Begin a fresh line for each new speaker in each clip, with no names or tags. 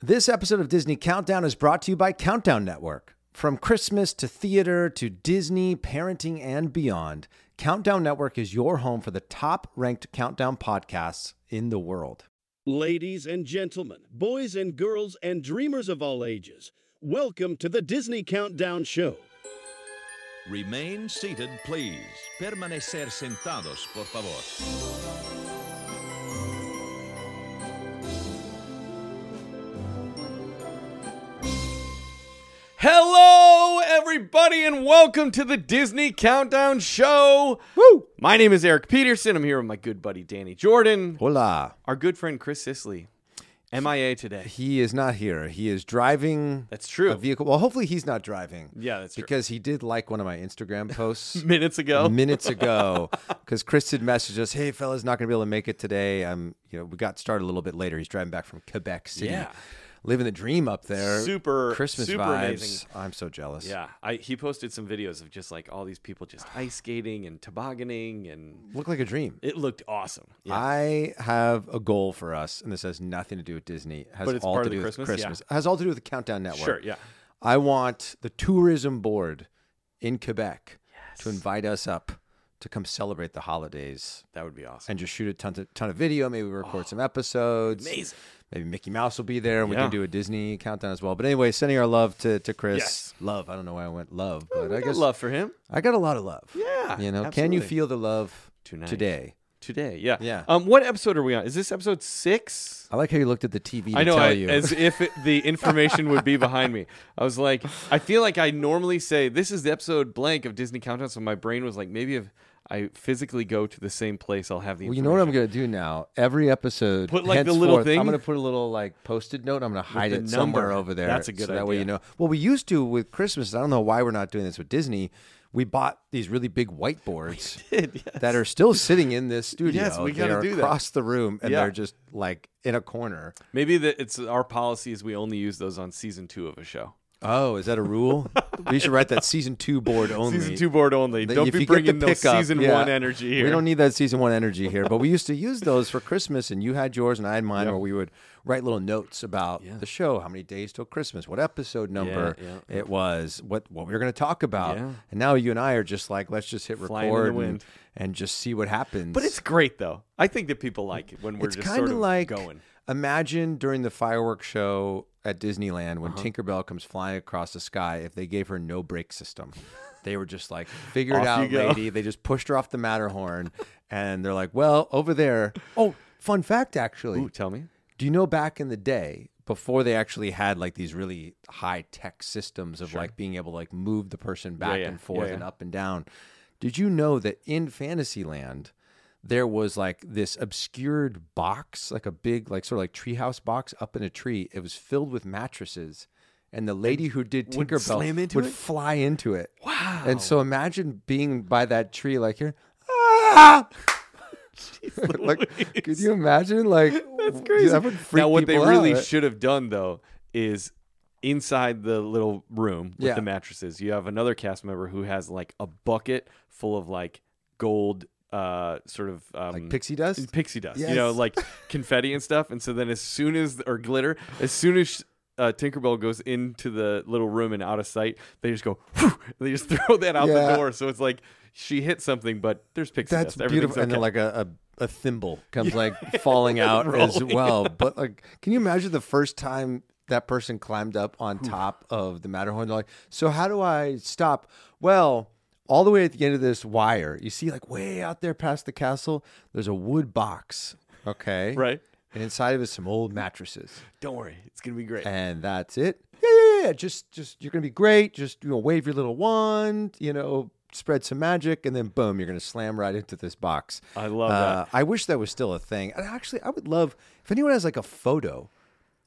This episode of Disney Countdown is brought to you by Countdown Network. From Christmas to theater to Disney, parenting, and beyond, Countdown Network is your home for the top ranked countdown podcasts in the world.
Ladies and gentlemen, boys and girls, and dreamers of all ages, welcome to the Disney Countdown Show.
Remain seated, please. Permanecer sentados, por favor.
Hello, everybody, and welcome to the Disney Countdown Show.
Woo!
My name is Eric Peterson. I'm here with my good buddy Danny Jordan,
Hola.
our good friend Chris Sisley, MIA today.
He is not here. He is driving
That's true.
a vehicle. Well, hopefully he's not driving.
Yeah, that's true.
Because he did like one of my Instagram posts.
Minutes ago,
minutes ago because Chris had messaged us, "Hey, fellas, not gonna be able to make it today. I'm, you know, we got started a little bit later. He's driving back from Quebec City,
Yeah.
living the dream up there.
Super-
Christmas
super
vibes.
amazing.
I'm so jealous.
yeah, I, he posted some videos of just like all these people just ice skating and tobogganing, and
look like a dream.
it looked awesome. Yeah.
I have a goal for us, and this has nothing to do with Disney. It Has
But it's
all
part
to
of the
do with
Christmas? Yeah.
It Has all to do with the Countdown Network.
Sure, yeah.
I want the tourism board in Quebec to invite us up to come celebrate the holidays
that would be awesome.
and just shoot a ton of, ton of video. Maybe we record some episodes.
Oh, Amazing.
Maybe Mickey Mouse will be there, and we
Yeah.
can do a Disney countdown as well. But anyway, sending our love to, to Chris.
Yes.
Love. I don't know why I went love, but I
I
guess
love for him
I got a lot of love.
Yeah,
You know, can you
absolutely.
feel the love
Tonight.
today?
today. Yeah,
Yeah.
Um, what episode are we on? Is this episode six?
I like how you looked at the TV to
I know,
tell
I,
you.
as if it, the information would be behind me. I was like, I feel like I normally say this is the episode blank of Disney Countdown, so my brain was like, maybe if I physically go to the same place, I'll have the.
well, you know what I'm going to do now? Every episode,
Put, like, the little
henceforth,
thing?
I'm going to put a little like posted note. I'm going to hide
the
it somewhere
number.
over there.
That's a good
so That way
idea.
you know. Well, we used to with Christmas. I don't know why we're not doing this with Disney. We bought these really big whiteboards.
information. Yeah.
that are still sitting in this studio.
Yes, we
They
gotta
are
do that.
across the room, and
Yeah.
they're just like in a corner.
Maybe that it's our policy is we only use those on season two of a show.
Oh, is that a rule? we should write that season two board only.
Season two board only.
That
don't
if
be
you get
bringing
the
no
pickup-
season
yeah.
one energy here.
We don't need that season one energy here, but we used to use those for Christmas, and you had yours and I had mine, where we would write little notes about the show, how many days till Christmas, what episode number
yeah,
it was, what what we were going to talk about,
Yeah.
and now you and I are just like, let's just hit
Flying in the
record and,
wind.
and just see what happens.
but it's great though. I think that people like it when we're
it's
just
kind
sort of
like
going.
imagine during the fireworks show at Disneyland
Uh-huh.
when Tinkerbell comes flying across the sky if they gave her no brake system. They were just like, figure it
Off
out,
you go.
lady. They just pushed her off the Matterhorn and they're like, well, over there. Oh, fun fact actually.
Ooh, tell me.
Do you know back in the day before they actually had like these really high tech systems of like being able to like move the person back
yeah.
and
Yeah,
forth
yeah.
and up and down? Did you know that in Fantasyland there was like this obscured box, like a big like sort of like treehouse box up in a tree. It was filled with mattresses. And the lady who did
would
Tinkerbell
slam
would,
into it?
fly into it.
Wow.
And so imagine being by that tree, like here, ah! like, could you imagine? Like, that's
crazy.
That would freak
now, what they
people
really
out. uh,
should have done though is inside the little room with
Yeah.
the mattresses, you have another cast member who has like a bucket full of like gold, uh, sort of um,
like pixie dust.
pixie dust, you know,
Yes.
like confetti and stuff. And so then, as soon as or glitter, as soon as. Uh, Tinkerbell goes into the little room and out of sight. They just go, "Phew," and they just throw that out
Yeah.
the door. So it's like she hit something, but there's pixie
That's
dust. Everything's
beautiful. And then
okay.
like a, a, a thimble comes like falling out as well. But like, can you imagine the first time that person climbed up on top of the Matterhorn? They're like, so how do I stop? Well, all the way at the end of this wire, you see like way out there past the castle, there's a wood box. Okay.
Right.
And inside of it, some old mattresses.
don't worry, it's gonna be great.
and that's it. Yeah, yeah, yeah, yeah. Just, just you're gonna be great. Just you know, wave your little wand. You know, spread some magic, and then boom, you're gonna slam right into this box.
I love
Uh, I wish that was still a thing. And actually, I would love if anyone has like a photo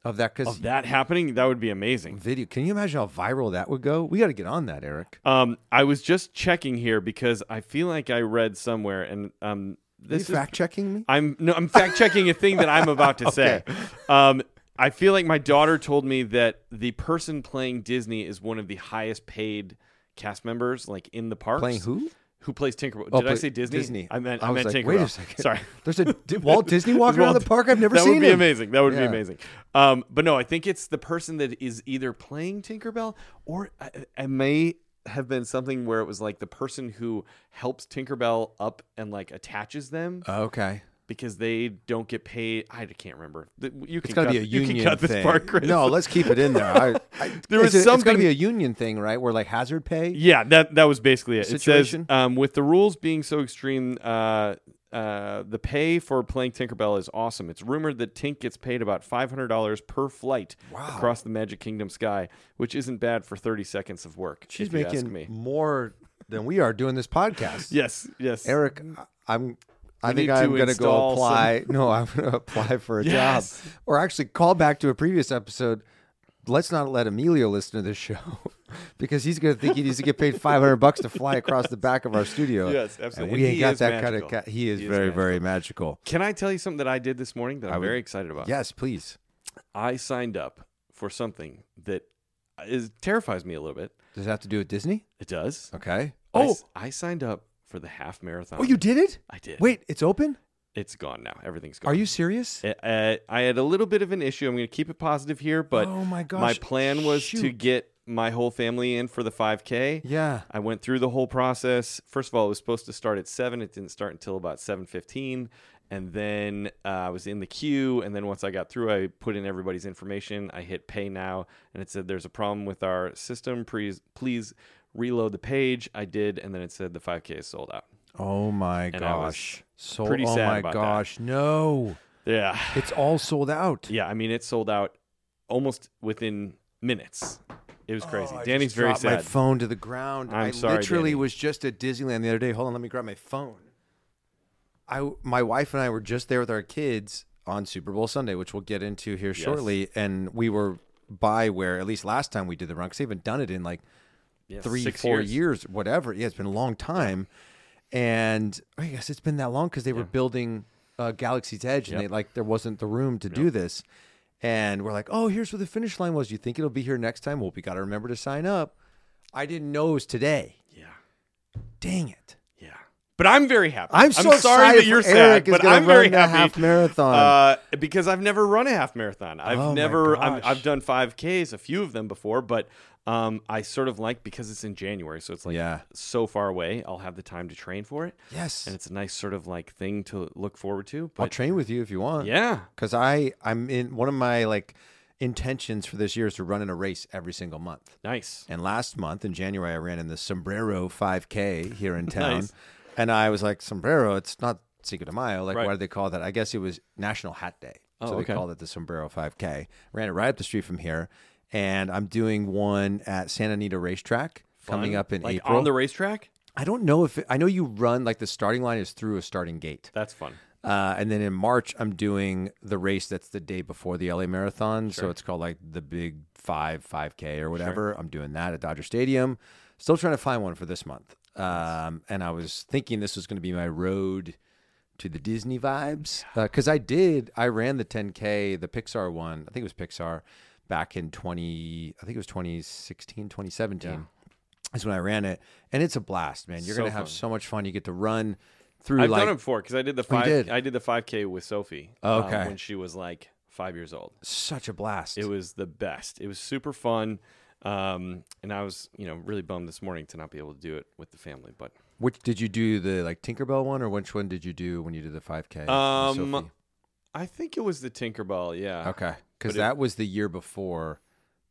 of that because
Of that happening, that would be amazing.
video. Can you imagine how viral that would go? We got to get on that, Eric.
Um, I was just checking here because I feel like I read somewhere, and um,
Are you
this is,
fact checking me?
I'm no, I'm fact checking a thing that I'm about to say. Um, I feel like my daughter told me that the person playing Disney is one of the highest paid cast members, like in the parks.
Playing who?
who plays Tinkerbell.
Oh,
Did I
play-
say Disney?
Disney.
I meant I,
I was
meant
like,
Tinkerbell.
wait a second.
Sorry.
There's a did Walt Disney walking around
Walt-
the park. I've never
that
seen
would be
him.
amazing. That would be
Yeah.
amazing. Um, but no, I think it's the person that is either playing Tinkerbell or I, I may have been something where it was like the person who helps Tinkerbell up and like attaches them
Uh. Oh, Okay.
because they don't get paid. I can't remember. The- You can
It's got to
cut-
be a
you
union
can cut
thing.
this part, Chris.
No, let's keep it in there. I, I,
There
it's
was
a- It's got to
something-
be a union thing, right? Where like hazard pay.
Yeah, that that was basically it.
Situation?
It says um, with the rules being so extreme, uh, uh, the pay for playing Tinkerbell is awesome. It's rumored that Tink gets paid about five hundred dollars per flight across the Magic Kingdom sky, which isn't bad for thirty seconds of work.
She's
if you ask
making
me.
more than we are doing this podcast.
Yes, yes.
Eric, I- I'm. I
We
think
need
I'm
to
going to go
install some-
apply. No, I'm going to apply for a
Yes.
job, or actually call back to a previous episode. Let's not let Emilio listen to this show because he's going to think he needs to get paid 500 bucks to fly across the back of our studio.
Yes,
And
absolutely.
we
And
ain't
he
got
is
that
magical.
kind of. Ca- he is
He is
very, very magical.
Can I tell you something that I did this morning that I'm
would-
very excited about?
Yes, please.
I signed up for something that is terrifies me a little bit.
Does it have to do with Disney?
It does.
Okay.
I
Oh,
s- I signed up for the half marathon.
oh, you did it.
I did.
Wait, it's open.
It's gone now. Everything's gone.
Are you serious?
Uh, Uh, I had a little bit of an issue. I'm going to keep it positive here, but
Oh my
my
gosh,
plan was to
shoot.
get my whole family in for the 5K.
Yeah.
I went through the whole process. First of all, it was supposed to start at seven. It didn't start until about seven fifteen, and then uh, I was in the queue. And then once I got through, I put in everybody's information. I hit pay now, and it said there's a problem with our system. Please, please reload the page. I did, and then it said the 5K is sold out.
Oh my
And I was
gosh. So,
pretty
oh
sad
my
about that.
gosh. No.
Yeah,
It's all sold out.
Yeah, I mean it sold out almost within minutes. It was crazy.
Oh, I
Danny's
just
very
dropped My
sad.
phone to the ground.
I'm
I
sorry,
literally
Danny.
was just at Disneyland the other day. Hold on, let me grab my phone. I my wife and I were just there with our kids on Super Bowl Sunday, which we'll get into here shortly, and we were by where at least last time we did the run because they haven't done it in like
Yeah,
three,
six
four years. whatever. Yeah, it's been a long time, and I guess it's been that long because they were building uh, Galaxy's Edge, and they like there wasn't the room to do this. And we're like, oh, here's where the finish line was. You think it'll be here next time? Well, we got to remember to sign up. I didn't know it was today.
Yeah,
Dang it!
yeah. But I'm very happy.
I'm so
sorry
excited
that you're
for Eric
sad,
is
but
gonna
I'm very
run the
happy.
half marathon.
uh, because I've never run a half marathon. I've
Oh my
never. I'm,
gosh.
I've done 5Ks, a few of them before, but um, I sort of like because it's in January, so it's like
Yeah.
so far away. I'll have the time to train for it,
Yes,
and it's a nice sort of like thing to look forward to.
I'll
But
train with you if you want.
yeah,
because I I'm in one of my like intentions for this year is to run in a race every single month.
nice.
And last month in January, I ran in the Sombrero 5K here in town.
Nice.
And I was like, Sombrero, it's not Cinco de Mayo. Like, why
Right. Oh,
do they call that? I guess it was National Hat Day. so
okay.
they called it the Sombrero 5K. Ran it right up the street from here. And I'm doing one at Santa Anita Racetrack coming
Fun.
up in
like
April.
on the racetrack.
I don't know if it, I know you run like the starting line is through a starting gate.
That's fun.
Uh, and then in March, I'm doing the race that's the day before the LA Marathon. So it's called like the Big Five, 5K or whatever. I'm doing that at Dodger Stadium. Still trying to find one for this month. Um, and I was thinking this was going to be my road to the Disney vibes because I did. I ran the 10K, the Pixar one. I think it was Pixar back in 20, I think it was 2016, 2017 is when I ran it. And it's a blast, man. You're
So
going to have
fun.
so much fun. You get to run through
I've
like. Oh,
done it before because I did the five.
did.
I did the five k with Sophie.
Oh,
um,
okay.
when she was like five years old,
such a blast.
it was the best. It was super fun, um, and I was you know really bummed this morning to not be able to do it with the family. But
Which did you do the like Tinkerbell one, or which one did you do when you did the 5K? with
Um,
Sophie?
I think it was the Tinkerbell. Yeah.
okay,
but
because
it-
that was the year before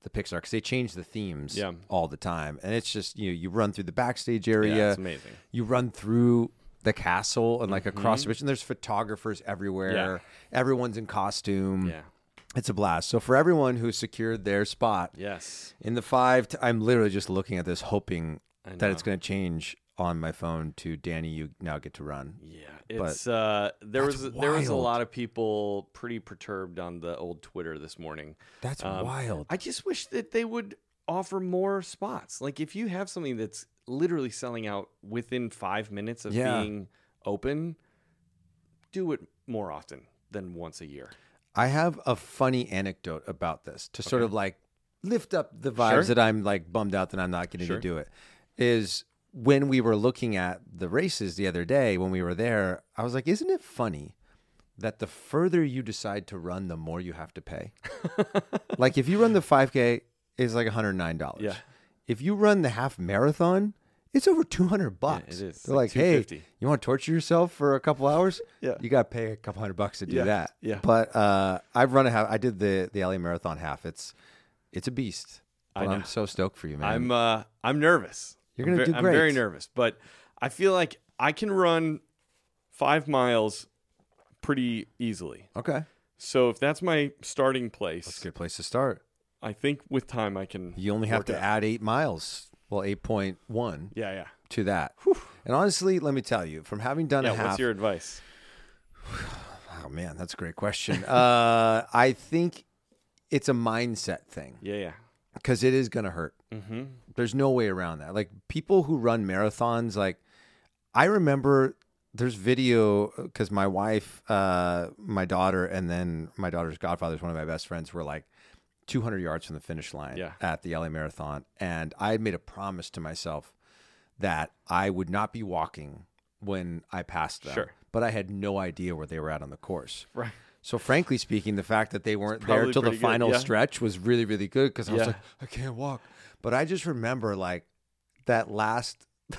the Pixar, because they change the themes
Yeah.
all the time, and it's just you know you run through the backstage area,
Yeah, it's amazing. Mm-hmm.
you run through the castle and like across the bridge, and there's photographers everywhere, everyone's in costume,
Yeah.
it's a blast. So for everyone who secured their spot,
Yes.
in the five, t- I'm literally just looking at this, hoping
I
that it's going to change on my phone to Danny. You now get to run.
Yeah. It's uh, there
that's
was there was a
wild.
lot of people pretty perturbed on the old Twitter this morning.
That's
Um,
wild.
I just wish that they would offer more spots. Like if you have something that's literally selling out within five minutes of
Yeah.
being open, do it more often than once a year.
I have a funny anecdote about this to sort of like lift up the vibes
Sure.
that I'm like bummed out that I'm not getting
Sure.
to do it. Is when we were looking at the races the other day when we were there, I was like, isn't it funny that the further you decide to run, the more you have to pay? like if you run the 5K, it's like $109.
Yeah.
If you run the half marathon, it's over 200 bucks.
it is.
They're like,
Like
hey,
$250.
you want to torture yourself for a couple hours?
Yeah.
You got to pay a couple hundred bucks to do
Yeah,
that.
yeah.
But uh, I've run a half. I did the, the LA marathon half. It's, it's a beast.
I
But
know.
I'm so stoked for you, man.
I'm uh I'm nervous.
You're
I'm
gonna
ve-
do
I'm very
great.
nervous, but I feel like I can run five miles pretty easily.
okay.
So if that's my starting place,
It's a good place to start.
I think with time I can.
You only have
work
to
it out.
add eight miles, well, 8.1
Yeah, yeah.
to that. And honestly, let me tell you, from having done
Yeah.
a half,
What's your advice?
oh man, that's a great question. uh, I think it's a mindset thing
Yeah, yeah.
because it is going to hurt.
Mm-hmm.
There's no way around that. Like people who run marathons, like I remember there's video because my wife, uh, my daughter, and then my daughter's godfather is one of my best friends. Were like 200 yards from the finish line
Yeah.
at the LA Marathon, and I had made a promise to myself that I would not be walking when I passed them.
Sure.
But I had no idea where they were at on the course.
Right.
So frankly speaking, the fact that they weren't there
probably
till the
pretty good,
final
yeah.
stretch was really, really good because I was
Yeah.
like, I can't walk. But I just remember like that last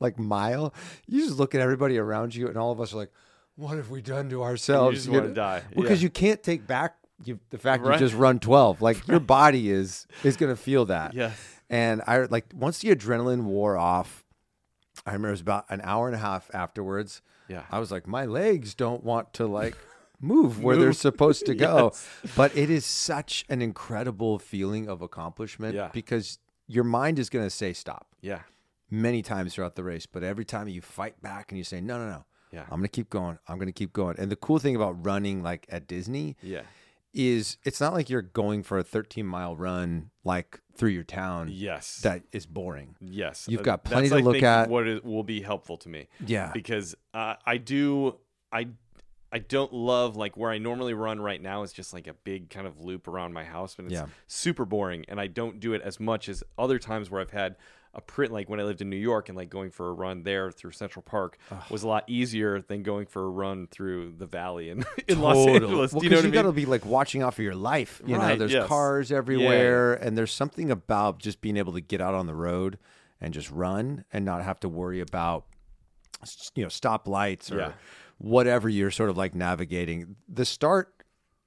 like mile, you just look at everybody around you and all of us are like, what have we done to ourselves?
just
You know?
wanna die,
Because
yeah.
you can't take back you, the fact
Right.
you just run 12. Like your body is is going to feel that.
Yes.
And I like once the adrenaline wore off, I remember it was about an hour and a half afterwards.
Yeah.
I was like, my legs don't want to like move where they're supposed to go. But it is such an incredible feeling of accomplishment
Yeah.
because your mind is going to say stop
Yeah.
many times throughout the race. But every time you fight back and you say, no, no, no,
Yeah.
I'm going to keep going. I'm going to keep going. And the cool thing about running like at Disney
Yeah.
is it's not like you're going for a 13 mile run like through your town
Yes.
that is boring.
Yes,
You've
uh,
got plenty
that's,
to
I
look
think,
at.
What is, will be helpful to me?
Yeah.
because uh, I do, I, I don't love like where I normally run right now is just like a big kind of loop around my house, and it's
Yeah.
super boring. And I don't do it as much as other times where I've had a print like when I lived in New York and like going for a run there through Central Park was a lot easier than going for a run through the valley in, in Los Angeles.
Well,
do you know
'cause
what I
you
mean?
got to be like watching out for your life. You know,
Right,
there's
yes.
cars everywhere, and there's something about just being able to get out on the road and just run and not have to worry about, s- you know, stop lights or
Yeah.
whatever you're sort of like navigating. The start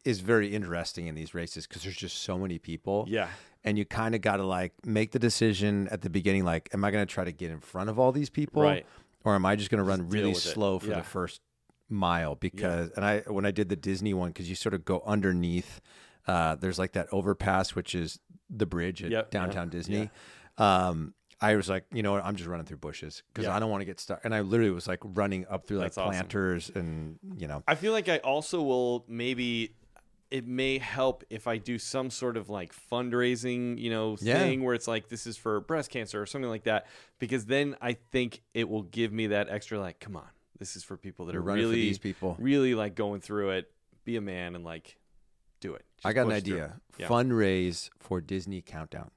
is very interesting in these races because there's just so many people.
Yeah.
And you kind of got to like make the decision at the beginning, like, am I going to try to get in front of all these people?
Right.
Or am I just going to run really
with it.
slow for
Yeah.
the first mile because and I when I did the Disney one because you sort of go underneath uh there's like that overpass which is the bridge at
Yep, yeah,
downtown Disney um I was like you know what I'm just running through bushes because
Yeah.
I don't want to get stuck and I literally was like running up through like
That's awesome.
planters and you know
I feel like I also will maybe it may help if I do some sort of like fundraising, you know,
Yeah.
thing where it's like this is for breast cancer or something like that because then I think it will give me that extra like come on. This is for people that
You're
are
running for
really
these people.
really like going through it. Be a man and like do it.
I
Just
got an
push through.
idea
Yeah.
fundraise for Disney Countdown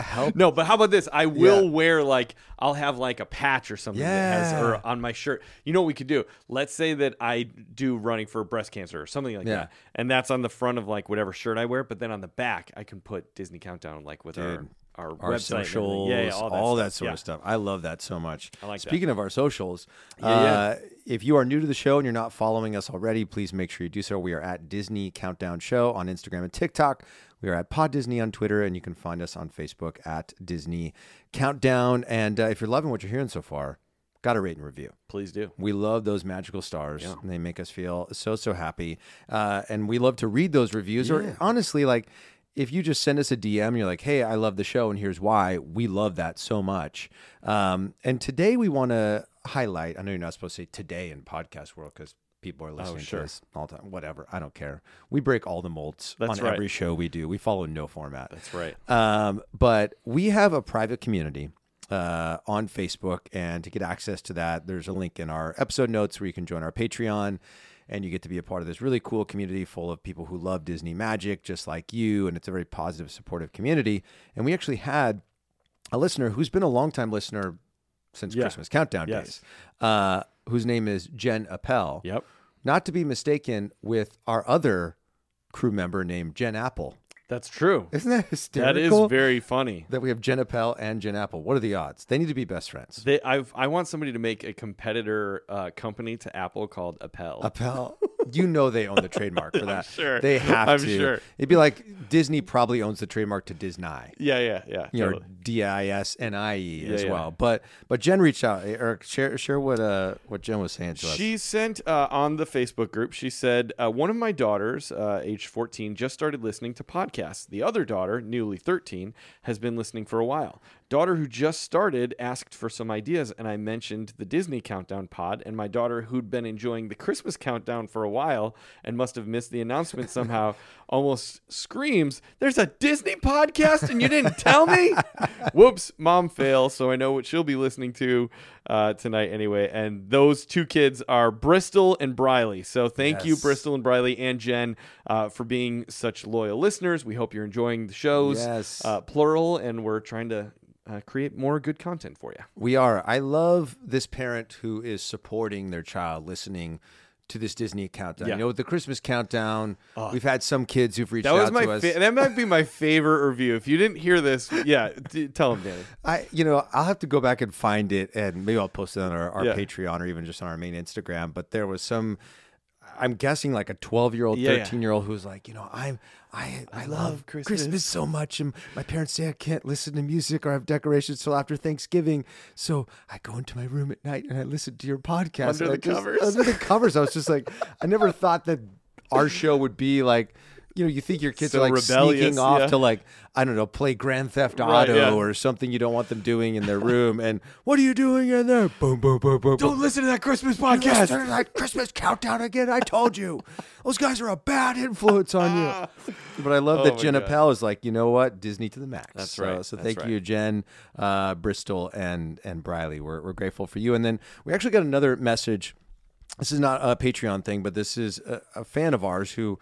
help
No, but how about this? I will
Yeah.
wear like I'll have like a patch or something that has
Yeah.
or on my shirt. You know what we could do? Let's say that I do running for breast cancer or something like
Yeah.
that. And that's on the front of like whatever shirt I wear, but then on the back I can put Disney Countdown like with
Dude.
our our,
our
website and everything.
socials,
yeah, yeah, all that,
sort of stuff. I love that so much. I
like that.
Speaking of our socials,
yeah.
Uh, if you are new to the show and you're not following us already, please make sure you do so. We are at Disney Countdown Show on Instagram and TikTok. We are at Pod Disney on Twitter, and you can find us on Facebook at Disney Countdown. And uh, if you're loving what you're hearing so far, got to rate and review.
Please do.
We love those magical stars. And they make us feel so, so happy. Uh, and we love to read those reviews. Or honestly, like if you just send us a DM, you're like, hey, I love the show and here's why. We love that so much. Um, and today we want to highlight, I know you're not supposed to say today in podcast world because people are listening
Oh, sure.
to us all the time. Whatever. I don't care. We break all the molds
That's
on
right.
every show we do. We follow no format.
That's right.
Um, but we have a private community uh, on Facebook, and to get access to that, there's a link in our episode notes where you can join our Patreon, and you get to be a part of this really cool community full of people who love Disney magic just like you, and it's a very positive, supportive community. And we actually had a listener who's been a longtime listener since
Yeah.
Christmas countdown
Yes.
days, uh, whose name is Jen Appel.
Yep.
Not to be mistaken with our other crew member named Jen Apple.
That's true.
Isn't that
That is
hysterical?
very funny.
that we have Jen Appel and Jen Apple. What are the odds? They need to be best friends.
They, I've, I want somebody to make a competitor uh, company to Apple called Appel.
Appel, you know they own the trademark for that.
sure.
They have
I'm
to.
sure.
It'd be like Disney probably owns the trademark to Disney.
yeah, yeah, yeah.
You know,
totally.
D I S N I E as
yeah.
well. But but Jen reached out. Eric, share share what uh what Jen was saying to us.
She sent uh, on the Facebook group. She said, uh, "One of my daughters, uh, age 14, just started listening to podcasts. The other daughter, newly 13, has been listening for a while. Daughter who just started asked for some ideas, and I mentioned the Disney Countdown pod. And my daughter, who'd been enjoying the Christmas Countdown for a while and must have missed the announcement somehow, almost screams, "There's a Disney podcast, and you didn't tell me!" Whoops, mom fail. So I know what she'll be listening to uh, tonight anyway. And those two kids are Bristol and Briley. So thank you,
Yes.
Bristol and Briley and Jen, uh, for being such loyal listeners. We hope you're enjoying the shows,
Yes.
uh, plural, and we're trying to uh, create more good content for you.
We are. I love this parent who is supporting their child listening to this Disney countdown.
Yeah. Ah.
You know, with the Christmas countdown, we've had some kids who've reached
That was
out
my
to us.
fa- that might be my favorite review. If you didn't hear this, yeah, d- tell them, Danny.
I, you know, I'll have to go back and find it, and maybe I'll post it on our, our
Yeah.
Patreon or even just on our main Instagram. But there was some, I'm guessing, like a 12 year old,
Yeah, yeah.
13 year old who was like, you know, I'm, I, I, love Christmas. so much, and my parents say I can't listen to music or have decorations till after Thanksgiving, so I go into my room at night and I listen to your podcast
Under
And I
the
just-
covers.
Under the covers, I was just like, I never thought that our show would be like. You know, you think your kids
So
are like
rebellious,
sneaking off
yeah.
to like I don't know, play Grand Theft Auto
Right, yeah.
or or something you don't want them doing in their room. And what are you doing in there? Boom, boom, boom, boom. boom.
listen to that Christmas
You listen to that Christmas countdown again. I told you, those guys are a bad influence on you. But I love
Ah. Oh
that
my
Jen
God.
Appel is like, you know what, Disney to the max.
That's
So-
right.
So,
That's
thank
right.
you, Jen, uh, Bristol, and and Briley. We're we're grateful for you. And then we actually got another message this is not a Patreon thing, but this is a, a fan of ours who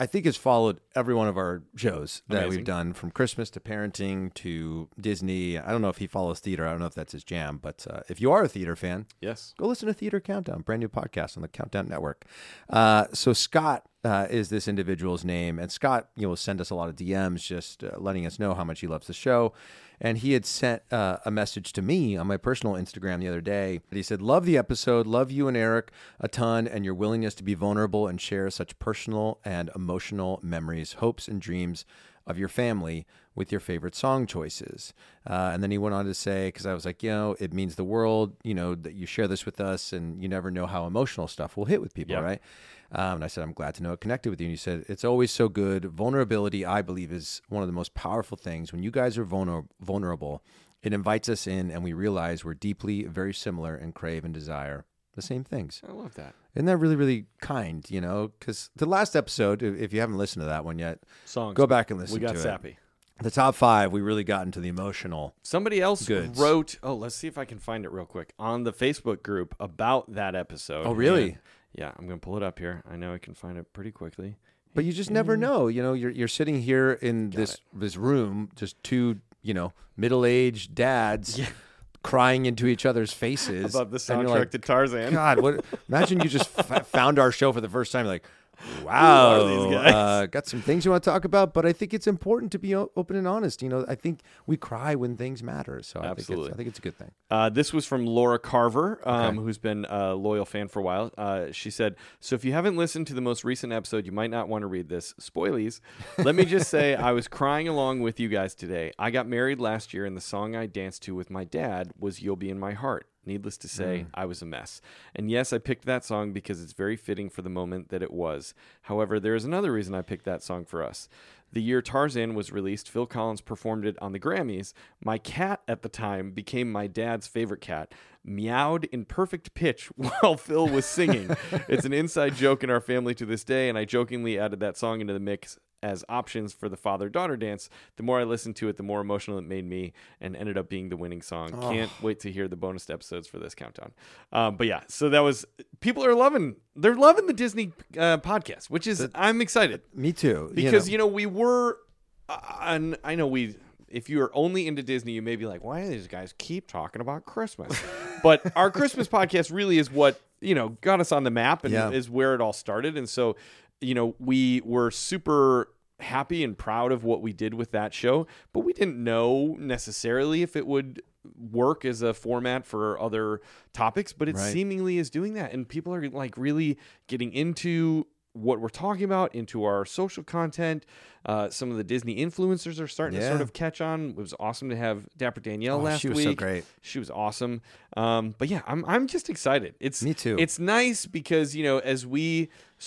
I think has followed every one of our shows that we've done from Christmas to parenting to Disney. I don't know if he follows theater. I don't know if that's his jam, but uh, if you are a theater fan,
Yes.
go listen to Theater Countdown, brand new podcast on the Countdown Network. Uh, so Scott uh, is this individual's name, and Scott, you know, will send us a lot of DMs, just uh, letting us know how much he loves the show. And he had sent uh, a message to me on my personal Instagram the other day. He said, "Love the episode, love you and Eric a ton, and your willingness to be vulnerable and share such personal and emotional memories, hopes, and dreams." of your family with your favorite song choices. Uh, and then he went on to say, because I was like, you know, it means the world, you know, that you share this with us, and you never know how emotional stuff will hit with people,
Yep.
right? Um, and I said, I'm glad to know it connected with you. And you said, it's always so good. Vulnerability, I believe, is one of the most powerful things. When you guys are vulner- vulnerable, it invites us in, and we realize we're deeply very similar and crave and desire the same things.
I love that.
Isn't that really, really kind, you know? Because the last episode, if if you haven't listened to that one yet,
Songs.
go back and listen
We got
to it
sappy.
the top five, we really got into the emotional.
Somebody else
goods.
wrote. Oh, let's see if I can find it real quick on the Facebook group about that episode.
Oh, really?
And- yeah, I'm gonna pull it up here. I know I can find it pretty quickly.
But you just
Mm.
never know. You know, you're you're sitting here in this this room, just two, you know, middle aged dads crying into each other's faces
About the
and
soundtrack
you're like,
to Tarzan.
God, what? Imagine you just f- found our show for the first time, like. Wow,
these guys?"
Uh, got some things you want to talk about, but I think it's important to be o- open and honest. You know, I think we cry when things matter, so I think
Absolutely.
it's, I think it's a good thing.
Uh, this was from Laura Carver, um, who's been a loyal fan for a while. Uh, she said, So if you haven't listened to the most recent episode, you might not want to read this. Spoilies. Let me just say, I was crying along with you guys today. I got married last year, and the song I danced to with my dad was You'll Be in My Heart. Needless to say, I was a mess. And yes, I picked that song because it's very fitting for the moment that it was. However, there is another reason I picked that song for us. The year Tarzan was released, Phil Collins performed it on the Grammys. My cat at the time became my dad's favorite cat, meowed in perfect pitch while Phil was singing. it's an inside joke in our family to this day, and I jokingly added that song into the mix as options for the father daughter dance. The more I listened to it, the more emotional it made me and ended up being the winning song. Can't wait to hear the bonus episodes for this countdown. Um, but yeah, so that was people are loving they're loving the Disney uh, podcast, which is I'm excited
Me too.
because
you
you know, we were uh, and I know we if you are only into Disney, you may be like, why do these guys keep talking about Christmas? but our Christmas podcast really is what you know got us on the map and
Yeah.
is where it all started. And so, you know, we were super happy and proud of what we did with that show, but we didn't know necessarily if it would work as a format for other topics. But it
Right.
seemingly is doing that, and people are like really getting into what we're talking about into our social content uh, some of the disney influencers are starting to sort
Yeah.
of catch on it was awesome to have dapper danielle
Oh,
last
she was
week
so great.
she was awesome. Um, but yeah, I'm I'm just excited. It's
Me too.
It's nice because you know as we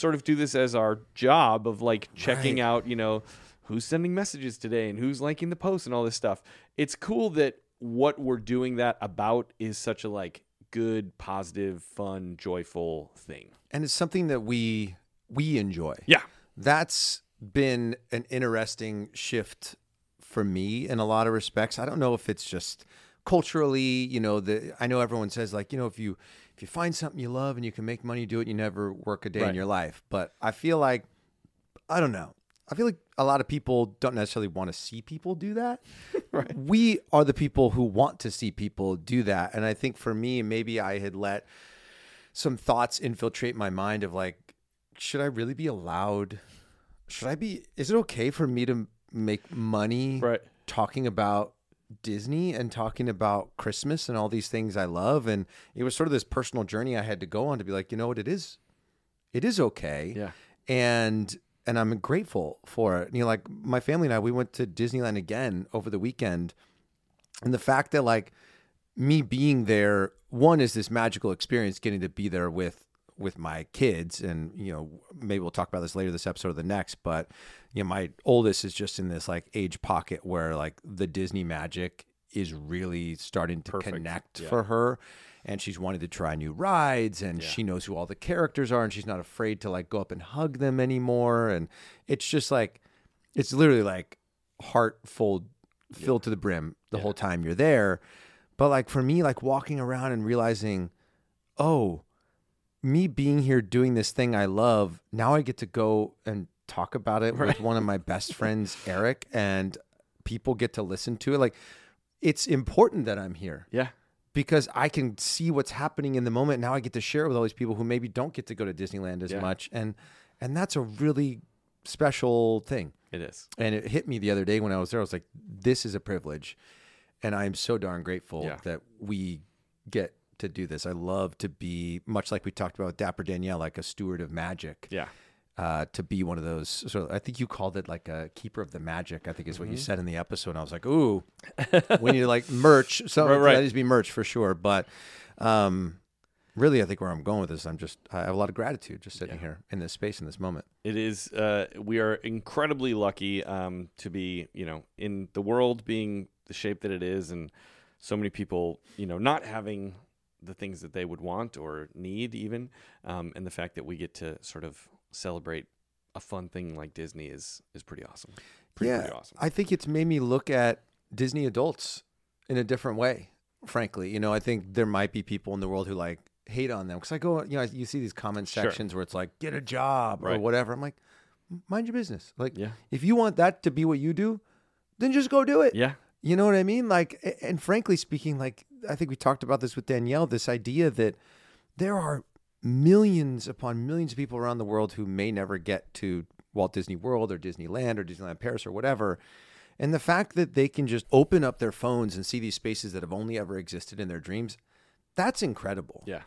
sort of do this as our job of like checking
Right.
out you know who's sending messages today and who's liking the post and all this stuff. It's cool that what we're doing that about is such a like good, positive, fun, joyful thing.
and it's something that we we enjoy.
Yeah.
That's been an interesting shift for me in a lot of respects. I don't know if it's just culturally, you know, the I know everyone says like, you know, if you if you find something you love and you can make money, do it, you never work a day
Right.
in your life. But I feel like I don't know. I feel like a lot of people don't necessarily want to see people do that. right. We are the people who want to see people do that. And I think for me, maybe I had let some thoughts infiltrate my mind of like, should I really be allowed? Should I be? Is it okay for me to make money
Right.
talking about Disney and talking about Christmas and all these things I love? And it was sort of this personal journey I had to go on to be like, you know what? It is, it is okay.
Yeah.
And and I'm grateful for it. You know, like my family and I, we went to Disneyland again over the weekend, and the fact that like me being there one is this magical experience getting to be there with with my kids and you know maybe we'll talk about this later this episode or the next but you know my oldest is just in this like age pocket where like the disney magic is really starting to connect for her and she's wanting to try new rides and she knows who all the characters are and she's not afraid to like go up and hug them anymore and it's just like it's literally like heart full filled to the brim the whole time you're there but like for me like walking around and realizing oh me being here doing this thing i love now i get to go and talk about it with one of my best friends eric and people get to listen to it like it's important that i'm here
Yeah.
because I can see what's happening in the moment. Now I get to share it with all these people who maybe don't get to go to Disneyland as
Yeah.
much, and and that's a really special thing.
It is.
And it hit me the other day when I was there. I was like, this is a privilege, and I am so darn grateful
Yeah.
that we get to do this. I love to be much like we talked about with Dapper Danielle, like a steward of magic.
Yeah.
Uh, to be one of those, so I think you called it like a keeper of the magic. I think is what
Mm-hmm.
you said in the episode. And I was like, "Ooh, we need like merch. So
Right, right.
that needs to be merch for sure. But um, really, I think where I'm going with this, I'm just I have a lot of gratitude just sitting here in this space in this moment.
It is. Uh, we are incredibly lucky um, to be, you know, in the world being the shape that it is, and so many people, you know, not having the things that they would want or need, even, um, and the fact that we get to sort of celebrate a fun thing like Disney is is pretty awesome. Pretty, pretty awesome.
I think it's made me look at Disney adults in a different way. Frankly, you know, I think there might be people in the world who like hate on them because I go, you know, you see these comment
Sure.
sections where it's like, get a job or
Right.
whatever. I'm like, mind your business. Like,
Yeah.
if you want that to be what you do, then just go do it.
yeah,
You know what I mean? Like, a- and frankly speaking, like, I think we talked about this with Danielle this idea that there are millions upon millions of people around the world who may never get to Walt Disney World or Disneyland or Disneyland Paris or whatever. And the fact that they can just open up their phones and see these spaces that have only ever existed in their dreams, that's incredible.
yeah,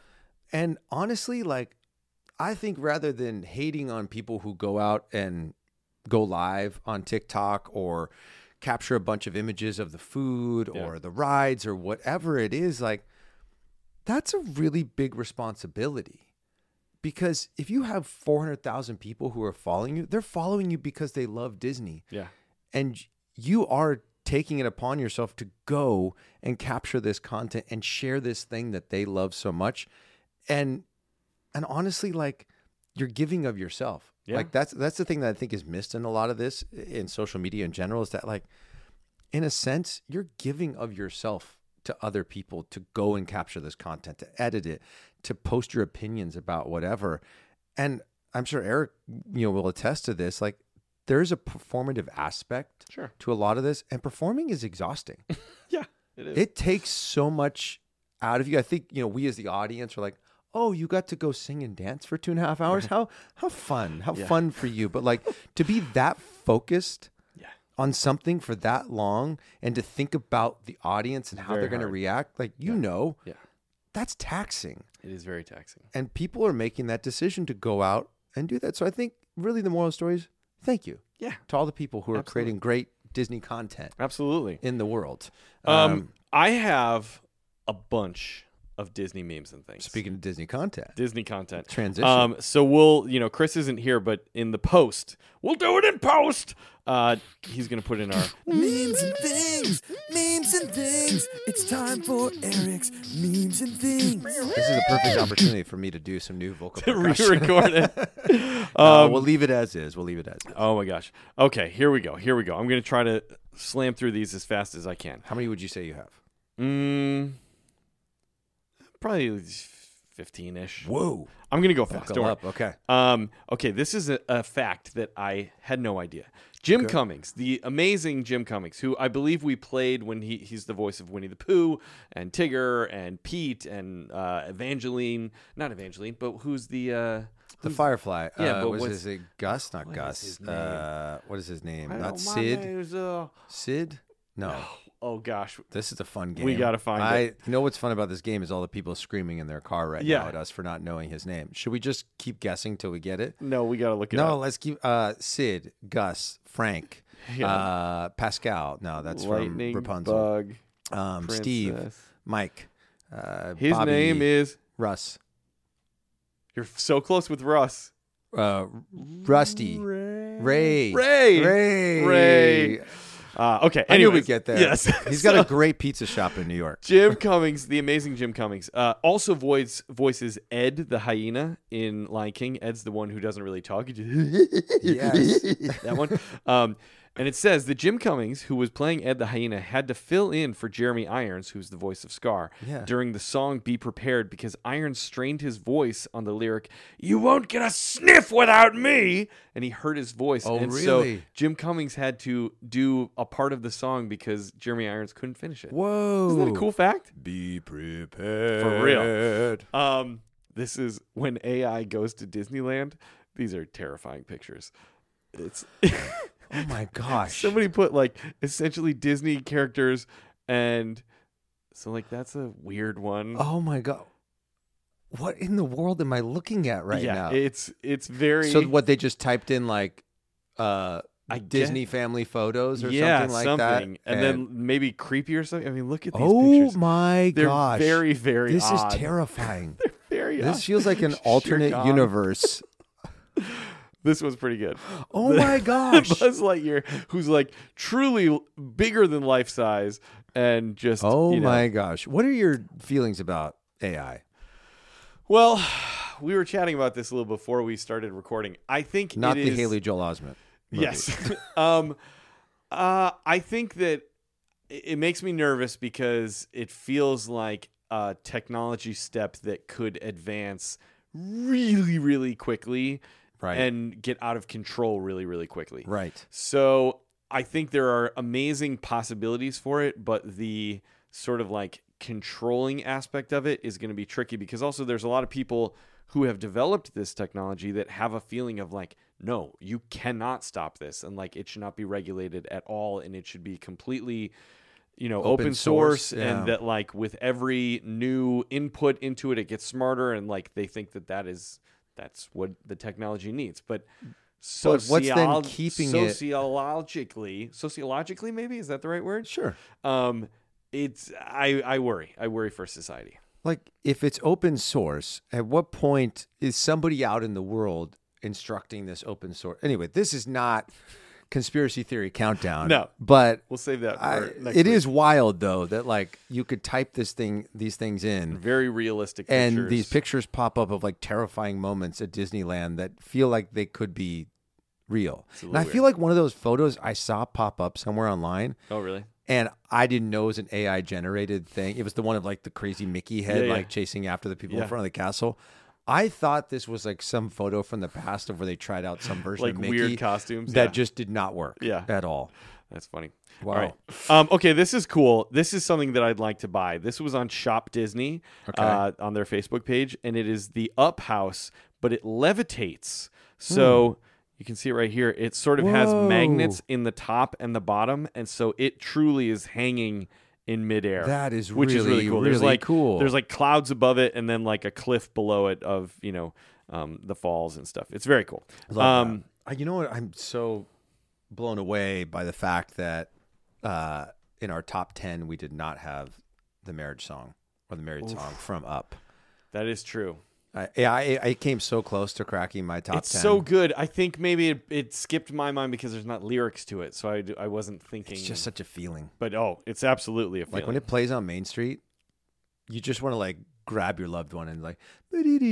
And honestly, like, I think rather than hating on people who go out and go live on TikTok or capture a bunch of images of the food
Yeah.
or the rides or whatever it is, like, that's a really big responsibility. Because if you have 400,000 people who are following you, they're following you because they love Disney
yeah.
and you are taking it upon yourself to go and capture this content and share this thing that they love so much and and honestly like you're giving of yourself
Yeah.
like that's that's the thing that i think is missed in a lot of this in social media in general is that like in a sense you're giving of yourself to other people to go and capture this content to edit it to post your opinions about whatever and i'm sure eric you know will attest to this like there is a performative aspect
Sure.
to a lot of this, and performing is exhausting.
Yeah, it is.
it takes so much out of you. I think you know we as the audience are like, oh, you got to go sing and dance for two and a half hours. How how fun? How fun for you? But like to be that focused
yeah.
on something for that long and to think about the audience and how
Very
they're going to
hard.
react, like you know,
Yeah.
that's taxing.
It is very taxing.
And people are making that decision to go out and do that. So I think really the moral story is thank you
Yeah.
to all the people who are creating great Disney content
Absolutely.
in the world.
Um, I have a bunch of Disney memes and things.
speaking of Disney content,
Disney content.
Transition.
Um, so we'll, you know, Chris isn't here, but in the post, we'll do it in post. Uh, he's gonna put in our
Memes and things, memes and things. It's time for Eric's memes and things.
This is a perfect opportunity for me to do some new vocal percussion.
re-record Um, it.
Uh, we'll leave it as is. We'll leave it as is.
Oh my gosh. Okay, here we go. Here we go. I'm gonna try to slam through these as fast as I can.
How many would you say you have?
Mm, probably fifteen ish.
Whoa.
I'm gonna go fast.
Buckle
Don't worry.
up. Okay.
Um, okay, this is a, a fact that I had no idea. Jim Cummings, the amazing Jim Cummings, who I believe we played when he, he's the voice of Winnie the Pooh and Tigger and Pete and uh, Evangeline, not Evangeline, but who's the uh,
The Firefly.
Yeah,
uh,
but
was
what's-
his, it Gus? Not Gus.
his name?
uh, what is his name?
I
Not
don't know, my
Sid.
name's, uh,
Sid? No.
oh gosh,
This is a fun game.
We gotta find
I,
it.
You know what's fun about this game is all the people screaming in their car right
Yeah.
now at us for not knowing his name. Should we just keep guessing till we get it?
no, we gotta look it
No,
up.
let's keep uh, Sid, Gus, Frank, uh, Pascal. No, that's
Lightning
from Rapunzel.
bug.
um, Steve,
Princess.
Mike, uh,
His
Bobby,
name is.
Russ,
You're so close with Russ.
uh, Rusty, Ray,
Ray.
Ray,
Ray. Uh, okay.
I knew
anyways.
we'd get there.
Yes,
he's got
So-
a great pizza shop in New York.
Jim Cummings, the amazing Jim Cummings, uh, also voice, voices Ed the hyena in Lion King. Ed's the one who doesn't really talk. He just-
Yes.
that one. Um, and it says that Jim Cummings, who was playing Ed the hyena, had to fill in for Jeremy Irons, who's the voice of Scar,
Yeah.
during the song "Be Prepared" because Irons strained his voice on the lyric "You won't get a sniff without me," and he hurt his voice.
Oh,
and so
really?
Jim Cummings had to do a part of the song because Jeremy Irons couldn't finish it.
Whoa,
Isn't that a cool fact?
Be prepared
For real. Um, this is when AI goes to Disneyland. These are terrifying pictures. It's
Oh my gosh,
somebody put like essentially Disney characters, and so like that's a weird one.
oh my god, what in the world am I looking at right
yeah,
now?
it's it's very
so what they just typed in like, uh,
I
Disney
guess-
family photos or
yeah
something like
something,
that,
and, then maybe creepy or something. I mean, look at these
oh
pictures.
my
They're
gosh,
very very.
this
odd.
is terrifying.
Very odd.
This feels like an
Sure
alternate
God.
universe.
This was pretty good.
Oh my gosh.
Buzz Lightyear, who's like truly l- bigger than life size, and just
Oh
you know.
my gosh. What are your feelings about AI?
Well, we were chatting about this a little before we started recording. I think
Not
it
the
is-
Haley Joel Osment. movie.
Yes. um, uh, I think that it it makes me nervous because it feels like a technology step that could advance really, really quickly
Right.
and get out of control really, really quickly.
Right.
So I think there are amazing possibilities for it, but the sort of like controlling aspect of it is going to be tricky because also there's a lot of people who have developed this technology that have a feeling of like, no, you cannot stop this. And like, it should not be regulated at all. And it should be completely, you know, open,
Open
source.
source,
And
yeah.
that like with every new input into it, it gets smarter. And like, they think that that is, that's what the technology needs. But so
But what's then keeping it-
sociologically sociologically maybe is that the right word
Sure.
um it's i i worry i worry for society
Like if it's open source, at what point is somebody out in the world instructing this open source? Anyway, this is not conspiracy theory countdown.
No.
But
we'll save that
I,
for next
it
week.
is wild though that like you could type this thing these things in
very realistic
and
Mm-hmm. pictures.
these pictures pop up of like terrifying moments at Disneyland that feel like they could be real. And
little
I feel like one of those photos I saw pop up somewhere online
oh really
and I didn't know it was an AI generated thing. It was the one of like the crazy Mickey head
Yeah, yeah.
like chasing after the people
Yeah.
in front of the castle. I thought this was like some photo from the past of where they tried out some version of
Like
Mickey
weird costumes,
that
yeah.
just did not work.
Yeah.
at all.
That's funny.
Wow.
All right. Um, okay, this is cool. This is something that I'd like to buy. This was on Shop Disney uh, on their Facebook page, and it is the Up House, but it levitates.
Hmm.
So you can see it right here. It sort of has magnets in the top and the bottom, and so it truly is hanging in midair.
That is
which is
really,
really cool. There's
really
like
cool.
There's like clouds above it, and then like a cliff below it of you know um, the falls and stuff. It's very cool.
Love
Um,
that. I- you know what? I'm so blown away by the fact that uh, in our top ten we did not have the marriage song or the married song from Up.
that is true.
I, yeah, I, I came so close to cracking my top
it's
ten.
so good. I think maybe it, it skipped my mind because there's not lyrics to it, so I, d- I wasn't thinking.
it's just such a feeling.
but oh, it's absolutely a feeling.
Like when it plays on Main Street, you just want to like grab your loved one and like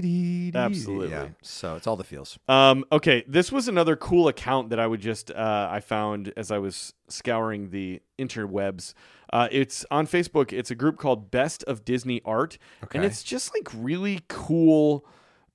absolutely. Yeah.
Absolutely.
So it's all the feels.
um, okay, this was another cool account that I would just uh, I found as I was scouring the interwebs. Uh, it's on Facebook. It's a group called Best of Disney Art, and
Okay.
it's just like really cool.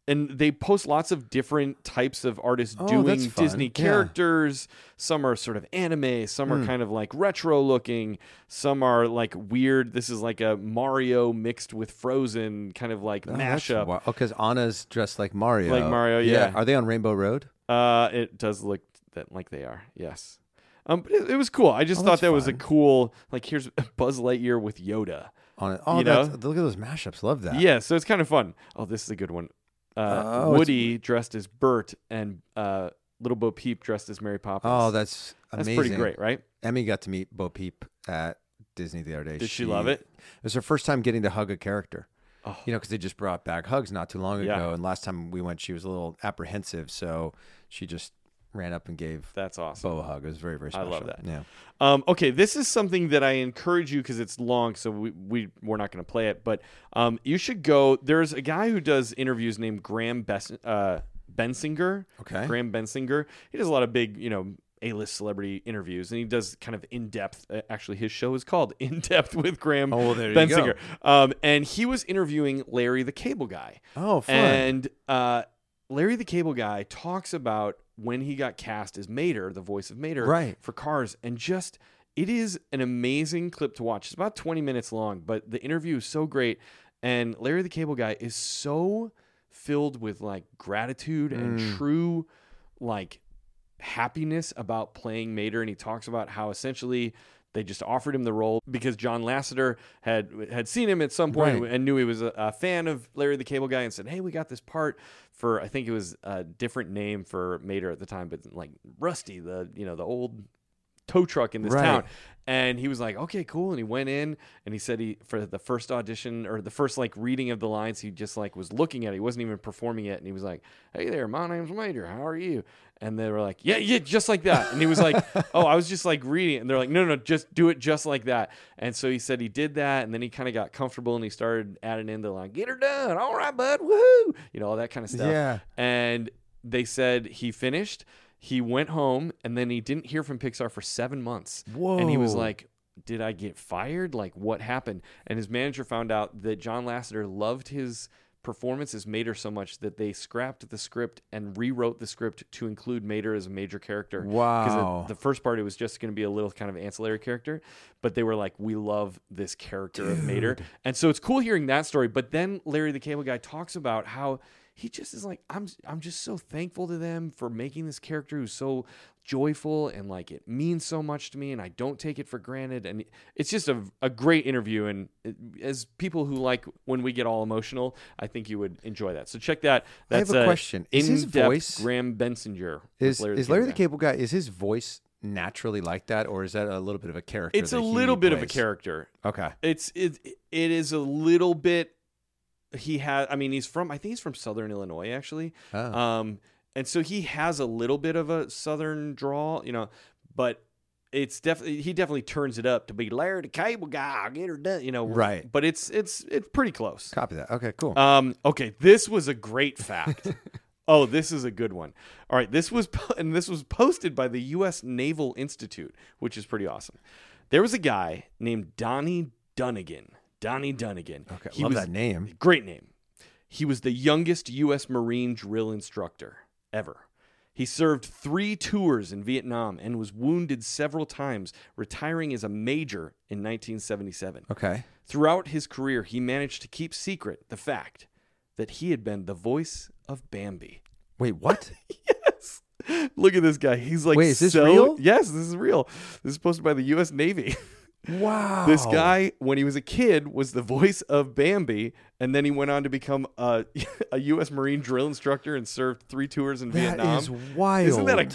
And they post lots of different types of artists
Oh, that's
doing
fun.
Disney
Yeah. Hmm.
characters. characters. Some are sort of anime. Some are kind of like retro looking. Some are like weird. This is like a Mario mixed with Frozen kind of like mashup.
Oh, because Anna's dressed like Mario.
Like Mario, yeah.
Are they on Rainbow Road?
Uh, it does look that like they are. Yes. Um, but it, it was cool. I just thought
Oh, that's
that was a
fun.
cool like here's Buzz Lightyear with Yoda.
On it. Oh,
You
that's,
know?
look at those mashups. Love that.
Yeah, so it's kind of fun. Oh, this is a good one. Uh,
Oh, it's-
Woody dressed as Bert and uh, Little Bo Peep dressed as Mary Poppins.
Oh, that's
that's
amazing.
pretty great, right?
Emmy got to meet Bo Peep at Disney the other day.
Did she love it?
It was her first time getting to hug a character. You know, because they just brought back hugs not too long
Yeah.
ago, and last time we went, she was a little apprehensive, so she just ran up and gave
That's awesome.
Bo a hug. It was very, very
I
special.
love that.
Yeah.
Um, okay, this is something that I encourage you because it's long, so we, we we're not going to play it. But um, you should go. There's a guy who does interviews named Graham Bes- uh, Bensinger.
Okay.
Graham Bensinger. He does a lot of big, you know, A-list celebrity interviews, and he does kind of in-depth. uh, Actually, his show is called In Depth with Graham
Oh, well, there you go.
Bensinger. Um, and he was interviewing Larry the Cable Guy.
Oh, fun.
And uh, Larry the Cable Guy talks about when he got cast as Mater, the voice of Mater,
Right.
for Cars, and just it is an amazing clip to watch. It's about 20 minutes long, but the interview is so great, and Larry the Cable Guy is so filled with like gratitude
Mm.
and true like happiness about playing Mater, and he talks about how essentially they just offered him the role because John Lasseter had had seen him at some point
Right.
and knew he was a, a fan of Larry the Cable Guy, and said, "Hey, we got this part for I think it was a different name for Mater at the time, but like Rusty, the you know the old tow truck in this
Right.
town." And he was like, "Okay, cool." And he went in and he said he for the first audition or the first like reading of the lines, he just like was looking at it. He wasn't even performing it, and he was like, "Hey there, my name's Mater. How are you?" And they were like, "Yeah, yeah, just like that." And he was like, "Oh, I was just like reading." it." And they're like, "No, no, just do it just like that." And so he said he did that, and then he kind of got comfortable and he started adding in the line, "Get her done, all right, bud, woohoo," you know, all that kind of stuff.
Yeah.
And they said he finished. He went home, and then he didn't hear from Pixar for seven months. And he was
Whoa.
like like, did I get fired? Like, what happened? And his manager found out that John Lasseter loved his performance as Mater so much that they scrapped the script and rewrote the script to include Mater as a major character. 'Cause it-
Wow.
The first part, it was just going to be a little kind of ancillary character, but they were like, we love this character of Mater. And so it's cool hearing that story. But then Larry the Cable Guy talks about how. He just is like I'm. I'm just so thankful to them for making this character who's so joyful and like it means so much to me and I don't take it for granted and it's just a, a great interview and it- as people who like when we get all emotional I think you would enjoy that so check that
I have
that's
a
uh,
question. Is his
in-depth
voice-
Graham Bensinger with
Is is Larry the Cable Guy? Is his voice naturally like that, or is that a little bit of a character?
it's a
that he
little bit of a
plays?
character
Okay.
it's it it is a little bit he has I mean he's from I think he's from Southern Illinois actually
Oh.
Um, and so he has a little bit of a southern drawl, you know, but it's definitely he definitely turns it up to be Larry the Cable Guy. I'll get her done, you know.
Right.
But it's it's it's pretty close.
Copy that. Okay. Cool.
Um, okay, this was a great fact. oh, this is a good one. All right, this was po- and this was posted by the U.S. Naval Institute, which is pretty awesome. There was a guy named Donnie Dunnigan. Donnie Dunnigan.
okay.
He
Love
was-
that name.
Great name. He was the youngest U.S. Marine drill instructor ever. He served three tours in Vietnam and was wounded several times, retiring as a major in 1977.
Okay.
Throughout his career, he managed to keep secret the fact that he had been the voice of Bambi.
Wait, what?
Yes. Look at this guy. He's like,
Wait, is this
so-
real?
Yes, this is real. This is posted by the U.S. Navy.
wow.
This guy, when he was a kid, was the voice of Bambi, and then he went on to become a, a U.S. Marine drill instructor and served three tours in
That
Vietnam.
is wild.
Isn't that a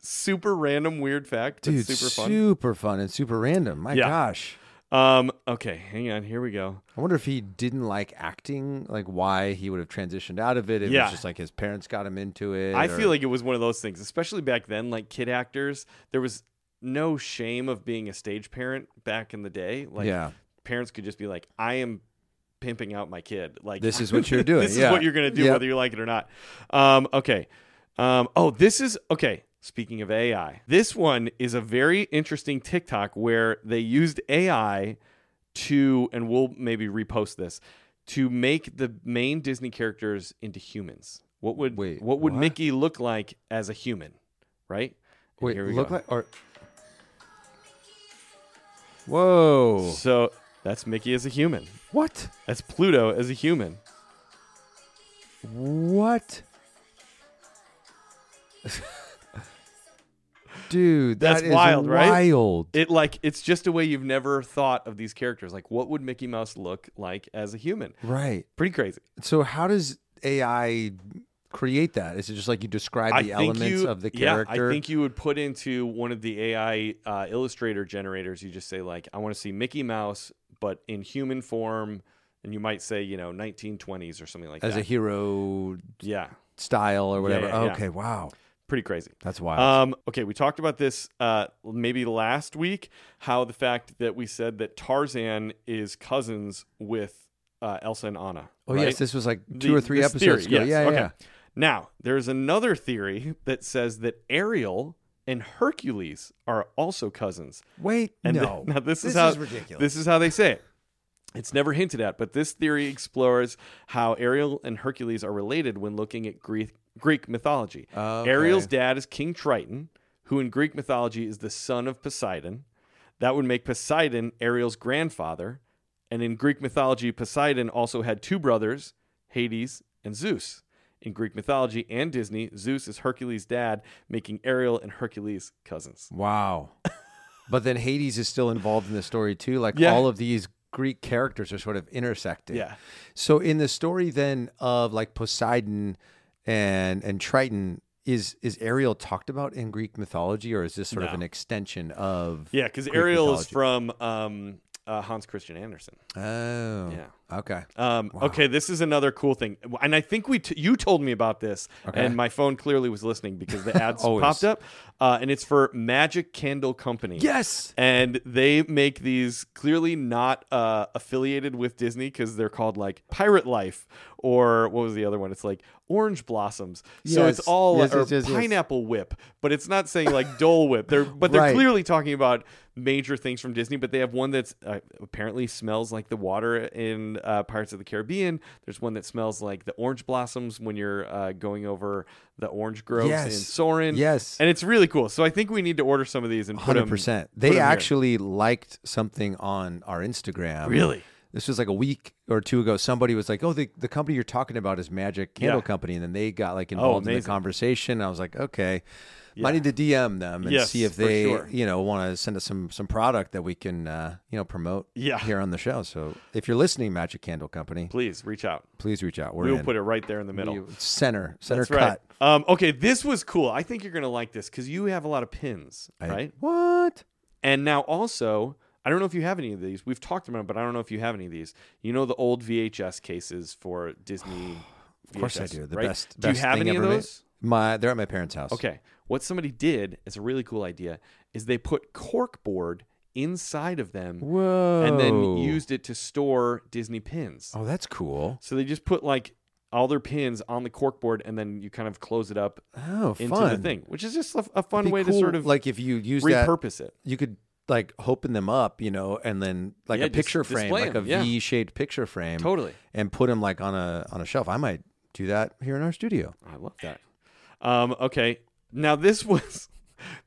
super random, weird fact? But
Dude,
super fun.
super fun and super random. My
Yeah.
gosh.
um, okay, hang on. Here we go.
I wonder if he didn't like acting, like why he would have transitioned out of it. It
Yeah.
was just like his parents got him into it.
I
or-
feel like it was one of those things, especially back then, like kid actors, there was no shame of being a stage parent back in the day. Like
Yeah.
parents could just be like, I am pimping out my kid. Like
This is what you're doing.
this is
Yeah.
what you're gonna do,
Yep.
whether you like it or not. Um, okay. Um, oh, this is okay. Speaking of AI, this one is a very interesting TikTok where they used AI to, and we'll maybe repost this, to make the main Disney characters into humans. What would
Wait,
what would
what?
Mickey look like as a human? Right? And
Wait,
here we
look
go.
like or Whoa.
so that's Mickey as a human.
What?
That's Pluto as a human.
What? Dude, that
That's
is
wild, right?
Wild.
It like it's just a way you've never thought of these characters. Like what would Mickey Mouse look like as a human?
Right.
Pretty crazy.
So how does AI create that? Is it just like you describe the elements of the
Yeah,
character?
I think you would put into one of the AI uh, illustrator generators. You just say like, I want to see Mickey Mouse, but in human form, and you might say, you know, 1920s or something like
as
that.
a hero
yeah,
style or whatever.
yeah, yeah.
okay, wow.
pretty crazy.
That's wild.
Um, okay, we talked about this uh, maybe last week. How the fact that we said that Tarzan is cousins with uh, Elsa and Anna.
oh
right?
yes, this was like two
The-
or three
this
episodes
theory,
ago.
yes.
Yeah,
Okay.
yeah.
Now, there's another theory that says that Ariel and Hercules are also cousins.
Wait,
And th-
no.
now this, is how
ridiculous.
this is how they say it. It's never hinted at, but this theory explores how Ariel and Hercules are related when looking at Greek Greek mythology.
Okay.
Ariel's dad is King Triton, who in Greek mythology is the son of Poseidon. That would make Poseidon Ariel's grandfather, and in Greek mythology, Poseidon also had two brothers, Hades and Zeus. In Greek mythology and Disney, Zeus is Hercules' dad, making Ariel and Hercules cousins.
Wow. but then Hades is still involved in the story too. Like
Yeah.
all of these Greek characters are sort of intersected.
Yeah.
So in the story then of like Poseidon and and Triton, is is Ariel talked about in Greek mythology, or is this sort of
No.
an extension of?
Yeah, because
Greek
Ariel
mythology.
is from um, uh, Hans Christian Andersen.
Oh.
Yeah.
Okay.
Um, Okay, this is another cool thing, and I think we t- you told me about this,
Okay.
and my phone clearly was listening because the ads
Always.
popped up, uh, and it's for Magic Candle Company.
Yes.
and they make these clearly not uh, affiliated with Disney because they're called like Pirate Life or what was the other one? It's like Orange Blossoms. So it's
Yes.
all
Yes,
or
yes, yes, yes.
Pineapple Whip, but it's not saying like Dole Whip. They're but they're
Right.
clearly talking about major things from Disney. But they have one that's uh, apparently smells like the water in uh, Pirates of the Caribbean. There's one that smells like the orange blossoms when you're uh, going over the orange groves in
Yes.
Soren.
Yes.
and it's really cool. So I think we need to order some of these and put 'em-
Hundred percent.
put 'em
They
here.
actually liked something on our Instagram.
Really?
This was like a week or two ago. Somebody was like, "Oh, the, the company you're talking about is Magic Candle
Yeah. Oh,
Company," and then they got like involved in the
amazing.
conversation. I was like, "Okay, I need to DM them and
Yes,
see if
for
they,
sure.
you know, want to send us some some product that we can, uh, you know, promote
Yeah.
here on the show." So if you're listening, Magic Candle Company,
Please reach out.
please reach out. We're
We will
in.
put it right there in the middle.
You- center center
That's right.
cut.
Um, okay, this was cool. I think you're gonna like this because you have a lot of pins,
I-
right?
What?
And now also, I don't know if you have any of these. We've talked about, it, but I don't know if you have any of these. You know the old VHS cases for Disney.
Of course I
VHS,
do. The
right?
best.
Do you
best
have
thing
any of
ever made.
those?
My they're at my parents' house.
Okay. What somebody did is a really cool idea. Is they put cork board inside of them
Whoa.
and then used it to store Disney pins.
Oh, that's cool.
So they just put like all their pins on the cork board and then you kind of close it up
Oh,
into
fun.
the thing, which is just a, a fun
It'd be
way to
cool,
sort of
like if you use that,
repurpose it.
you could like hoping them up, you know, and then like
Yeah,
a
just
picture frame,
display
like a
'em, yeah.
shaped picture frame,
Totally.
and put them like on a on a shelf. I might do that here in our studio.
I love that. Um, okay, now this was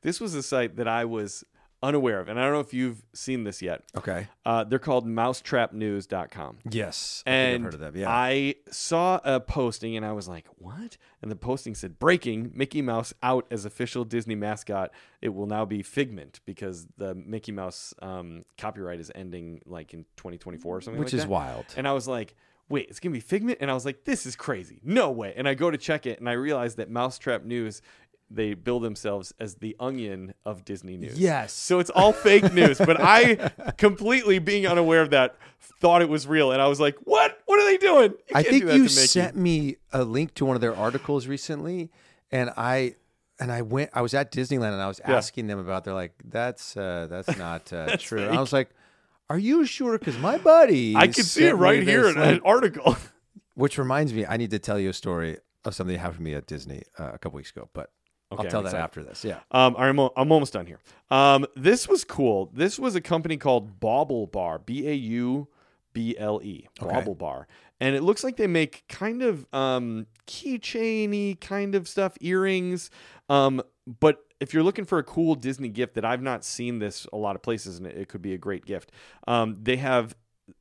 this was a site that I was unaware of, and I don't know if you've seen this yet.
Okay.
Uh, they're called mousetrapnews.com.
Yes, I think
And
I've heard of that. Yeah.
I saw a posting and I was like, what? And the posting said, breaking Mickey Mouse out as official Disney mascot. It will now be Figment because the Mickey Mouse um, copyright is ending like in 2024 or something
Which
like
is
that.
wild.
And I was like, wait, it's going to be Figment? And I was like, this is crazy. No way. And I go to check it and I realized that Mousetrap News. They bill themselves as the onion of Disney news.
Yes.
So it's all fake news. But I, completely being unaware of that, thought it was real. And I was like, what? What are they doing? You
I
can't
think
do that
you
to Mickey.
sent me a link to one of their articles recently, and I and I went. I was at Disneyland and I was asking them about. They're like, "That's uh, that's not uh, true." And I was like, "Are you sure?" Because my buddy,
I can see it
sent me
right here
this
in
link.
an article.
Which reminds me, I need to tell you a story of something that happened to me at Disney uh, a couple weeks ago, but
Okay,
I'll tell
I'm
that
excited.
after this. Yeah.
Um, I'm, al- I'm almost done here. Um, this was cool. This was a company called Bobble Bar, B A U B L E, Bobble Bar. And it looks like they make kind of um, keychainy kind of stuff, earrings. Um, but if you're looking for a cool Disney gift that I've not seen this a lot of places, and it, it could be a great gift, um, they have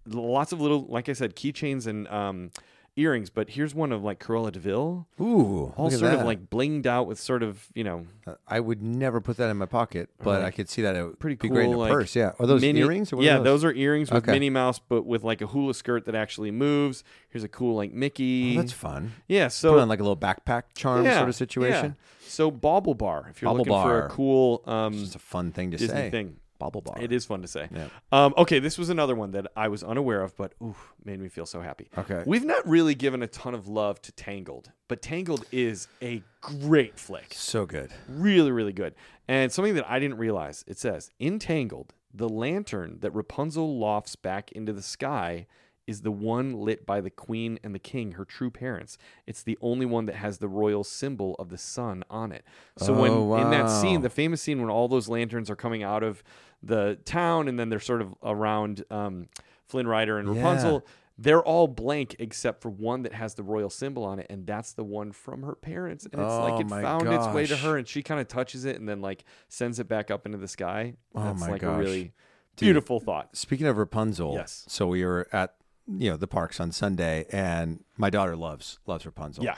lots of little, like I said, keychains and um, earrings. But here's one of like Cruella DeVille.
Ooh,
All sort of like blinged out with sort of, you know,
I would never put that in my pocket, but I could see that it would
pretty
be
cool.
great in a
like,
purse. Yeah, are those
mini-
earrings? Or what
yeah,
are
those?
those?
are earrings with
Okay.
Minnie Mouse, but with like a hula skirt that actually moves. Here's a cool like Mickey.
Oh, that's fun.
yeah.
Put
So
on like a little backpack charm
yeah,
sort of situation.
yeah. So Bobble Bar, if you're
Bobble
looking for a
Bar.
cool um,
It's just a fun thing to
Disney
say.
thing.
Bobble bar.
It is fun to say.
Yeah.
Um, okay, this was another one that I was unaware of, but oof, made me feel so happy.
Okay.
We've not really given a ton of love to Tangled, but Tangled is a great flick.
so good.
really really good and something that i didn't realize it says entangled the lantern that rapunzel lofts back into the sky is the one lit by the queen and the king her true parents it's the only one that has the royal symbol of the sun on it so when
Oh,
in that
wow.
scene the famous scene when all those lanterns are coming out of the town and then they're sort of around um, flynn rider and rapunzel they're all blank except for one that has the royal symbol on it and that's the one from her parents and it's
Oh,
like it
my
found its way to
gosh.
her and she kind of touches it and then like sends it back up into the sky.
Oh
That's
my
like a
gosh.
really beautiful thought.
Uh, Speaking of Rapunzel,
Yes.
So we were at you know the parks on Sunday, and my daughter loves loves Rapunzel.
Yeah.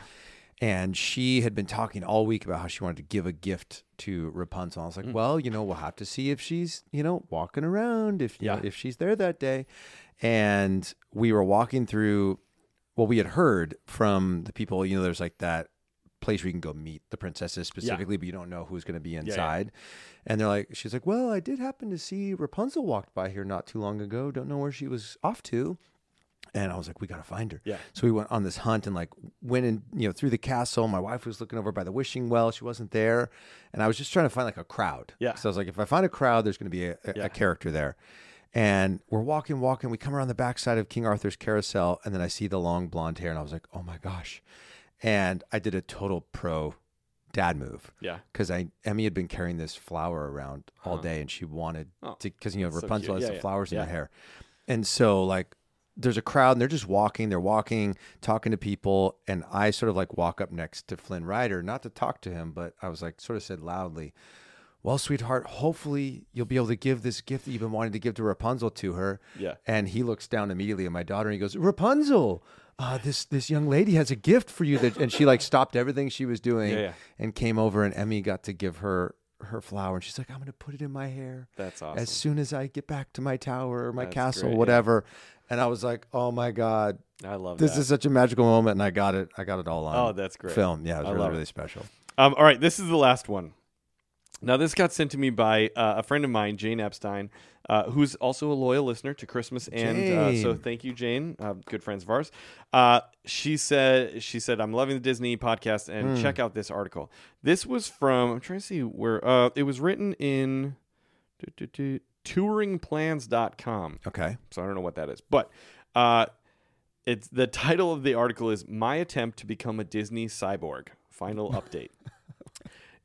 And she had been talking all week about how she wanted to give a gift to Rapunzel. I was
Mm.
like, well, you know, we'll have to see if she's, you know, walking around, if you know,
Yeah.
if she's there that day. And we were walking through what we had heard from the people, you know, there's like that place where you can go meet the princesses specifically, but you don't know who's going to be inside. And they're like, she's like, well, I did happen to see Rapunzel walked by here not too long ago. Don't know where she was off to. And I was like, we got to find her.
Yeah.
So we went on this hunt and like went in, you know, through the castle. My wife was looking over by the wishing well. She wasn't there. And I was just trying to find like a crowd.
Yeah.
So I was like, if I find a crowd, there's going to be a, a,
Yeah.
a character there. And we're walking, walking. We come around the backside of King Arthur's carousel. And then I see the long blonde hair. And I was like, oh my gosh. And I did a total pro dad move
Yeah.
because I Emmy had been carrying this flower around all day, and she wanted
Oh,
to because you know
that's so
Rapunzel
cute.
has
Yeah,
the
yeah.
flowers in
Yeah.
her hair, and so like there's a crowd and they're just walking, they're walking, talking to people, and I sort of like walk up next to Flynn Rider, not to talk to him, but I was like sort of said loudly, "Well, sweetheart, hopefully you'll be able to give this gift that you've been wanting to give to Rapunzel to her."
Yeah.
and he looks down immediately at my daughter and he goes, "Rapunzel." Uh, this this young lady has a gift for you that, and she like stopped everything she was doing
Yeah, yeah.
and came over and Emmy got to give her her flower and she's like, I'm gonna put it in my hair
That's
as soon as I get back to my tower or my
That's
castle,
great, yeah.
whatever. And I was like, Oh my god,
I love
this
that.
is such a magical moment and I got it I got it all on
Oh, that's great.
film. Yeah, it was
I
really,
love it.
really special.
Um, all right, this is the last one. Now, this got sent to me by uh, a friend of mine, Jane Epstein, uh, who's also a loyal listener to Christmas, and uh, so
Jane.
thank you, Jane, uh, good friends of ours. Uh, she said, "She said I'm loving the Disney podcast,
Hmm.
and check out this article. This was from I'm trying to see where uh, it was written in do, do, do, touringplans.com.
Okay.
So I don't know what that is, but uh, it's the title of the article is "My Attempt to Become a Disney Cyborg: Final Update,"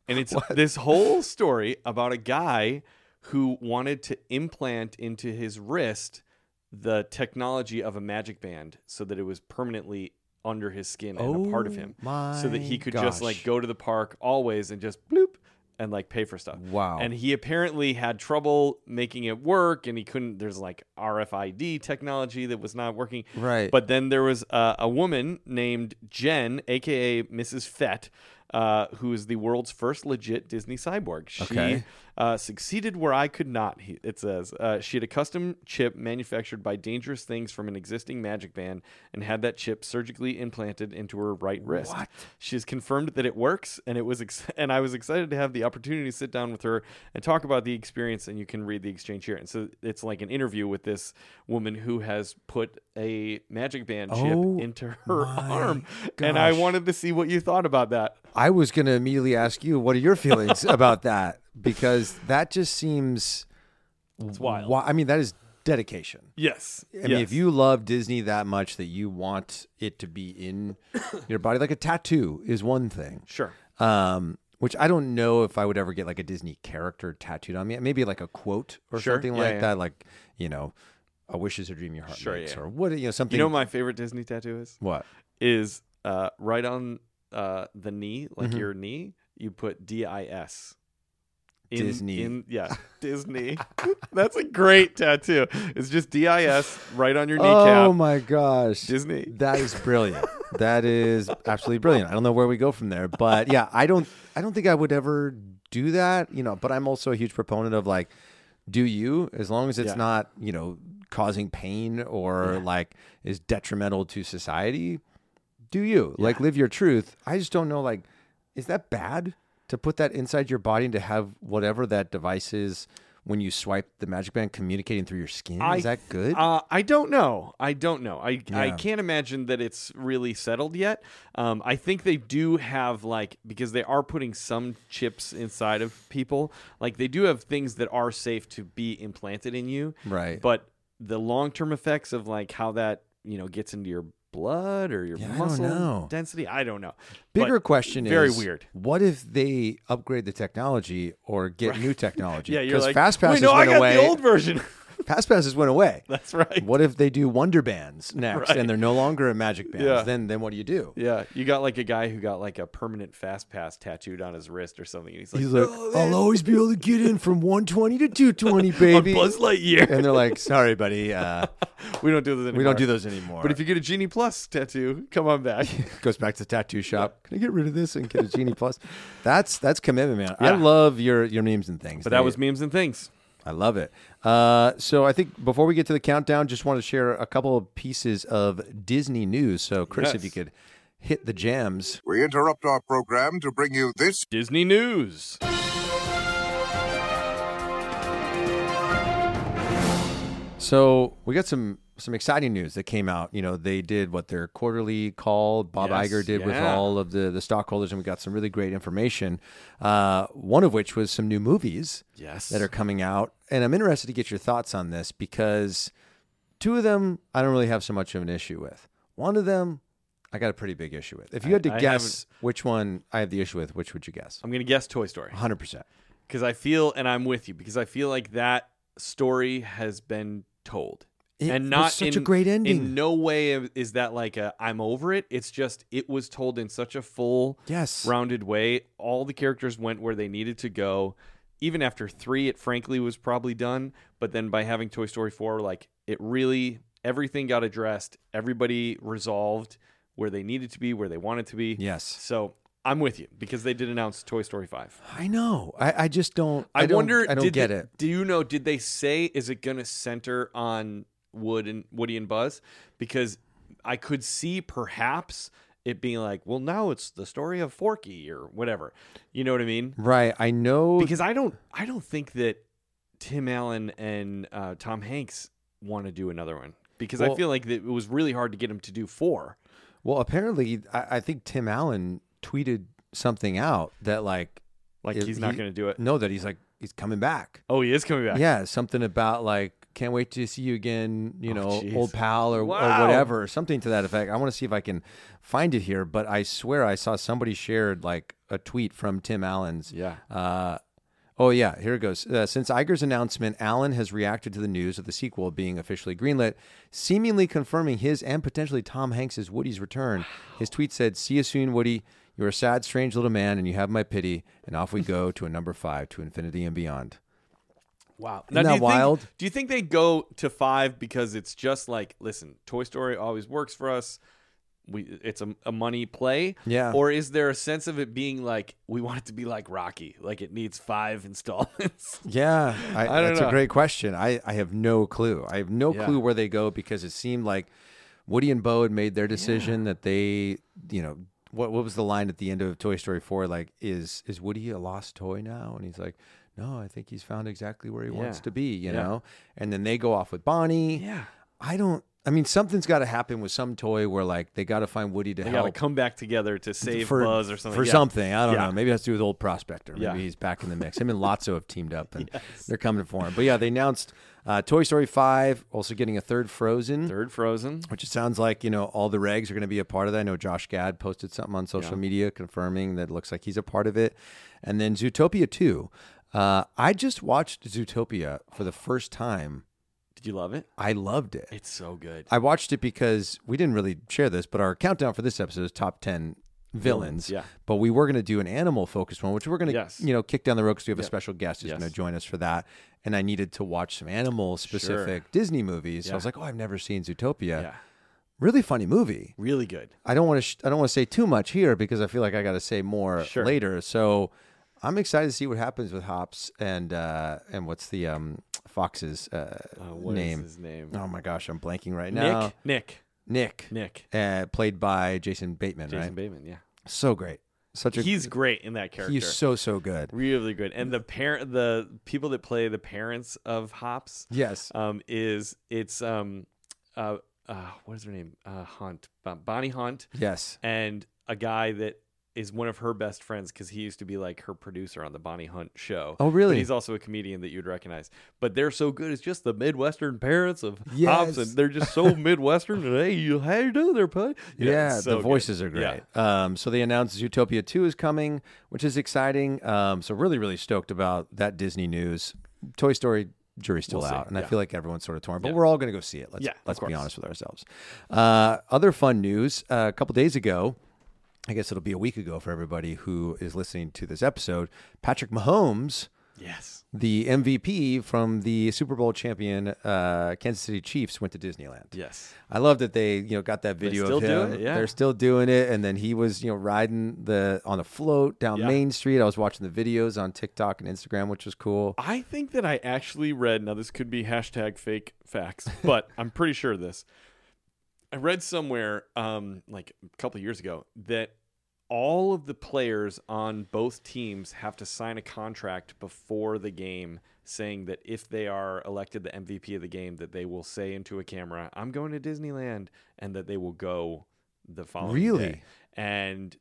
and it's this whole story about a guy who wanted to implant into his wrist the technology of a magic band so that it was permanently under his skin and a part of him so that he
Oh my
could just like
gosh.
go to the park always and just bloop and like pay for stuff.
Wow.
And he apparently had trouble making it work and he couldn't there's like RFID technology that was not working.
Right.
But then there was uh, a woman named Jen aka Mrs. Fett uh, who is the world's first legit Disney cyborg. She
Okay.
uh, succeeded where I could not, he, it says. Uh, she had a custom chip manufactured by Dangerous Things from an existing magic band and had that chip surgically implanted into her right wrist. What? She has confirmed that it works, and it was ex- and I was excited to have the opportunity to sit down with her and talk about the experience, and you can read the exchange here. And so it's like an interview with this woman who has put a magic band
Oh
chip into her
my
arm. And I
gosh.
wanted to see what you thought about that.
I was going to immediately ask you, what are your feelings about that? Because that just seems.
It's wild.
Why? I mean, that is dedication.
Yes.
I mean, if you love Disney that much that you want it to be in your body, like a tattoo is one thing.
Sure.
Um, which I don't know if I would ever get like a Disney character tattooed on me. Maybe like a quote or
Sure.
something
Yeah,
like
yeah.
that. Like, you know, a wish is a dream your heart
Sure,
makes,
yeah.
or what, you know, something.
You know what my favorite Disney tattoo is?
what?
Is uh, right on uh, the knee, like
Mm-hmm.
your knee, you put D I S. In,
Disney.
In, yeah, Disney. That's a great tattoo. It's just D I S right on your kneecap.
Oh my gosh.
Disney.
That is brilliant. that is absolutely brilliant. I don't know where we go from there, but yeah, I don't I don't think I would ever do that, you know, but I'm also a huge proponent of like do you as long as it's
Yeah.
not, you know, causing pain or like is detrimental to society, do you? Like live your truth. I just don't know like is that bad to put that inside your body and to have whatever that device is when you swipe the magic band communicating through your skin?
I-
is that good?
Uh, I don't know. I don't know. I I
Yeah.
can't imagine that it's really settled yet. Um, I think they do have like because they are putting some chips inside of people. Like they do have things that are safe to be implanted in you.
Right.
But the long term effects of like how that you know gets into your blood or your
Yeah, I don't
muscle
know.
density. I don't know. But
Bigger question
very
is
weird.
What if they upgrade the technology or get new technology?
Yeah, you're
'Cause
like
fast
"Wait,
passes
no, I
went
got
away.
the old version.
Fast passes went away.
That's right.
What if they do wonder bands next
Right.
and they're no longer a magic band?
Yeah.
Then then what do you do?
Yeah, you got like a guy who got like a permanent fast pass tattooed on his wrist or something. And he's like, "Oh,
He's like, "Oh, I'll always be able to get in from 120 to 220, baby.
Buzz Lightyear.
and they're like, sorry, buddy, uh,
we don't do this anymore.
we don't do those anymore.
But if you get a Genie Plus tattoo, come on back.
goes back to the tattoo shop, can I get rid of this and get a genie plus? That's that's commitment, man. I
Yeah.
love your your memes and things.
but that
They-
was memes and things.
I love it. Uh, so I think before we get to the countdown, just want to share a couple of pieces of Disney news. So Chris, if
Yes.
you could hit the jams.
We interrupt our program to bring you this.
Disney news.
So we got some some exciting news that came out. You know, they did what their quarterly call Bob
Yes,
Iger did with
yeah.
all of the the stockholders, and we got some really great information. Uh, one of which was some new movies
Yes.
that are coming out, and I'm interested to get your thoughts on this because two of them I don't really have so much of an issue with. One of them I got a pretty big issue with. If you had to
I
guess which one I have the issue with, which would you guess?
I'm going to guess Toy Story
100%.
because I feel, and I'm with you, because I feel like that story has been told.
It
and
was
not
such a
in-
great ending.
In no way is that like a I'm over it. It's just it was told in such a full
Yes.
rounded way. All the characters went where they needed to go. Even after three, it frankly was probably done. But then by having Toy Story 4, like it really, everything got addressed. Everybody resolved where they needed to be, where they wanted to be.
Yes.
So I'm with you because they did announce Toy Story 5.
I know. I, I just don't.
I,
don't-
wonder,
I don't
did
get
they-
it.
Do you know, did they say, is it going to center on Wood and Woody and Buzz? Because I could see perhaps it being like, well, now it's the story of Forky or whatever. You know what I mean?
Right. I know.
because I don't I don't think that Tim Allen and uh, Tom Hanks want to do another one because I
Well-
feel like that it was really hard to get him to do four.
well, apparently, I, I think Tim Allen tweeted something out that, like,
Like
it-
he's not
he-
going to do it.
No, that he's like, he's coming back.
Oh, he is coming back.
Yeah. Something about, like, can't wait to see you again, you
Oh,
know,
jeez.
old pal or, or
Wow.
whatever, or something to that effect. I want to see if I can find it here, but I swear I saw somebody shared, like, a tweet from Tim Allen's.
Yeah.
Uh, Oh, yeah, here it goes. Uh, since Iger's announcement, Allen has reacted to the news of the sequel being officially greenlit, seemingly confirming his and potentially Tom Hanks's Woody's return. His tweet said, See you soon, Woody. You're a sad, strange little man, and you have my pity. And off we go to a number five, to infinity and beyond.
Wow.
Isn't that
do you think-
wild?
do you think they go to five because it's just like, listen, Toy Story always works for us. We it's a, a money play.
Yeah.
Or is there a sense of it being like we want it to be like Rocky, like it needs five installments?
Yeah, I,
I don't
that's
know.
a great question. I, I have no clue. I have no
Yeah.
clue where they go because it seemed like Woody and Bo had made their decision that they, you know, what what was the line at the end of Toy Story Four? Like, is is Woody a lost toy now? And he's like, No, I think he's found exactly where he wants
Yeah.
to be. You
Yeah.
know, and then they go off with Bonnie.
Yeah.
I don't. I mean, something's got to happen with some toy where like they got to find Woody to
They got
help
to come back together to save Buzz or something.
for
Yeah.
something. I don't
Yeah.
know. Maybe it has to do with old Prospector. Maybe
Yeah.
he's back in the mix. Him and Lotso have teamed up and they're coming for him. But yeah, they announced uh, Toy Story 5, also getting a third Frozen.
Third Frozen.
Which it sounds like, you know, all the regs are going to be a part of that. I know Josh Gad posted something on social media confirming that it looks like he's a part of it. And then Zootopia 2. Uh, I just watched Zootopia for the first time.
Did you love it?
I loved it.
It's so good.
I watched it because we didn't really share this, but our countdown for this episode is top ten villains.
yeah.
But we were going to do an animal focused one, which we're going to
Yes.
you know kick down the road because we have a special guest who's
Yes.
going to join us for that. And I needed to watch some animal specific Disney movies. So I was
Yeah.
like, oh, I've never seen Zootopia.
yeah.
Really funny movie.
Really good.
I don't want to. Sh- I don't want to say too much here because I feel like I got to say more
Sure.
later. So I'm excited to see what happens with Hops and uh, and what's the um, Fox's uh,
Uh, what is
name?
his name?
Oh my gosh, I'm blanking right now.
Nick. Nick.
Nick.
Nick.
Uh, played by Jason Bateman,
Jason
right?
Bateman. Yeah.
so great. Such a
He's great in that character.
he's so so good.
really good. And the parent, the people that play the parents of Hops,
Yes.
um, is it's um, uh, uh, what is her name? Uh, Hunt, Bon- Bonnie Hunt,
Yes.
and a guy that is one of her best friends because he used to be like her producer on the Bonnie Hunt show.
Oh, really?
But he's also a comedian that you'd recognize. But they're so good. It's just the Midwestern parents of
Yes.
Hops, and they're just so Midwestern. And hey, you how you doing there, buddy?
Yeah,
it's so
the
good.
voices are
Yeah.
great. Um, so they announced Zootopia 2 is coming, which is exciting. Um, so really, really stoked about that Disney news. Toy Story jury's still
We'll see,
out, and I
yeah.
feel like everyone's sort of torn, but
Yeah.
we're all going to go see it. Let's,
Yeah, of
let's be
course.
honest with ourselves. Uh, other fun news: uh, a couple days ago, I guess it'll be a week ago for everybody who is listening to this episode. Patrick Mahomes.
Yes.
the MVP from the Super Bowl champion uh, Kansas City Chiefs went to Disneyland.
Yes.
I love that they you know got that video
still
of him.
doing it, yeah.
They're still doing it, and then he was you know riding the on a float down
Yeah.
Main Street. I was watching the videos on TikTok and Instagram, which was cool.
I think that I actually read. Now, this could be hashtag fake facts, but I'm pretty sure of this. I read somewhere, um, like a couple of years ago, that all of the players on both teams have to sign a contract before the game saying that if they are elected the MVP of the game, that they will say into a camera, I'm going to Disneyland, and that they will go the following day.
Really?
And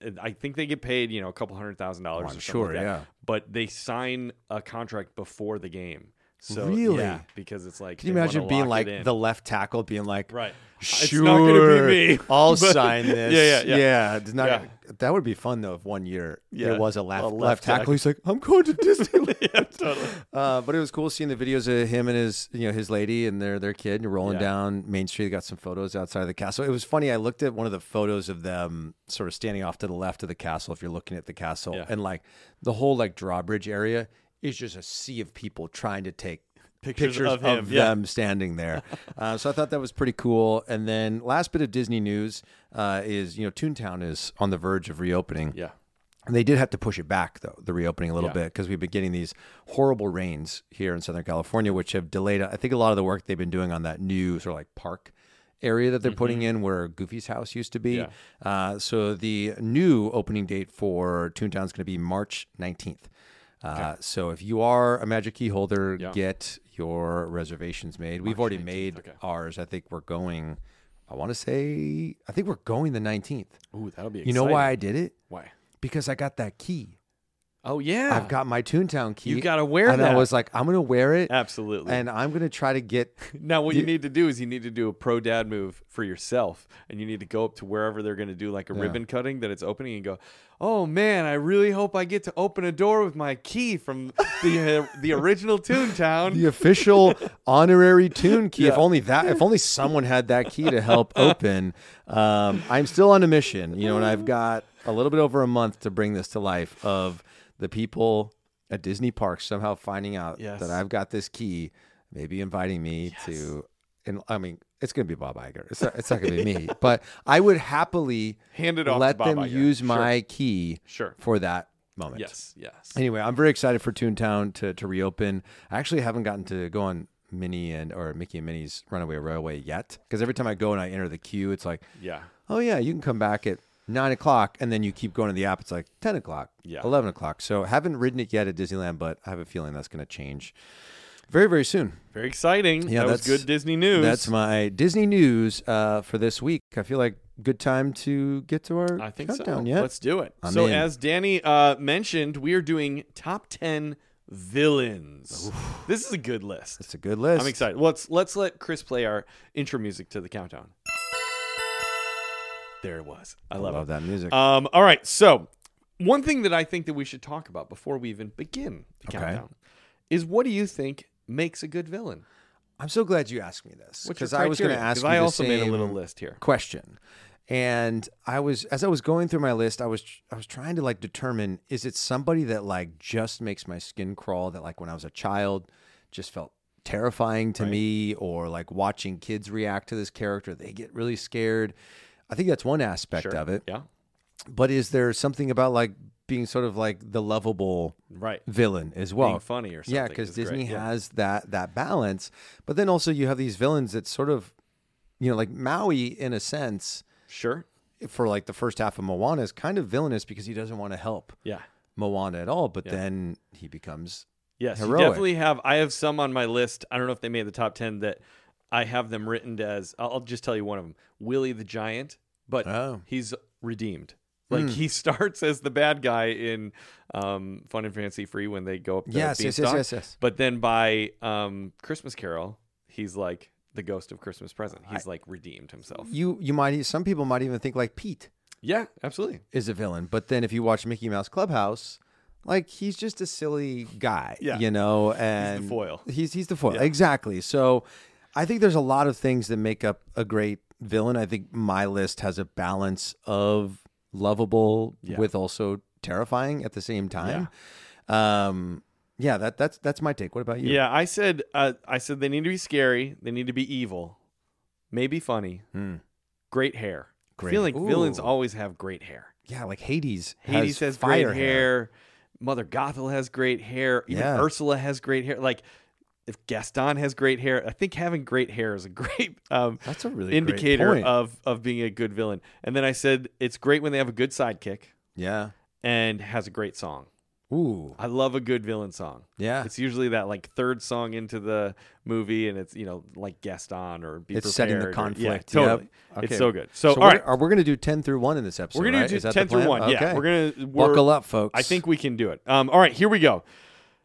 and I think they get paid, you know, a couple hundred thousand dollars.
Oh, I'm
or something like
sure,
that.
yeah.
But they sign a contract before the game. So
Really?
yeah, because it's like
Can you
they wanna
imagine being
lock
like
it in.
the left tackle being like,
right?
Sure,
It's not gonna be me.
I'll
But-
sign this.
Yeah, yeah, yeah.
it's not.
Yeah.
That would be fun though. If one year
Yeah.
there was a left,
A
left,
left
tackle,
tackle.
he's like, I'm going to Disneyland.
Yeah, totally.
Uh, but it was cool seeing the videos of him and his, you know, his lady and their their kid and rolling
Yeah.
down Main Street. They got some photos outside of the castle. It was funny. I looked at one of the photos of them sort of standing off to the left of the castle. If you're looking at the castle,
Yeah.
and like the whole like drawbridge area is just a sea of people trying to take
Pictures of him, yeah.
them standing there. uh, so I thought that was pretty cool. And then last bit of Disney news uh, is you know Toontown is on the verge of reopening.
Yeah,
And they did have to push it back, though, the reopening a little
Yeah.
bit, because we've been getting these horrible rains here in Southern California, which have delayed, I think, a lot of the work they've been doing on that new sort of like park area that they're putting in where Goofy's house used to be.
Mm-hmm. Yeah.
Uh, so the new opening date for Toontown is going to be March 19th. Uh, So if you are a Magic Key holder,
Yeah.
get your reservations made. We've already made ours. I think we're going, I want to say, I think we're going the 19th.
ooh, that'll be.
You know why I did it?
Why?
Because I got that key.
Oh yeah,
I've got my Toontown key.
You gotta wear
and I
that.
was like, I'm gonna wear it,
absolutely.
and I'm gonna try to get.
Now, what you need to do is you need to do a pro dad move for yourself, and you need to go up to wherever they're going to do like a ribbon cutting that it's opening, and go, "Oh man, I really hope I get to open a door with my key from the uh, the original Toontown."
The official honorary tune key. If only that. If only someone had that key to help open. Um, I'm still on a mission, you know, and I've got a little bit over a month to bring this to life of the people at Disney parks somehow finding out
Yes.
that I've got this key, maybe inviting me to. And I mean, it's gonna be Bob Iger. It's not, it's not gonna be me, but I would happily
Hand it off to
Let
Bob
them
Iger.
use
Sure.
my key
Sure.
for that moment.
Yes, yes.
Anyway, I'm very excited for Toontown to, to reopen. I actually haven't gotten to go on Minnie and or Mickey and Minnie's Runaway Railway yet because every time I go and I enter the queue, it's like,
Yeah.
oh yeah, you can come back at nine o'clock, and then you keep going to the app. It's like ten o'clock,
Yeah.
eleven o'clock. So haven't ridden it yet at Disneyland, but I have a feeling that's going to change very very soon.
Very exciting.
Yeah,
that was
that's-
good Disney news.
That's my Disney news uh, for this week. I feel like good time to get to our
I think so.
countdown yet.
Let's do it.
I'm
so,
in.
as Danny uh, mentioned, we are doing top ten villains. This is a good list.
It's a good list.
I'm excited. Let's let's let Chris play our intro music to the countdown. There it was. I,
I
love,
love
it.
that music.
Um, all right. So one thing that I think that we should talk about before we even begin the
Okay.
countdown is what do you think makes a good villain?
I'm so glad you asked me this
What's your
because I was going to
criteria?
ask. you
'Cause I
the
also made a
same
little list here.
question, and I was as I was going through my list, I was I was trying to like determine is it somebody that like just makes my skin crawl that like when I was a child just felt terrifying to me, or like watching kids react to this character, they get really scared. I think that's one aspect of it.
Yeah.
But is there something about like being sort of like the lovable
Right.
villain as well.
funny or
Yeah,
something
because
is great,
Disney
yeah.
has that that balance. But then also you have these villains that sort of you know, like Maui in a sense,
Sure.
for like the first half of Moana is kind of villainous because he doesn't want to help
Yeah.
Moana at all, but then he becomes
Yes,
Heroic.
you definitely have. I have some on my list. I don't know if they made the top ten that I have them written as. I'll, I'll just tell you one of them: Willie the Giant, but
Oh. Hmm.
he's redeemed. Like he starts as the bad guy in um, Fun and Fancy Free when they go up. The
Yes, yes, yes,
beanstalk.
yes, yes.
But then by um, Christmas Carol, he's like the ghost of Christmas Present. He's like redeemed himself.
you you might some people might even think like Pete
Yeah, absolutely.
is a villain. But then if you watch Mickey Mouse Clubhouse, like he's just a silly guy,
Yeah.
you know, and
foil.
He's he's the foil. Exactly. So I think there's a lot of things that make up a great villain. I think my list has a balance of lovable with also terrifying at the same time. Um yeah, that that's that's my take. What about you?
Yeah, I said. Uh, I said they need to be scary. They need to be evil. Maybe funny. Great hair. I
Hmm.
feel
Great-
like villains
Ooh.
always have great hair.
Yeah, like Hades.
Hades has,
has,
great
fire
hair. Mother Gothel has great hair. Even
Yeah.
Ursula has great hair. Like if Gaston has great hair, I think having great hair is a great um,
That's a really great
indicator
point.
of of being a good villain. And then I said it's great when they have a good sidekick
Yeah.
and has a great song.
Ooh.
I love a good villain song.
Yeah.
It's usually that like third song into the movie, and it's you know like Gaston or be
It's setting the
Prepared or-
conflict.
yeah,
Yep.
totally.
Okay.
It's so good. So,
we're,
all right,
are we going to do ten through one in this episode?
we're gonna
right?
do
Is that the
ten through
plan?
one. Yeah,
Okay.
we're gonna we're,
buckle up, folks.
I think we can do it. Um, all right, here we go.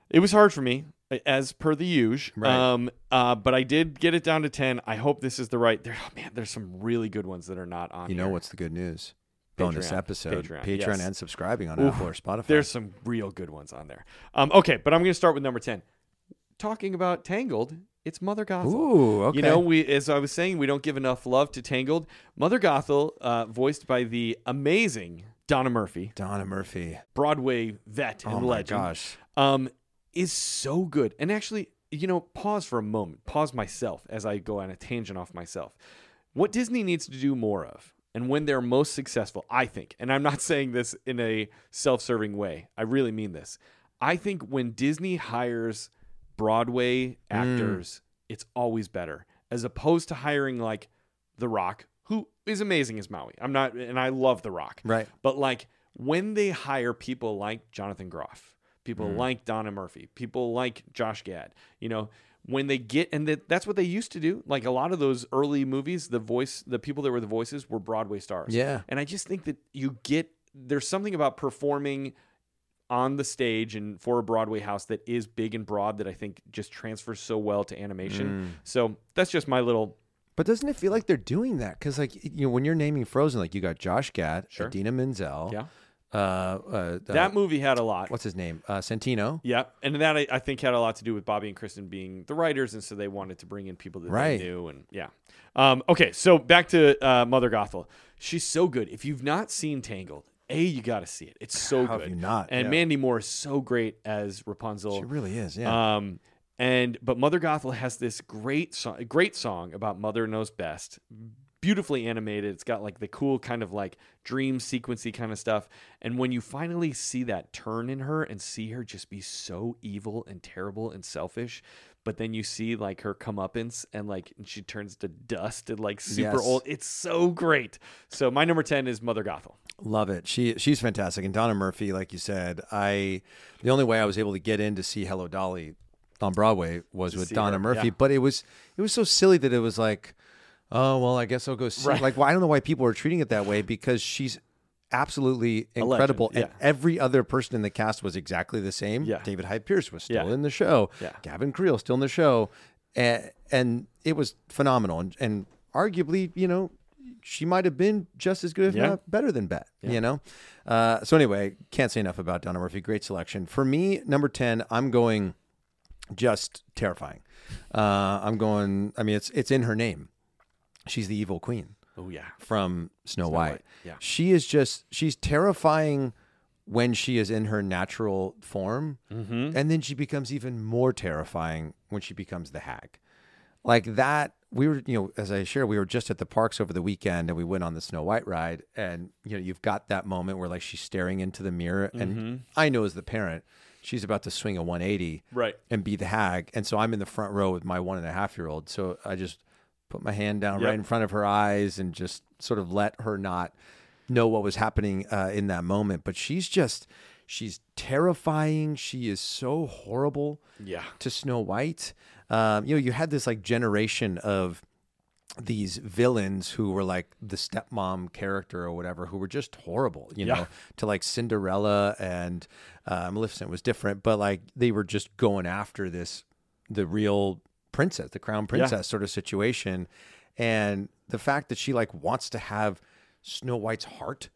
It was hard for me, as per the usual.
Right.
Um, uh, but I did get it down to ten. I hope this is the right. There, oh, man, there's some really good ones that are not on.
You know
here.
what's the good news? Bonus
Patreon.
episode.
Patreon,
Patreon,
yes.
and subscribing on Apple or Spotify.
There's some real good ones on there. Um, okay, but I'm going to start with number ten. Talking about Tangled, it's Mother Gothel.
Ooh, okay.
You know, we as I was saying, we don't give enough love to Tangled. Mother Gothel, uh, voiced by the amazing Donna Murphy,
Donna Murphy.
Broadway vet and
Oh my
legend.
gosh.
um, is so good. And actually, you know, pause for a moment, pause myself as I go on a tangent off myself. What Disney needs to do more of, and when they're most successful, I think, and I'm not saying this in a self serving way, I really mean this. I think when Disney hires Broadway actors, it's always better as opposed to hiring like The Rock, who is amazing as Maui. I'm not, and I love The Rock.
Right.
But like when they hire people like Jonathan Groff, people like Donna Murphy, people like Josh Gad, you know, when they get and that that's what they used to do. Like a lot of those early movies, the voice, the people that were the voices were Broadway stars.
Yeah.
And I just think that you get there's something about performing on the stage and for a Broadway house that is big and broad that I think just transfers so well to animation. So that's just my little
But doesn't it feel like they're doing that? Because like you know, when you're naming Frozen, like you got Josh Gad,
Sure.
Adina Menzel,
yeah.
uh, uh,
That
uh,
movie had a lot.
what's his name, uh, Santino,
Yeah, and that I, I think had a lot to do with Bobby and Kristen being the writers, and so they wanted to bring in people that
Right.
they knew, and yeah. Um, okay, so back to uh, Mother Gothel. She's so good. If you've not seen Tangled, a you got to see it. It's so
How have
good.
you not?
And
Yeah.
Mandy Moore is so great as Rapunzel.
She really is, yeah.
Um, and but Mother Gothel has this great song, great song about Mother Knows Best. Beautifully animated. It's got like the cool kind of like dream sequency kind of stuff. And when you finally see that turn in her and see her just be so evil and terrible and selfish, but then you see like her comeuppance and like and she turns to dust and like super
Yes.
old. It's so great. So my number ten is Mother Gothel.
Love it. She she's fantastic. And Donna Murphy, like you said, I the only way I was able to get in to see Hello Dolly on Broadway was with
see
Donna
her,
Murphy.
yeah.
But it was it was so silly that it was like, oh well, I guess I'll go see.
Right.
Like, well, I don't know why people are treating it that way because she's absolutely
legend,
incredible, and
yeah.
every other person in the cast was exactly the same.
Yeah.
David Hyde Pierce was still
Yeah.
in the show.
Yeah.
Gavin Creel still in the show, and and it was phenomenal. And, and arguably, you know. She might have been just as good, if
Yeah.
not better than Bet, you know? Uh, so, anyway, can't say enough about Donna Murphy. Great selection. For me, number 10, I'm going just terrifying. Uh, I'm going, I mean, it's, it's in her name. She's the evil queen
Oh yeah.
from Snow, White.
White, yeah.
She is just, she's terrifying when she is in her natural form. Mm-hmm. And then she becomes even more terrifying when she becomes the hag like that we were you know as i shared we were just at the parks over the weekend and we went on the snow white ride and you know you've got that moment where like she's staring into the mirror and i know as the parent she's about to swing a 180
Right.
and be the hag and so i'm in the front row with my one and a half year old so i just put my hand down
Yep.
right in front of her eyes and just sort of let her not know what was happening uh, in that moment but she's just she's terrifying she is so horrible
Yeah.
to Snow White. Um, you know, you had this like generation of these villains who were like the stepmom character or whatever, who were just horrible. You
Yeah.
know, to like Cinderella and uh, Maleficent was different, but like they were just going after this the real princess, the crown princess sort of situation, and the fact that she like wants to have Snow White's heart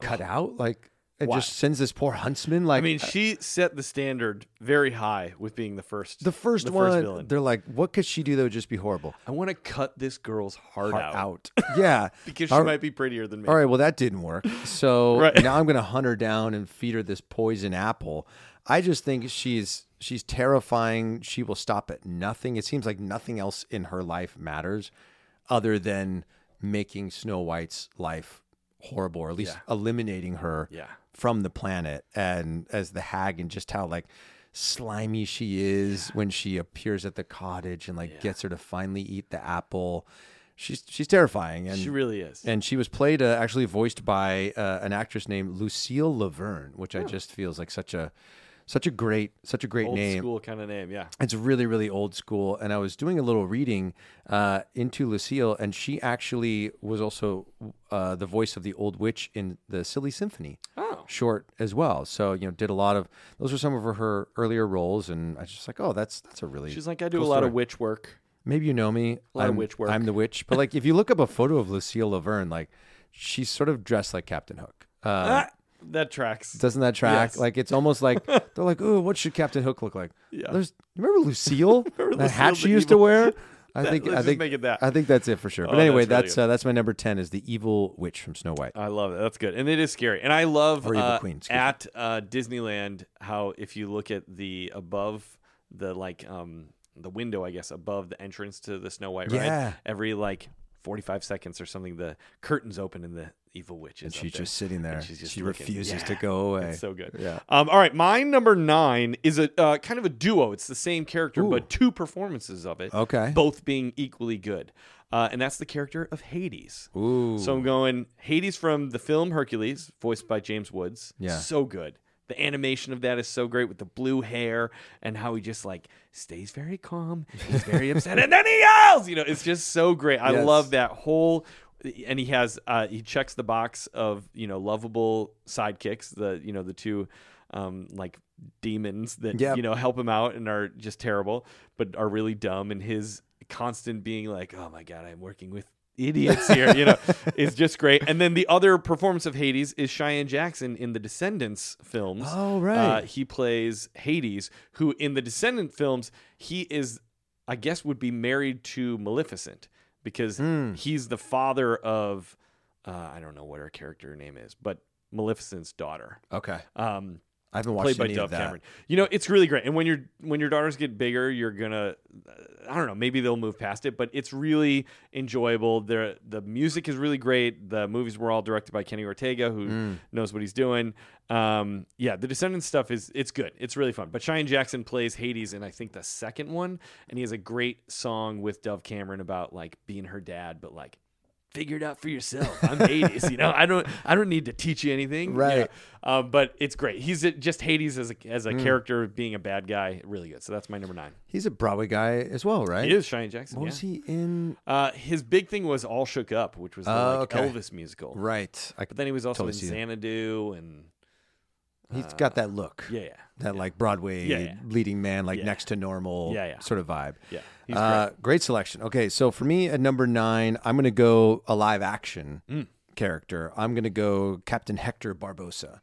cut out, like. It
Wow.
just sends this poor huntsman like uh,
I mean, she set the standard very high with being the first.
the first one, they're like, what could she do that would just be horrible?
I want to cut this girl's heart,
Heart
out,
out. Yeah.
because she
All right-
might be prettier than me.
All right. Well, that didn't work. So
Right.
now I'm going to hunt her down and feed her this poison apple. I just think she's she's terrifying. She will stop at nothing. It seems like nothing else in her life matters, other than making Snow White's life horrible, or at least eliminating her
Yeah.
from the planet and as the hag and just how like slimy she is when she appears at the cottage and like gets her to finally eat the apple. She's she's terrifying and
She really is.
and she was played uh, actually voiced by uh, an actress named Lucille Laverne, which I just feels like such a such a great such a great
Oh. Old
name.
school kind of name, yeah.
It's really, really old school. And I was doing a little reading uh, into Lucille, and she actually was also uh, the voice of the old witch in the Silly Symphony
Oh.
short as well. So you know, did a lot of those were some of her, her earlier roles, and I was just like, oh, that's that's a really
She's like, I do
cool
a lot
story.
of witch work.
Maybe you know me.
A lot of
I'm,
witch work.
I'm the witch. But like, if you look up a photo of Lucille Laverne, like she's sort of dressed like Captain Hook. Uh,
Ah, that tracks.
doesn't that track?
Yes.
Like it's almost like they're like, oh, what should Captain Hook look like? Yeah. There's remember Lucille, the hat
Lucille,
she
the
used to
evil-
wear. I
That-
think
let's
I
just
think
make it that. Oh,
I think that's it for sure. But
that's
anyway,
really
that's
good. Oh,
uh, that's my number ten is the evil witch from Snow White.
I love it. That's good. And it is scary. And I love
Or Evil
uh,
Queen, excuse me.
at uh, Disneyland how if you look at the above the like um the window, I guess, above the entrance to the Snow White ride,
Yeah.
every like 45 seconds or something, the curtains open and the evil witch is
and
up
she's
there.
just sitting there.
she's just
she
looking.
refuses to
Yeah.
go away.
It's so good.
Yeah.
Um, all right, my number nine is a uh, kind of a duo. It's the same character, but two performances of it.
Okay.
Both being equally good, uh, and that's the character of Hades.
Ooh.
So I'm going Hades from the film Hercules, voiced by James Woods.
Yeah.
So good. The animation of that is so great with the blue hair and how he just like stays very calm. He's very upset and then he yells. You know, it's just so great. I
Yes.
love that whole. And he has uh, he checks the box of you know lovable sidekicks. The you know the two um, like demons that
Yep.
you know help him out and are just terrible, but are really dumb. And his constant being like, "Oh my god, I'm working with." Idiots here, you know, is just great. And then the other performance of Hades is Cheyenne Jackson in the Descendants films.
Oh,
Uh,
right.
he plays Hades, who in the Descendant films, he is, I guess, would be married to Maleficent because he's the father of, uh, I don't know what her character name is, but Maleficent's daughter.
okay.
Um,
I haven't watched
played by
any
Dove
of that.
Cameron. You know, it's really great. And when your when your daughters get bigger, you're gonna uh, I don't know, maybe they'll move past it, but it's really enjoyable. The the music is really great. The movies were all directed by Kenny Ortega, who
Mm.
knows what he's doing. Um, yeah, the Descendants stuff is it's good. It's really fun. But Cheyenne Jackson plays Hades in I think the second one, and he has a great song with Dove Cameron about like being her dad, but like figure it out for yourself. I'm Hades, you know. I don't I don't need to teach you anything. you
Right. Hmm.
know. Um, but it's great. He's a- just Hades as a, as a character being a bad guy, really good. So that's my number nine.
He's a Broadway guy as well, right?
It is Cheyenne Jackson.
What
yeah.
was he in?
Uh, his big thing was All Shook Up, which was the
Oh,
like,
okay.
Elvis musical.
Right. I,
But then he was also
Totally
in
see that.
Xanadu and
he's got that look.
uh, yeah, yeah.
That like Broadway
Yeah, yeah.
leading man, like
Yeah.
next to normal
Yeah, yeah.
sort of vibe.
Yeah, he's
Uh, great selection. Okay, so for me at number nine, I'm going to go a live action
Mm.
character. I'm going to go Captain Hector Barbosa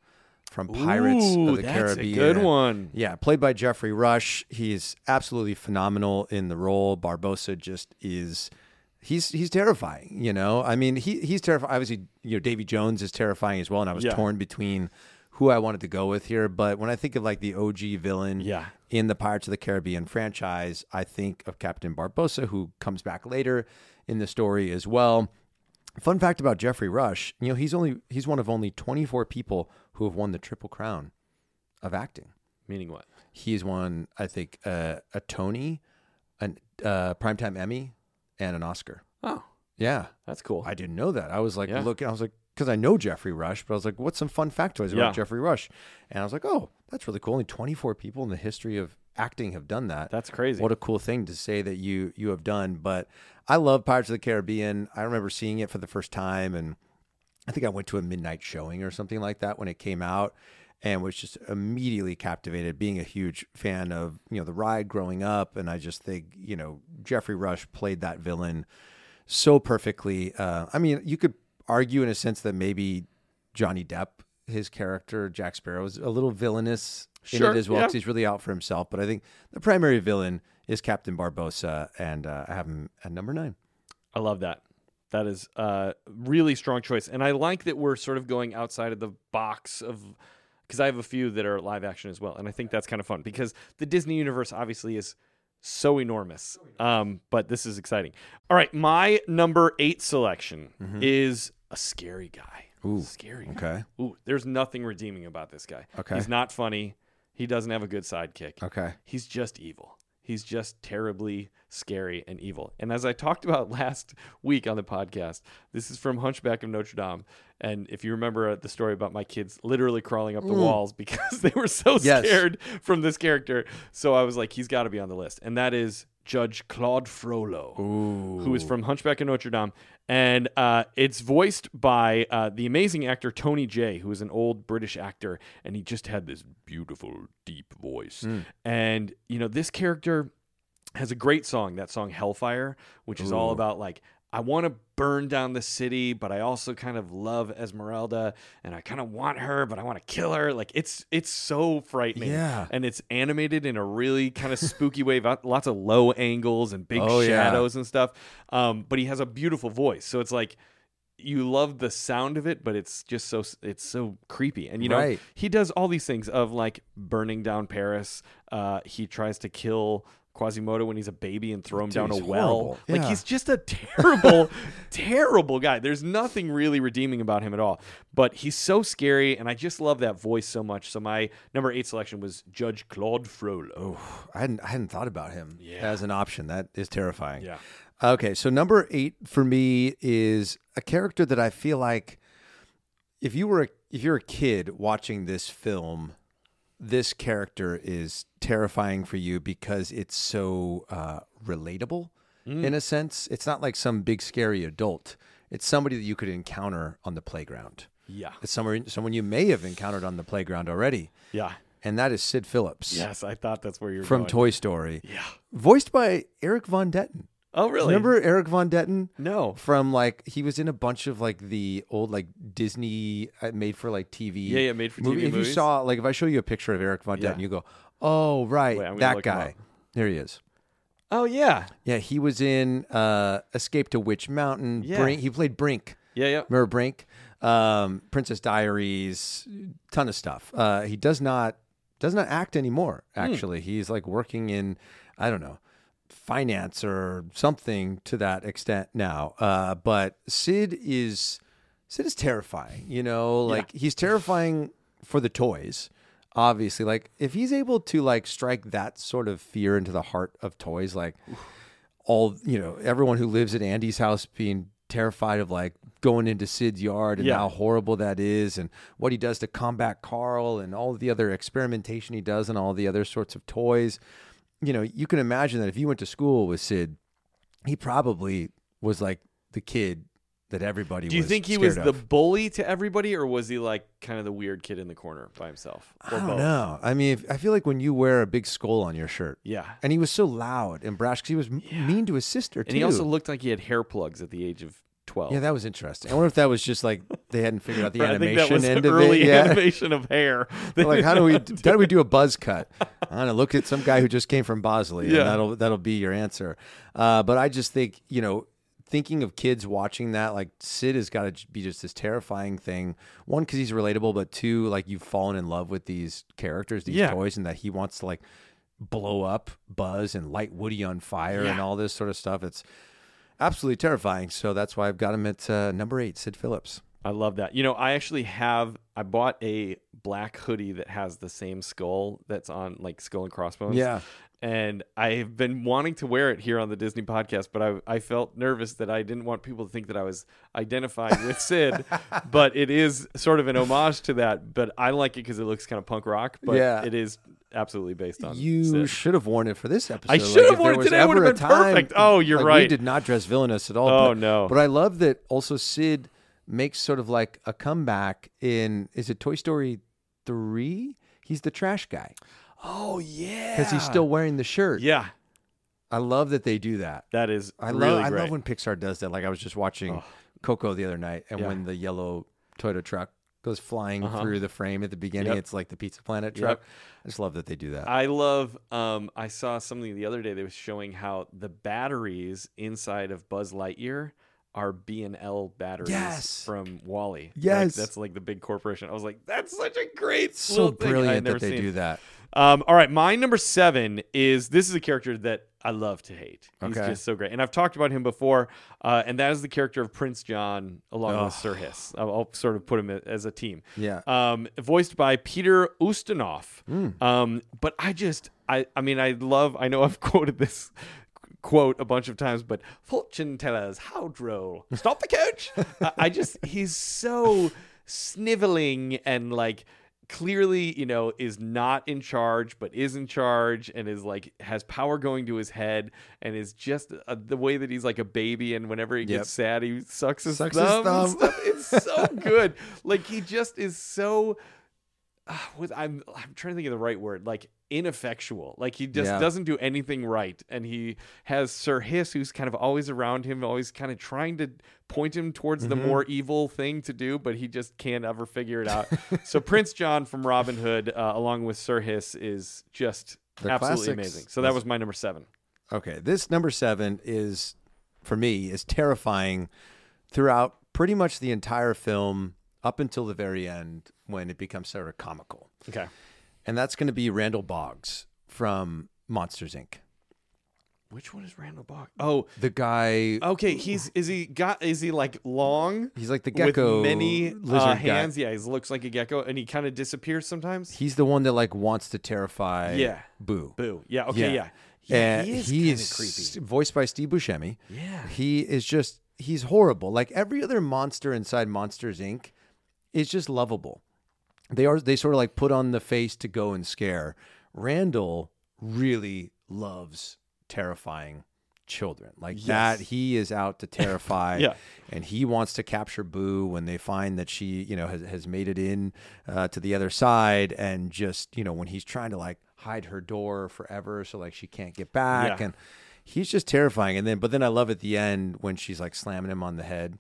from Pirates
Ooh,
of the
that's a
Caribbean.
good one.
Yeah, played by Jeffrey Rush. He's absolutely phenomenal in the role. Barbosa just is. He's he's terrifying, you know. I mean, he he's terrifying. Obviously, you know, Davy Jones is terrifying as well, and I was
Yeah.
torn between who I wanted to go with here. But when I think of like the OG villain,
Yeah.
in the Pirates of the Caribbean franchise, I think of Captain Barbosa, who comes back later in the story as well. Fun fact about Jeffrey Rush, you know, he's only he's one of only 24 people who have won the Triple Crown of acting.
Meaning what?
He's won, I think, uh, a Tony, an uh, primetime Emmy, and an Oscar.
Oh,
Yeah,
that's cool.
I didn't know that. I was like
Yeah.
looking. I was like, because I know Jeffrey Rush, but I was like, what's some fun factoids
Yeah.
about Jeffrey Rush? And I was like, oh, that's really cool. Only 24 people in the history of acting have done that.
that's crazy.
What a cool thing to say that you you have done. But I love Pirates of the Caribbean. I remember seeing it for the first time, and I think I went to a midnight showing or something like that when it came out, and was just immediately captivated. Being a huge fan of you know the ride growing up, and I just think you know Jeffrey Rush played that villain so perfectly. Uh, I mean, you could argue in a sense that maybe Johnny Depp. His character Jack Sparrow is a little villainous
Sure,
in it as well
yeah.
'cause he's really out for himself. But I think the primary villain is Captain Barbosa, and uh, I have him at number nine.
I love that. That is a really strong choice. And I like that we're sort of going outside of the box of because I have a few that are live action as well. And I think that's kind of fun because the Disney universe obviously is so enormous.
Oh,
Um, but this is exciting. All right. My number eight selection is a scary guy.
Mm-hmm. Ooh,
Scary. guy.
Okay.
Ooh, there's nothing redeeming about this guy.
Okay.
He's not funny. He doesn't have a good sidekick.
Okay.
He's just evil. He's just terribly scary and evil. And as I talked about last week on the podcast, this is from Hunchback of Notre Dame. And if you remember uh, the story about my kids literally crawling up the walls because they were so
Yes.
scared from this character. So I was like, he's got to be on the list. And that is Judge Claude Frollo, who is from Hunchback of Notre Dame. And uh, it's voiced by uh, the amazing actor Tony Jay, who is an old British actor. And he just had this beautiful, deep voice. And, you know, this character has a great song, that song Hellfire, which is all about like, I want to burn down the city, but I also kind of love Esmeralda and I kind of want her, but I want to kill her. Like it's it's so frightening.
Yeah.
And it's animated in a really kind of spooky way, about lots of low angles and big
Oh, yeah.
shadows and stuff. Um, but he has a beautiful voice. So it's like you love the sound of it, but it's just so it's so creepy. And you know,
Right.
he does all these things of like burning down Paris. Uh, he tries to kill Quasimodo when he's a baby and throw him down a
he's
well.
horrible.
Like
Yeah.
he's just a terrible, terrible guy. There's nothing really redeeming about him at all. But he's so scary, and I just love that voice so much. So my number eight selection was Judge Claude Frollo.
I hadn't I hadn't thought about him as an option. That is terrifying.
Yeah.
Okay, so number eight for me is a character that I feel like if you were a, if you're a kid watching this film, this character is terrifying for you because it's so uh, relatable in a sense. It's not like some big scary adult. It's somebody that you could encounter on the playground.
Yeah,
It's someone someone you may have encountered on the playground already.
yeah.
and that is Sid Phillips
Yes, I thought that's where you were
from
going.
Toy Story,
Yeah.
voiced by Eric Von Detten.
Oh, really?
Remember Eric Von Detten?
No.
From like he was in a bunch of like the old like Disney uh, made for like TV.
Yeah, yeah, made for
movie.
TV
If you
movies.
saw like if I show you a picture of Eric Von Detten,
Yeah.
you go, "Oh, right,
Wait, I'm gonna
that
look him
guy."
up.
There he is.
Oh, yeah.
Yeah, he was in uh Escape to Witch Mountain.
Yeah.
Brink, he played Brink.
Yeah, yeah.
Remember Brink? Um, Princess Diaries, ton of stuff. Uh, he does not does not act anymore. Actually, he's like working in I don't know finance or something to that extent now. Uh, but Sid is Sid is terrifying. You know, like he's terrifying for the toys. Obviously, like if he's able to like strike that sort of fear into the heart of toys, like all you know everyone who lives at Andy's house being terrified of like going into Sid's yard and
Yeah.
how horrible that is and what he does to combat Carl and all the other experimentation he does and all the other sorts of toys. You know, you can imagine that if you went to school with Sid, he probably was like the kid that everybody
Do you
was
think he
scared
was the
of.
bully to everybody, or was he like kind of the weird kid in the corner by himself? Or
I don't
both?
know. I mean, if, I feel like when you wear a big skull on your shirt,
Yeah.
and he was so loud and brash because he was m mean to his sister too.
And he also looked like he had hair plugs at the age of 12.
Yeah, that was interesting. I wonder if that was just like they hadn't figured out the
I think
animation
that was
end
the
of
early
it. Yeah.
animation of hair.
like how do we how do we do a buzz cut? I don't know. Look at some guy who just came from Bosley,
Yeah.
and that'll that'll be your answer. Uh, but I just think you know, thinking of kids watching that, like Sid has got to be just this terrifying thing. One, because he's relatable, but two, like you've fallen in love with these characters, these
Yeah.
toys, and that he wants to like blow up Buzz and light Woody on fire and
Yeah.
all this sort of stuff. It's absolutely terrifying. So that's why I've got him at uh, number eight, Sid Phillips.
I love that. You know, I actually have I bought a black hoodie that has the same skull that's on like skull and crossbones.
Yeah.
And I've been wanting to wear it here on the Disney podcast, but I, I felt nervous that I didn't want people to think that I was identified with Sid. but it is sort of an homage to that. But I like it because it looks kind of punk rock. But
Yeah.
it is absolutely based on
You
Sid.
should have worn it for this episode.
I
Like,
should have
if there
worn it
was
today. It would
ever
have
a
been
time-
perfect. Oh, you're
like, We
right.
did not dress villainous at all.
Oh,
but,
no.
But I love that also Sid makes sort of like a comeback in is it Toy Story three? He's the trash guy
Oh yeah.
because he's still wearing the shirt.
Yeah.
I love that they do that.
That is
I
really
love. I
great.
love when Pixar does that. Like I was just watching Coco the other night, and
Yeah. Uh-huh.
when the yellow Toyota truck goes flying through the frame at the beginning,
Yep.
it's like the Pizza Planet truck. I just love that they do that.
I love. Um, I saw something the other day that was showing how the batteries inside of Buzz Lightyear are B and L batteries
Yes.
from Wally. Like,
Yes.
that's like the big corporation. I was like, that's such a great,
so
little thing I had
brilliant
never
that they
seen.
do that.
Um, all right, my number seven is this is a character that I love to hate. He's
Okay.
just so great, and I've talked about him before. Uh, and that is the character of Prince John along with Sir Hiss. I'll, I'll sort of put him as a team.
Yeah. Hmm.
Um, voiced by Peter Ustinov. Um, but I just, I, I mean, I love. I know I've quoted this quote a bunch of times, but fortune tellers, how droll. Stop the coach. I, I just, he's so sniveling and like clearly, you know, is not in charge, but is in charge and is like, has power going to his head and is just uh, the way that he's like a baby. And whenever he
Yep.
gets sad, he sucks his
Sucks his
thumb. and
thumb.
stuff. It's so good. like, he just is so was I'm I'm trying to think of the right word, like ineffectual. Like he just
Yeah.
doesn't do anything right. And he has Sir Hiss who's kind of always around him, always kind of trying to point him towards the more evil thing to do, but he just can't ever figure it out. so Prince John from Robin Hood, uh, along with Sir Hiss, is just
They're
absolutely
classics.
amazing. So that was my number seven.
Okay, this number seven is for me is terrifying throughout pretty much the entire film up until the very end when it becomes sort of comical,
Okay.
and that's going to be Randall Boggs from Monsters Inc.
Which one is Randall Bach? Oh,
The guy,
okay. He's is he got is he like long?
he's like the gecko,
with many
lizard
uh,
guy.
hands. Yeah, he looks like a gecko, and he kind of disappears sometimes.
He's the one that like wants to terrify.
Yeah.
Boo.
Boo. Yeah. Okay. Yeah.
And
he is
he
kinda
is
creepy.
voiced by Steve Buscemi.
Yeah.
He is just he's horrible. Like every other monster inside Monsters Inc. is just lovable. They are they sort of like put on the face to go and scare. Randall really loves terrifying children. Like
Yes.
that, he is out to terrify.
Yeah.
And he wants to capture Boo when they find that she, you know, has, has made it in uh, to the other side. And just, you know, when he's trying to like hide her door forever so like she can't get back.
Yeah.
And he's just terrifying. And then, but then I love at the end when she's like slamming him on the head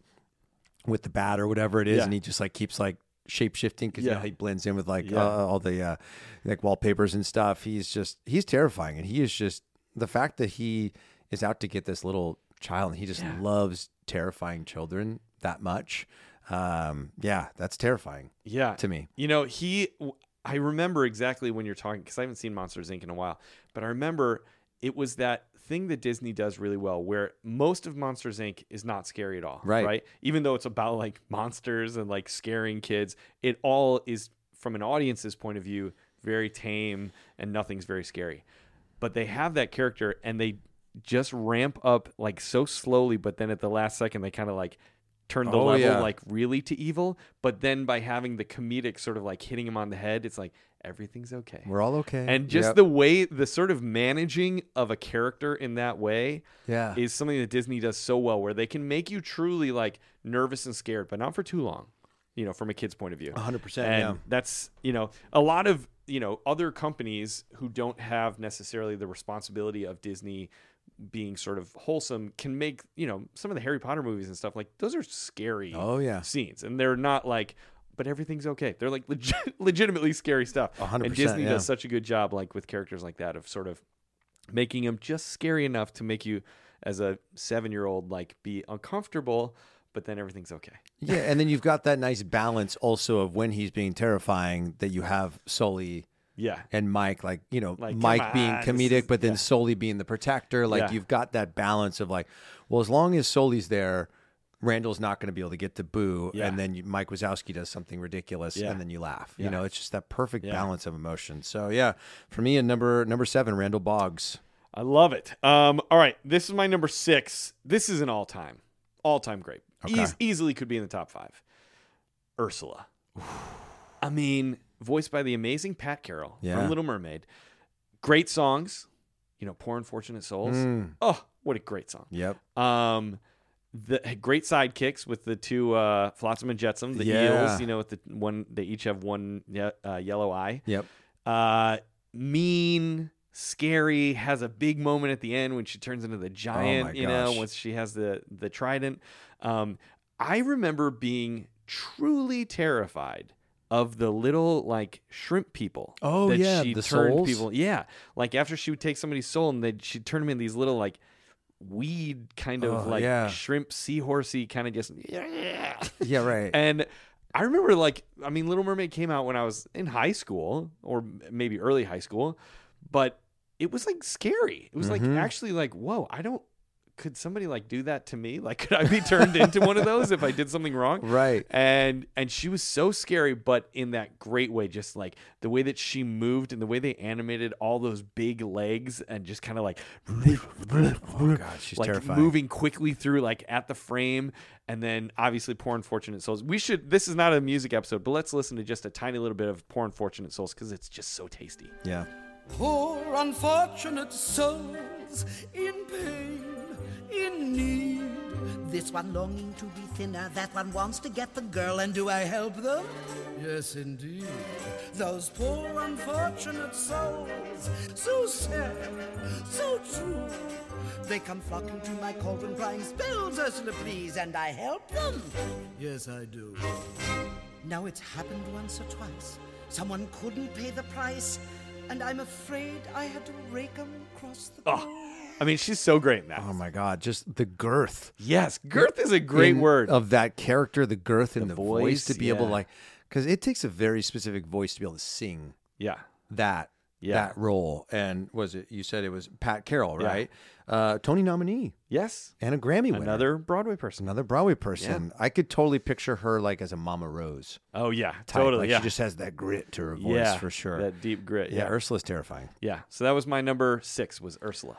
with the bat or whatever it is,
Yeah.
and he just like keeps like shape shifting because you
Yeah.
know, he blends in with like
Yeah.
uh, all the uh, like wallpapers and stuff. He's just he's terrifying, and he is just the fact that he is out to get this little child, and he just loves terrifying children that much. Um, yeah, that's terrifying.
yeah
to me.
you know he w- i remember exactly when you're talking because i haven't seen monsters inc in a while but i remember it was that thing that disney does really well where most of monsters inc is not scary at all
Right.
right even though it's about like monsters and like scaring kids it all is from an audience's point of view very tame and nothing's very scary but they have that character and they just ramp up like so slowly but then at the last second they kind of like turn the
Oh,
level
yeah.
like like really to evil, but then by having the comedic sort of like hitting him on the head, it's like everything's okay.
We're all okay,
and just
Yep.
the way the sort of managing of a character in that way
Yeah.
is something that Disney does so well where they can make you truly like nervous and scared, but not for too long, you know, from a kid's point of view.
100%,
And
yeah.
that's, you know, a lot of, you know, other companies who don't have necessarily the responsibility of Disney being sort of wholesome can make, you know, some of the Harry Potter movies and stuff like those are scary
Oh, yeah.
scenes and they're not like but everything's okay. They're like legit, legitimately scary stuff.
hundred
and
percent,
Disney
yeah.
does such a good job like with characters like that of sort of making them just scary enough to make you as a 7-year-old like be uncomfortable but then everything's okay.
yeah, and then you've got that nice balance also of when he's being terrifying that you have Sully
Yeah.
and Mike, like you know,
Like,
Mike
come
being
on,
comedic,
this is-
but then Soli being the protector. Like
Yeah.
you've got that balance of like, well, as long as Soli's there, Randall's not going to be able to get to Boo,
Yeah.
and then you, Mike Wazowski does something ridiculous,
Yeah.
and then you laugh.
Yeah.
You know, it's just that perfect
Yeah.
balance of emotion. So yeah, for me, and number number seven, Randall Boggs.
I love it. Um, all right, this is my number six. This is an all-time, all-time great.
Okay.
Eas- easily could be in the top five. Ursula. I mean, voiced by the amazing Pat Carroll
Yeah.
from Little Mermaid. Great songs, you know, "Poor Unfortunate Souls."
Mm.
Oh, what a great song!
Yep.
Um, the great sidekicks with the two uh, Flotsam and Jetsam, the
Yeah.
eels. You know, with the one they each have one ye- uh, yellow eye
Yep.
uh mean scary has a big moment at the end when she turns into the giant
my
you know
gosh.
once she has the the trident um i remember being truly terrified of the little like shrimp people
Oh,
that
yeah,
she
the
turned
souls?
people yeah like after she would take somebody's soul and then she'd turn them into these little like weed kind of
Oh,
like
yeah.
shrimp seahorsey kind of just
Yeah. Right.
and I remember, like, I mean, Little Mermaid came out when I was in high school or m- maybe early high school, but it was like scary. It was
Mhm.
like actually like, whoa, I don't. Could somebody like do that to me? Like, could I be turned into one of those if I did something wrong?
right.
And and she was so scary, but in that great way, just like the way that she moved and the way they animated all those big legs and just kind of like,
Oh God, she's
like
terrifying.
moving quickly through like at the frame and then obviously poor unfortunate souls we should this is not a music episode but let's listen to just a tiny little bit of poor unfortunate souls because it's just so tasty
Yeah.
Poor unfortunate souls in pain, in need.
This one longing to be thinner, that one wants to get the girl, and do I help them?
Yes, indeed.
Those poor unfortunate souls, so sad, so true. They come flocking to my cauldron, crying, Spells, Ursula, please, and I help them.
Yes, I do.
Now it's happened once or twice. Someone couldn't pay the price, and I'm afraid I had to rake 'em across the
Oh. i mean she's so great in that
Oh my God, just the girth.
yes girth is a great
in-
word
of that character, the girth and the, voice,
voice,
to be able to
yeah.
like, because it takes a very specific voice to be able to sing
yeah
that
Yeah.
that role. And was it you said it was Pat Carroll,
Yeah.
right? Uh, Tony nominee
yes
and a Grammy winner,
another broadway person
another Broadway person. I could totally picture her like as a Mama Rose
oh yeah
type.
totally
like
yeah
she just has that grit to her voice
yeah
for sure.
that deep grit
yeah,
yeah
Ursula's terrifying.
yeah so that was my number six was ursula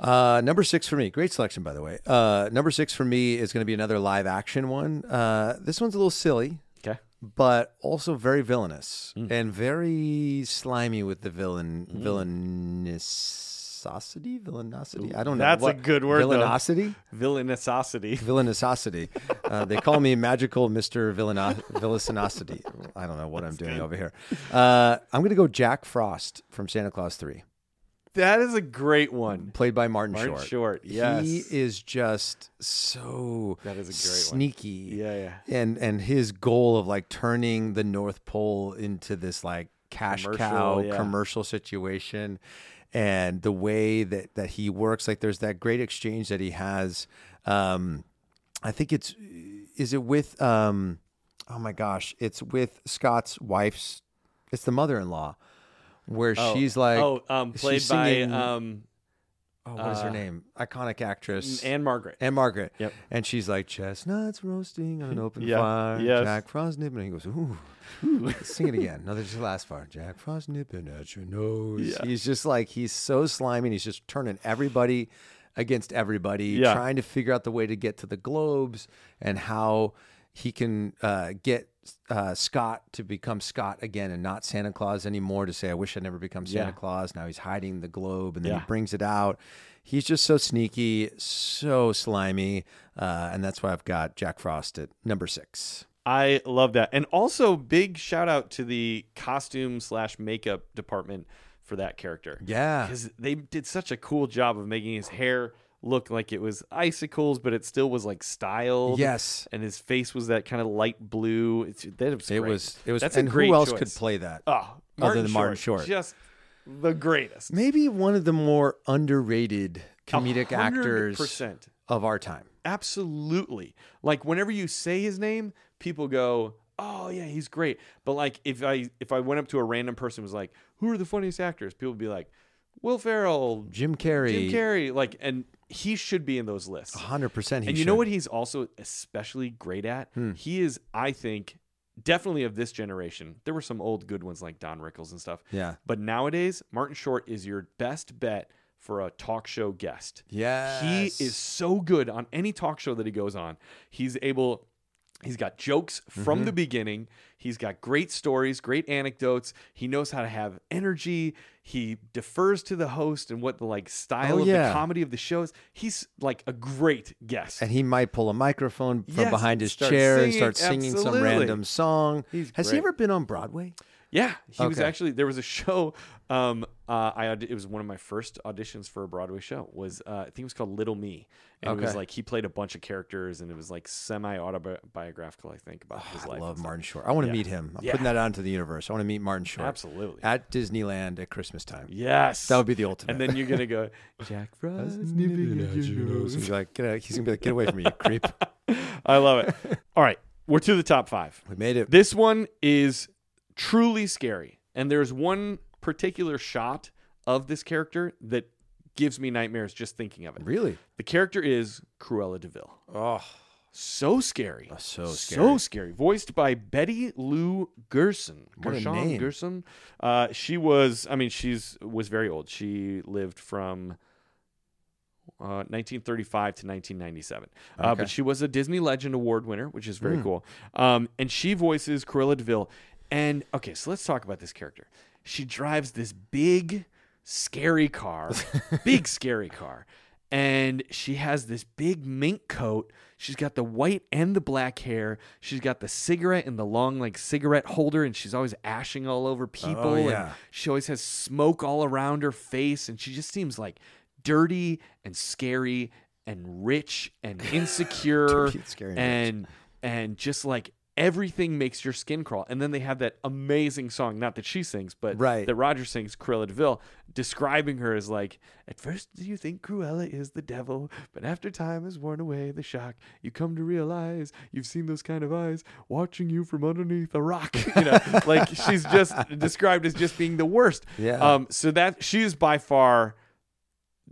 Uh, number six for me. Great selection, by the way. Uh, number six for me is going to be another live action one. Uh, this one's a little silly.
okay
but also very
Hmm.
villainous and very slimy with the villain villainous villainosity, villainosity. I don't know.
That's a
What-
good word, though.
Villainosity,
Villainosity.
villainosity. uh, they call me magical Mister Villaino- villainosity. I don't know what I'm doing over here. Uh, I'm gonna go Jack Frost from Santa Claus Three,
That is a great one.
played by Martin,
Martin
Short.
Short, yes.
he is just so
That is a great one.
sneaky.
Yeah, yeah.
and and his goal of like turning the North Pole into this like cash
Commercial,
cow
yeah.
commercial situation and the way that that he works like there's that great exchange that he has um I think it's is it with um oh my gosh it's with Scott's wife's it's the mother-in-law where she's like
oh, um,
she's
played by
singing-
um,
oh, what is her
uh,
name iconic actress
Anne Margaret.
and Margaret.
Yep.
And she's like, chestnuts roasting on an open
Yeah.
fire.
Yes.
Jack Frost nipping. And he goes, ooh. ooh. Sing it again. No, there's the last part. Jack Frost nipping at your nose.
Yeah.
He's just like, he's so slimy and he's just turning everybody against everybody,
Yeah.
trying to figure out the way to get to the globes and how he can uh, get uh, Scott to become Scott again and not Santa Claus anymore to say, I wish I'd never become Santa
Yeah.
Claus. Now he's hiding the globe and then
Yeah.
he brings it out. He's just so sneaky, so slimy. Uh, and that's why I've got Jack Frost at number six.
I love that. And also, big shout out to the costume slash makeup department for that character.
Yeah.
Because they did such a cool job of making his hair look like it was icicles, but it still was like styled.
Yes.
And his face was that kind of light blue. It's, that was
It
great.
was, it was,
That's
and
a great
who else
choice.
could play that?
Oh,
other
Martin
than Martin Short?
Just the greatest.
Maybe one of the more underrated comedic actors
100%.
of our time.
Absolutely. Like whenever you say his name, people go, "Oh yeah, he's great." But like if I if I went up to a random person and was like, "Who are the funniest actors?" People would be like, "Will Ferrell,
Jim Carrey.
Jim Carrey." Like and he should be in those lists.
100% he
and you know
should. Hmm.
what he's also especially great at? He is I think definitely of this generation. There were some old good ones like Don Rickles and stuff.
Yeah.
But nowadays, Martin Short is your best bet for a talk show guest. He
Yes.
is so good on any talk show that he goes on. He's able he's got jokes from
Mm-hmm.
the beginning. He's got great stories, great anecdotes. He knows how to have energy. He defers to the host and what the like style
Oh,
of
yeah.
the comedy of the show is. He's like a great guest.
and he might pull a microphone from
Yes,
behind his
start
chair and
singing,
start singing some
absolutely.
random song.
He's
Has he
great.
ever been on Broadway?
Yeah, he was
Okay.
actually there was a show. Um, uh, I aud- it was one of my first auditions for a Broadway show. Was uh, I think it was called Little Me, and it was
Okay.
like he played a bunch of characters, and it was like semi autobiographical. I think about
Oh,
his
I
life.
love
and stuff.
Martin Short. I want to
Yeah.
meet him. I'm
Yeah.
putting that out into the universe. I want to meet Martin Short.
Absolutely.
At Disneyland at Christmas time.
Yes,
That would be the ultimate.
And then you're gonna go Jack Frost.
he's like, get out. he's gonna be like, get away from me, you creep.
I love it. All right, we're to the top five.
We made it.
This one is truly scary. And there's one particular shot of this character that gives me nightmares just thinking of it.
really?
The character is Cruella DeVille.
Oh,
So scary.
so scary.
So scary. Voiced by Betty Lou Gerson.
a
Gershon
name.
Gerson. Uh, she was, I mean, she's was very old. She lived from uh, 1935 to 1997. Uh, but she was a Disney Legend Award winner, which is very cool. Um, and she voices Cruella DeVille. And okay, so let's talk about this character. She drives this big, scary car, big, scary car. And she has this big mink coat. She's got the white and the black hair. She's got the cigarette and the long, like, cigarette holder. And she's always ashing all over people. and
yeah.
she always has smoke all around her face, and she just seems like dirty and scary and rich and insecure
Dirty and scary and
and and just like everything makes your skin crawl. And then they have that amazing song, not that she sings, but
Right.
that Roger sings, Cruella DeVille, describing her as like, at first you think Cruella is the devil, but after time has worn away the shock, you come to realize you've seen those kind of eyes watching you from underneath a rock. You know, like she's just described as just being the worst.
Yeah.
Um, so that she is by far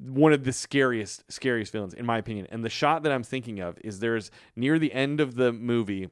one of the scariest, scariest villains, in my opinion. And the shot that I'm thinking of is there's near the end of the movie.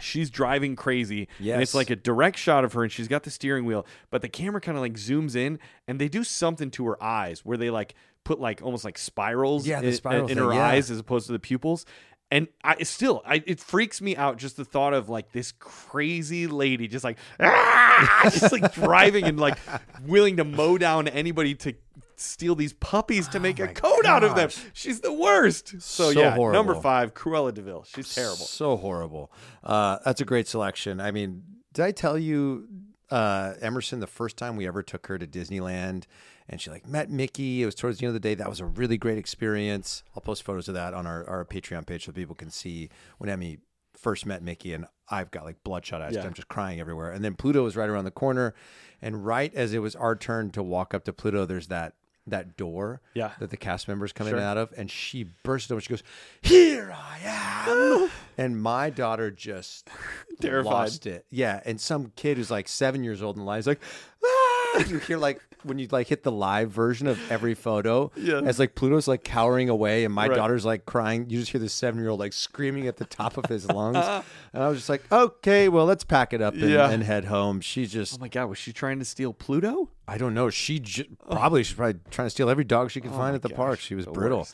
She's driving crazy, and it's
Yes.
like a direct shot of her, and she's got the steering wheel, but the camera kind of like zooms in, and they do something to her eyes where they like put like almost like spirals,
Yeah, the
in-
spiral
in,
thing,
her
yeah.
eyes as opposed to the pupils. And I it's still, I, it freaks me out just the thought of like this crazy lady just like, "Ah!" just like driving and like willing to mow down anybody to steal these puppies to make a coat out of them. She's the worst. Oh So,
So
yeah, number
horrible.
five, Cruella Deville. She's terrible.
So horrible. Uh, that's a great selection. I mean, did I tell you, uh, Emerson, the first time we ever took her to Disneyland and she like met Mickey? It was towards the end of the day. That was a really great experience. I'll post photos of that on our, our Patreon page so people can see when Emmy first met Mickey and I've got like bloodshot eyes.
Yeah.
I'm just crying everywhere. And then Pluto was right around the corner. And right as it was our turn to walk up to Pluto, there's that. That door
Yeah.
that the cast members come in and out of, and she bursts open. She goes, "Here I am!" and my daughter just
Terrified.
lost it. Yeah, and some kid who's like seven years old and lies like, ah! you hear like when you like hit the live version of every photo,
Yeah.
as like Pluto's like cowering away, and my
Right.
daughter's like crying. You just hear the seven year old like screaming at the top of his lungs, and I was just like, "Okay, well, let's pack it up and,
Yeah.
and head home." She just
Oh my God, was she trying to steal Pluto?
I don't know. She j- probably she's probably trying to steal every dog she could find at the park. She was brittle.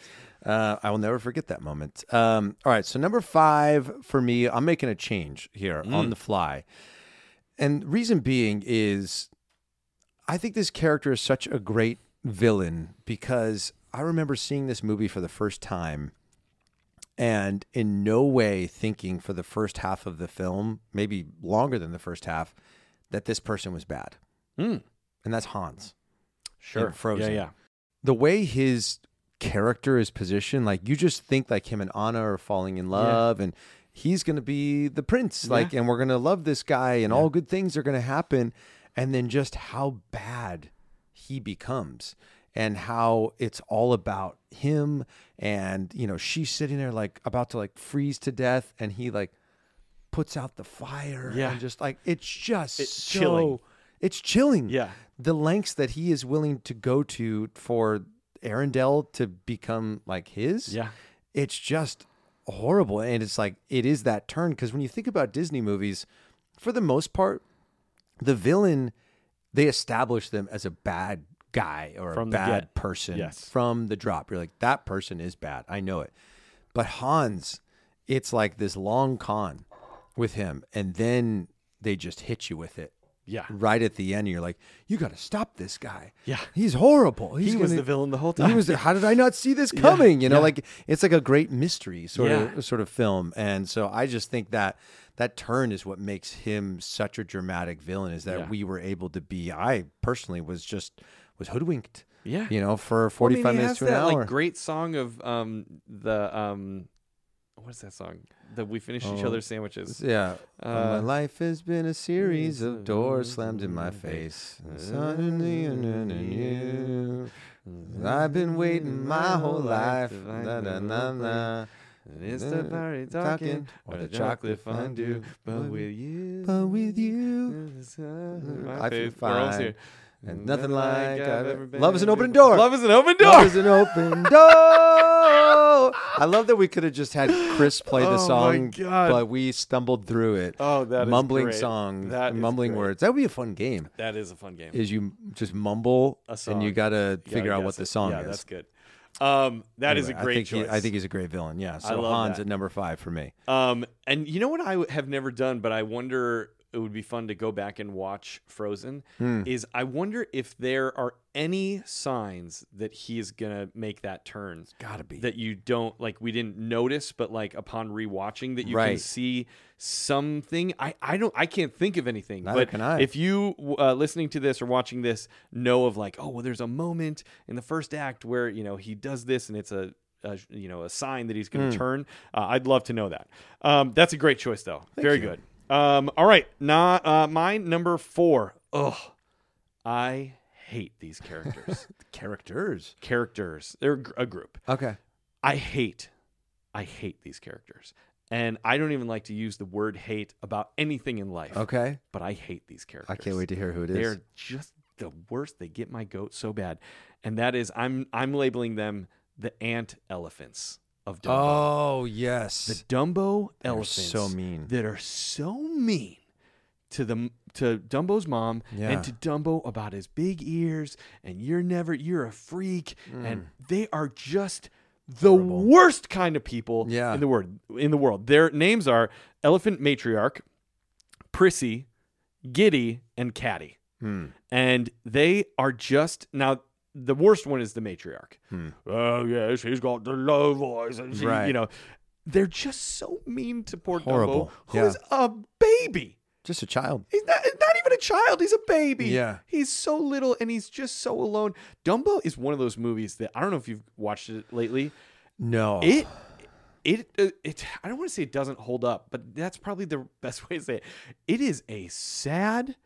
Uh, I will never forget that moment. Um, all right, so number five for me, I'm making a change here on the fly, and reason being is, I think this character is such a great villain because I remember seeing this movie for the first time and in no way thinking for the first half of the film, maybe longer than the first half, that this person was bad.
Hmm.
And that's Hans. Sure. Frozen.
Yeah, yeah.
The way his character is positioned, like you just think like him and Anna are falling in love and he's going to be the prince, like, and we're going to love this guy and all good things are going to happen. And then just how bad he becomes and how it's all about him and you know she's sitting there like about to like freeze to death and he like puts out the fire
Yeah.
and just like it's just
It's
so,
chilling.
it's chilling
Yeah.
the lengths that he is willing to go to for Arendelle to become like his
Yeah.
it's just horrible and it's like it is that turn because when you think about disney movies for the most part the villain they establish them as a bad guy or
From
a
the
bad
get.
person
Yes.
from the drop you're like that person is bad i know it but hans it's like this long con with him and then they just hit you with it
Yeah.
right at the end you're like you got to stop this guy
Yeah.
he's horrible He's
He was
gonna-
the villain the whole
he
time.
was the- how did i not see this coming you know
yeah.
like it's like a great mystery sort
Yeah.
of sort of film and so i just think that that turn is what makes him such a dramatic villain is that
Yeah.
we were able to be i personally was just was hoodwinked
Yeah.
you know for
Well, I
45
mean, he
minutes
has
to an
that,
hour
Like great song of um the um what is that song? That we finish each other's sandwiches.
Yeah. "Oh,
Uh,
my life has been a series of doors slammed in my face. And suddenly, and then in you. I've been waiting my whole life. Na, na, na, na.
And It's the
Uh,
party
talking,
talking or the chocolate fondue, but with you,
But with you, mm,
I
I feel
We're almost here.
fine. And nothing like I've ever been. Love is an open
before.
door.
Love is an open door.
Love is an open door. I love that we could have just had Chris play the
Oh my
song,
God.
but we stumbled through it.
Oh, that is
mumbling
great.
song,
That is
mumbling
great.
words. That would be a fun game.
that is a fun game.
is you just mumble
A
and
song.
you gotta
You gotta
figure out what
guess
the
it.
song
yeah,
is.
that's good. Um, that is
Anyway,
a great
I think
choice.
He, I think he's a great villain. Yeah. So
love
Hans
that.
at number five for me.
Um, and you know what I w- have never done, but I wonder it would be fun to go back and watch Frozen.
Hmm.
Is I wonder if there are any signs that he is gonna make that turn.
gotta be.
that you don't like. We didn't notice, but like upon rewatching, that you can
Right.
see something. I I don't. I can't think of anything.
Neither
but
can I.
If you uh, listening to this or watching this know of like, oh well, there's a moment in the first act where you know he does this, and it's a. A, you know, a sign that he's going to
Hmm.
turn. Uh, I'd love to know that. Um, that's a great choice, though. Very good. Um, all right, now uh, my number four. Ugh, I hate these characters.
Characters.
characters. They're gr- a group.
Okay.
I hate, I hate these characters. And I don't even like to use the word hate about anything in life.
Okay.
But I hate these characters.
I can't wait to hear who it is.
They're just the worst. They get my goat so bad. And that is I'm I'm labeling them the ant elephants of Dumbo.
oh yes.
The Dumbo
They're
elephants
so mean.
that are so mean to the to Dumbo's mom
Yeah.
and to Dumbo about his big ears and you're never you're a freak
Mm.
and they are just the worst kind of people
Yeah.
in the world in the world. Their names are Elephant Matriarch, Prissy,
Hmm.
Giddy, and Caddy. And they are just now the worst one is the matriarch. Oh yeah, she's got the low voice, and she,
Hmm. Right.
you know, they're just so mean to poor
Horrible.
Dumbo, who
Yeah.
is a baby.
Just a child.
He's not, not even a child. He's a baby.
Yeah.
He's so little and he's just so alone. Dumbo is one of those movies that I don't know if you've watched it lately.
No.
It, it, uh, it. I don't want to say it doesn't hold up, but that's probably the best way to say it. It is a sad,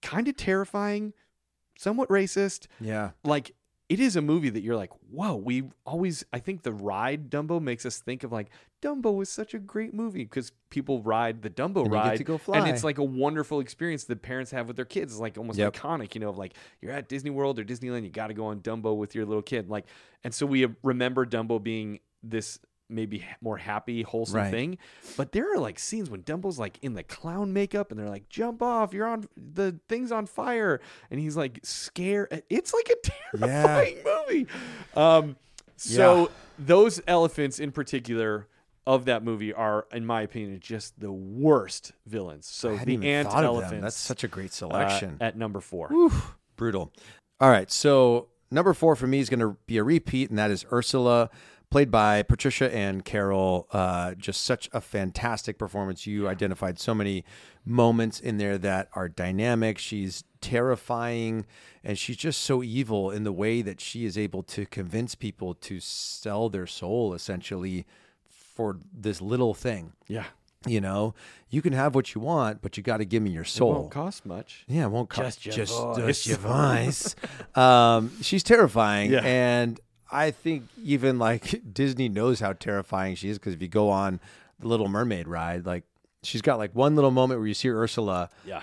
kind of terrifying, somewhat racist.
yeah.
Like it is a movie that you're like, whoa. We always. I think the ride Dumbo makes us think of like Dumbo was such a great movie because people ride the Dumbo
And you get
ride
to go
and
fly.
it's like a wonderful experience that parents have with their kids. It's like almost
Yep.
iconic, you know, of like you're at Disney World or Disneyland, you got to go on Dumbo with your little kid. Like, and so we uh, remember Dumbo being this maybe ha- more happy, wholesome
Right.
thing. But there are like scenes when Dumbo's like in the clown makeup and they're like, jump off, you're on the thing's on fire. And he's like scared. It's like a terrifying movie. Um, so
Yeah.
those elephants in particular of that movie are, in my opinion, just the worst villains. So
I
the
hadn't even
ant
thought of
elephants.
them. That's such a great
uh,
selection.
at number four.
Brutal. All right. So number four for me is going to be a repeat, and that is Ursula, played by Patricia and Carol. Uh, just such a fantastic performance. You identified so many moments in there that are dynamic. She's terrifying, and she's just so evil in the way that she is able to convince people to sell their soul essentially for this little thing.
Yeah,
You know, you can have what you want, but you got to give me your soul.
won't cost much.
Yeah, it won't cost
Just your voice.
just your voice. um, she's terrifying,
Yeah.
and I think even like Disney knows how terrifying she is because if you go on the Little Mermaid ride, like she's got like one little moment where you see Ursula,
Yeah,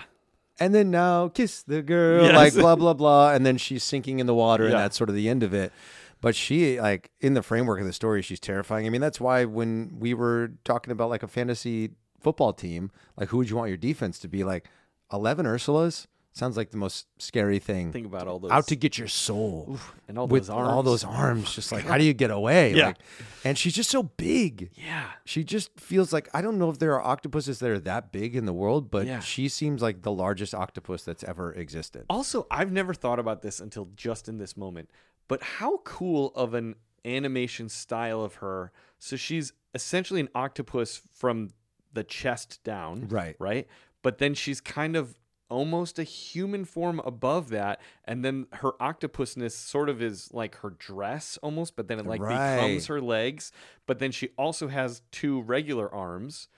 and then now kiss the girl,
Yes.
like blah blah blah, and then she's sinking in the water, and
Yeah.
that's sort of the end of it. But she like in the framework of the story, she's terrifying. I mean, that's why when we were talking about like a fantasy football team, like who would you want your defense to be? Like eleven Ursulas sounds like the most scary thing.
think about all those
out to get your soul
and all
with
those arms.
all those arms. Just like how do you get away?
Yeah.
Like, and she's just so big
Yeah,
she just feels like I don't know if there are octopuses that are that big in the world, but
Yeah.
she seems like the largest octopus that's ever existed.
Also, I've never thought about this until just in this moment, but how cool of an animation style of her. So she's essentially an octopus from the chest down.
Right.
Right. But then she's kind of almost a human form above that. And then her octopusness sort of is like her dress almost, but then it like becomes
Right.
her legs. But then she also has two regular arms.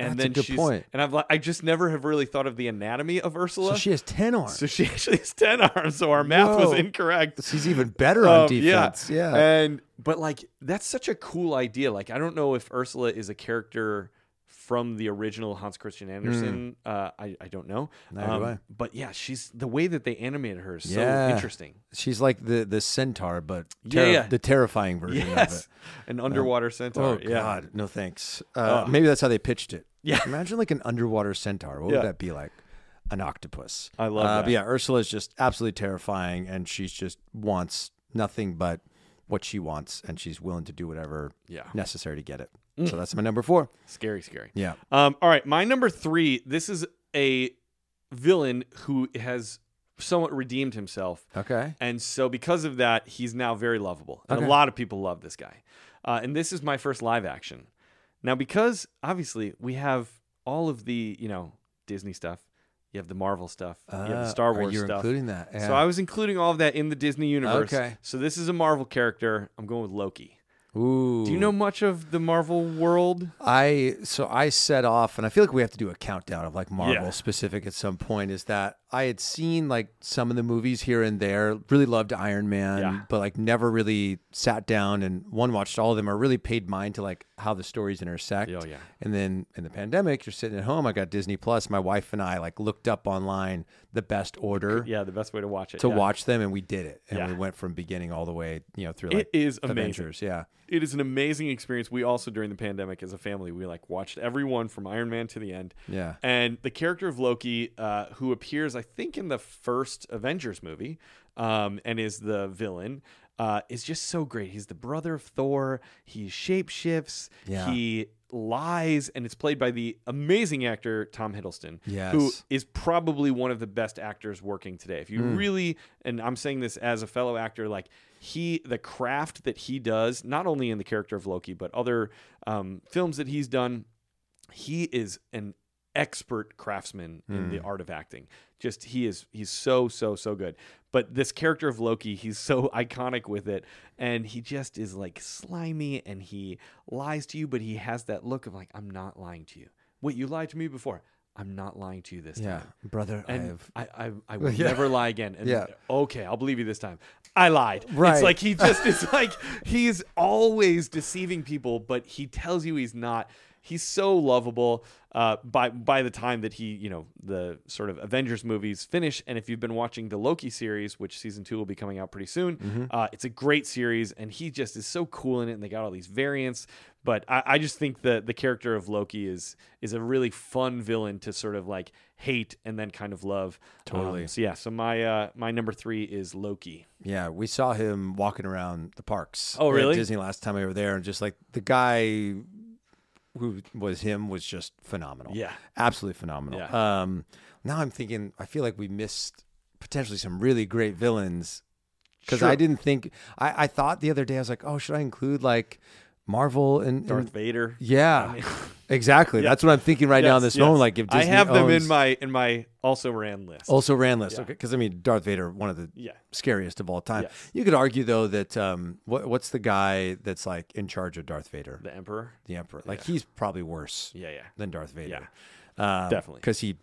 And
That's a
then
good
she's,
point.
and I've like, I just never have really thought of the anatomy of Ursula.
So she has ten arms.
So she actually has ten arms. So our math
Whoa.
was incorrect.
She's even better on
Um,
defense. Yeah.
And but like that's such a cool idea. Like I don't know if Ursula is a character from the original Hans Christian Andersen. Uh, I I don't know.
Hmm.
Um,
Neither do I.
But yeah, she's the way that they animated her is so
Yeah.
interesting.
She's like the the centaur, but
Yeah,
terri-
yeah.
the terrifying version of it.
Yes, an underwater centaur.
Oh
yeah.
God, no thanks. Uh,
Ugh.
Maybe that's how they pitched it.
Yeah.
Imagine like an underwater centaur. What
Yeah.
would that be like? An octopus.
I love
uh,
that.
But yeah, Ursula is just absolutely terrifying, and she's just wants nothing but what she wants, and she's willing to do whatever
Yeah. Mm.
necessary to get it. So that's my number four.
Scary, scary.
Yeah.
Um, all right, my number three. This is a villain who has somewhat redeemed himself.
Okay.
And so, because of that, he's now very lovable. And a
Okay.
lot of people love this guy. Uh, and this is my first live action. Now, because obviously we have all of the, you know, Disney stuff, you have the Marvel stuff, you have the
Ah,
Star
are
Wars
you
stuff.
including that?
So,
Yeah.
I was including all of that in the Disney universe.
Okay.
So, this is a Marvel character. I'm going with Loki.
Ooh.
Do you know much of the Marvel world?
I so I set off, and I feel like we have to do a countdown of like Marvel
Yeah.
specific at some point. Is that I had seen like some of the movies here and there, really loved Iron Man,
Yeah.
but like never really sat down and one watched all of them or really paid mind to like how the stories intersect.
Oh, yeah.
And then in the pandemic, you're sitting at home. I got Disney Plus. My wife and I like looked up online the best order
Yeah, the best way to watch it.
to
yeah.
watch them, and we did it. And
Yeah.
we went from beginning all the way, you know, through
It
like
is amazing.
Avengers. Yeah.
it is an amazing experience. We also during the pandemic as a family, we like watched everyone from Iron Man to the end.
Yeah.
And the character of Loki, uh, who appears, I think, in the first Avengers movie, um, and is the villain, uh, is just so great. He's the brother of Thor. He shapeshifts.
Yeah.
He lies, and it's played by the amazing actor Tom Hiddleston, who
Yes.
is probably one of the best actors working today. If you really, and I'm saying this as a fellow actor, like he, the craft that he does, not only in the character of Loki, but other um, films that he's done, he is an expert craftsman in
Hmm.
the art of acting. Just he is he's so so so good. But this character of Loki, he's so iconic with it and he just is like slimy and he lies to you but he has that look of like I'm not lying to you. Wait, you lied to me before. I'm not lying to you this
Yeah,
time.
brother, I
And
have.
I, I, I will
Yeah.
never lie again. And
Yeah.
okay, I'll believe you this time. I lied. It's
Right.
like he just is like he's always deceiving people, but he tells you he's not. He's so lovable. Uh, by by the time that he, you know, the sort of Avengers movies finish, and if you've been watching the Loki series, which season two will be coming out pretty soon,
Mm-hmm.
uh, it's a great series, and he just is so cool in it. And they got all these variants, but I, I just think the the character of Loki is is a really fun villain to sort of like hate and then kind of love. Um,
Totally.
so yeah, so my uh, my number three is Loki.
Yeah, we saw him walking around the parks.
Oh,
at
really?
Disney last time we were there, and just like the guy who was him was just phenomenal.
Yeah.
absolutely phenomenal.
Yeah.
Um, now I'm thinking, I feel like we missed potentially some really great villains because I
Sure.
didn't think. I, I thought the other day I was like, oh, should I include like Marvel and
Darth
and-
Vader.
Yeah, exactly. That's what I'm thinking right now in
Yes,
this
yes.
moment. Like, if Disney
I have them in
owns-
my in my also ran list.
also ran list.
Yeah.
Okay, because I mean, Darth Vader, one of the
Yeah.
scariest of all time.
Yes.
You could argue though that um, what, what's the guy that's like in charge of Darth Vader, the,
the Emperor.
Emperor? Like he's probably worse
Yeah, yeah.
than Darth Vader. Yeah,
definitely.
because he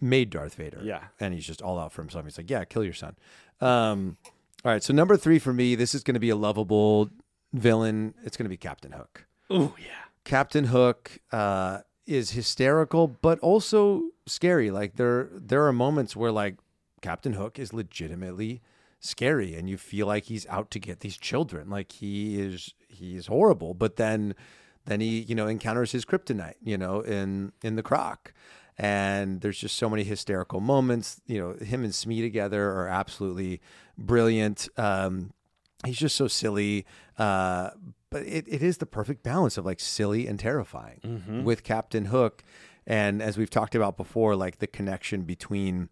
made Darth Vader.
Yeah.
and he's just all out for himself. He's like, yeah, kill your son. Um, all right, so number three for me, this is going to be a lovable villain. It's going to be Captain Hook.
Oh yeah.
Captain Hook uh, is hysterical, but also scary. Like there, there are moments where like Captain Hook is legitimately scary, and you feel like he's out to get these children. Like he is, he is horrible. But then, then he, you know, encounters his kryptonite. You know, in in the croc. And there's just so many hysterical moments. You know, him and Smee together are absolutely brilliant. Um, he's just so silly. Uh, but it, it is the perfect balance of like silly and terrifying with Captain Hook. And as we've talked about before, like the connection between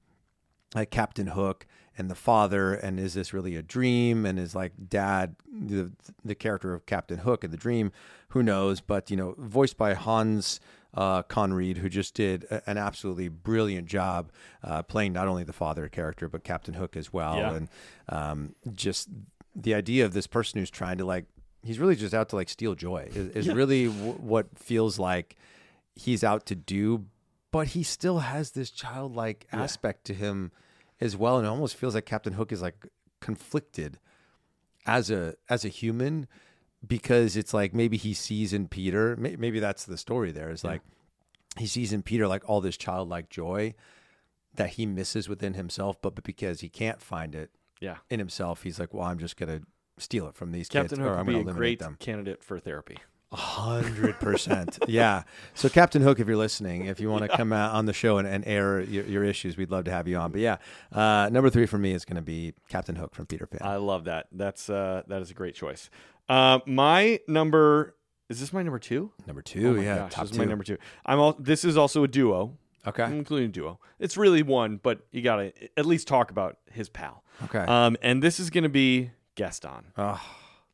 like Captain Hook and the father, and is this really a dream? And is like dad, the the character of Captain Hook in the dream? Who knows? But you know, voiced by Hans uh, Conried, who just did a- an absolutely brilliant job uh, playing not only the father character but Captain Hook as well,
Yeah.
and um, just the idea of this person who's trying to like he's really just out to like steal joy is, is really w- what feels like he's out to do, but he still has this childlike aspect to him as well, and it almost feels like Captain Hook is like conflicted as a as a human because it's like maybe he sees in Peter, may, maybe that's the story. There is like he sees in Peter like all this childlike joy that he misses within himself, but, but because he can't find it
Yeah.
in himself, he's like, well, I'm just gonna steal it from these
Captain
kids,
Hook
or I'm
would be
gonna
a
eliminate
great
them.
candidate for therapy.
Hundred percent. Yeah. So Captain Hook, if you're listening, if you want to come out on the show and, and air your, your issues, we'd love to have you on. But yeah, uh, number three for me is going to be Captain Hook from Peter Pan.
I love that. That's uh that is a great choice. Uh, my number is this my number two?
number two,
oh my
Oh, yeah,
gosh,
top
this
two.
is my number two. I'm all. This is also a duo.
Okay.
I'm including a duo. It's really one, but you gotta at least talk about his pal.
Okay.
Um, and this is gonna be Gaston.
Oh.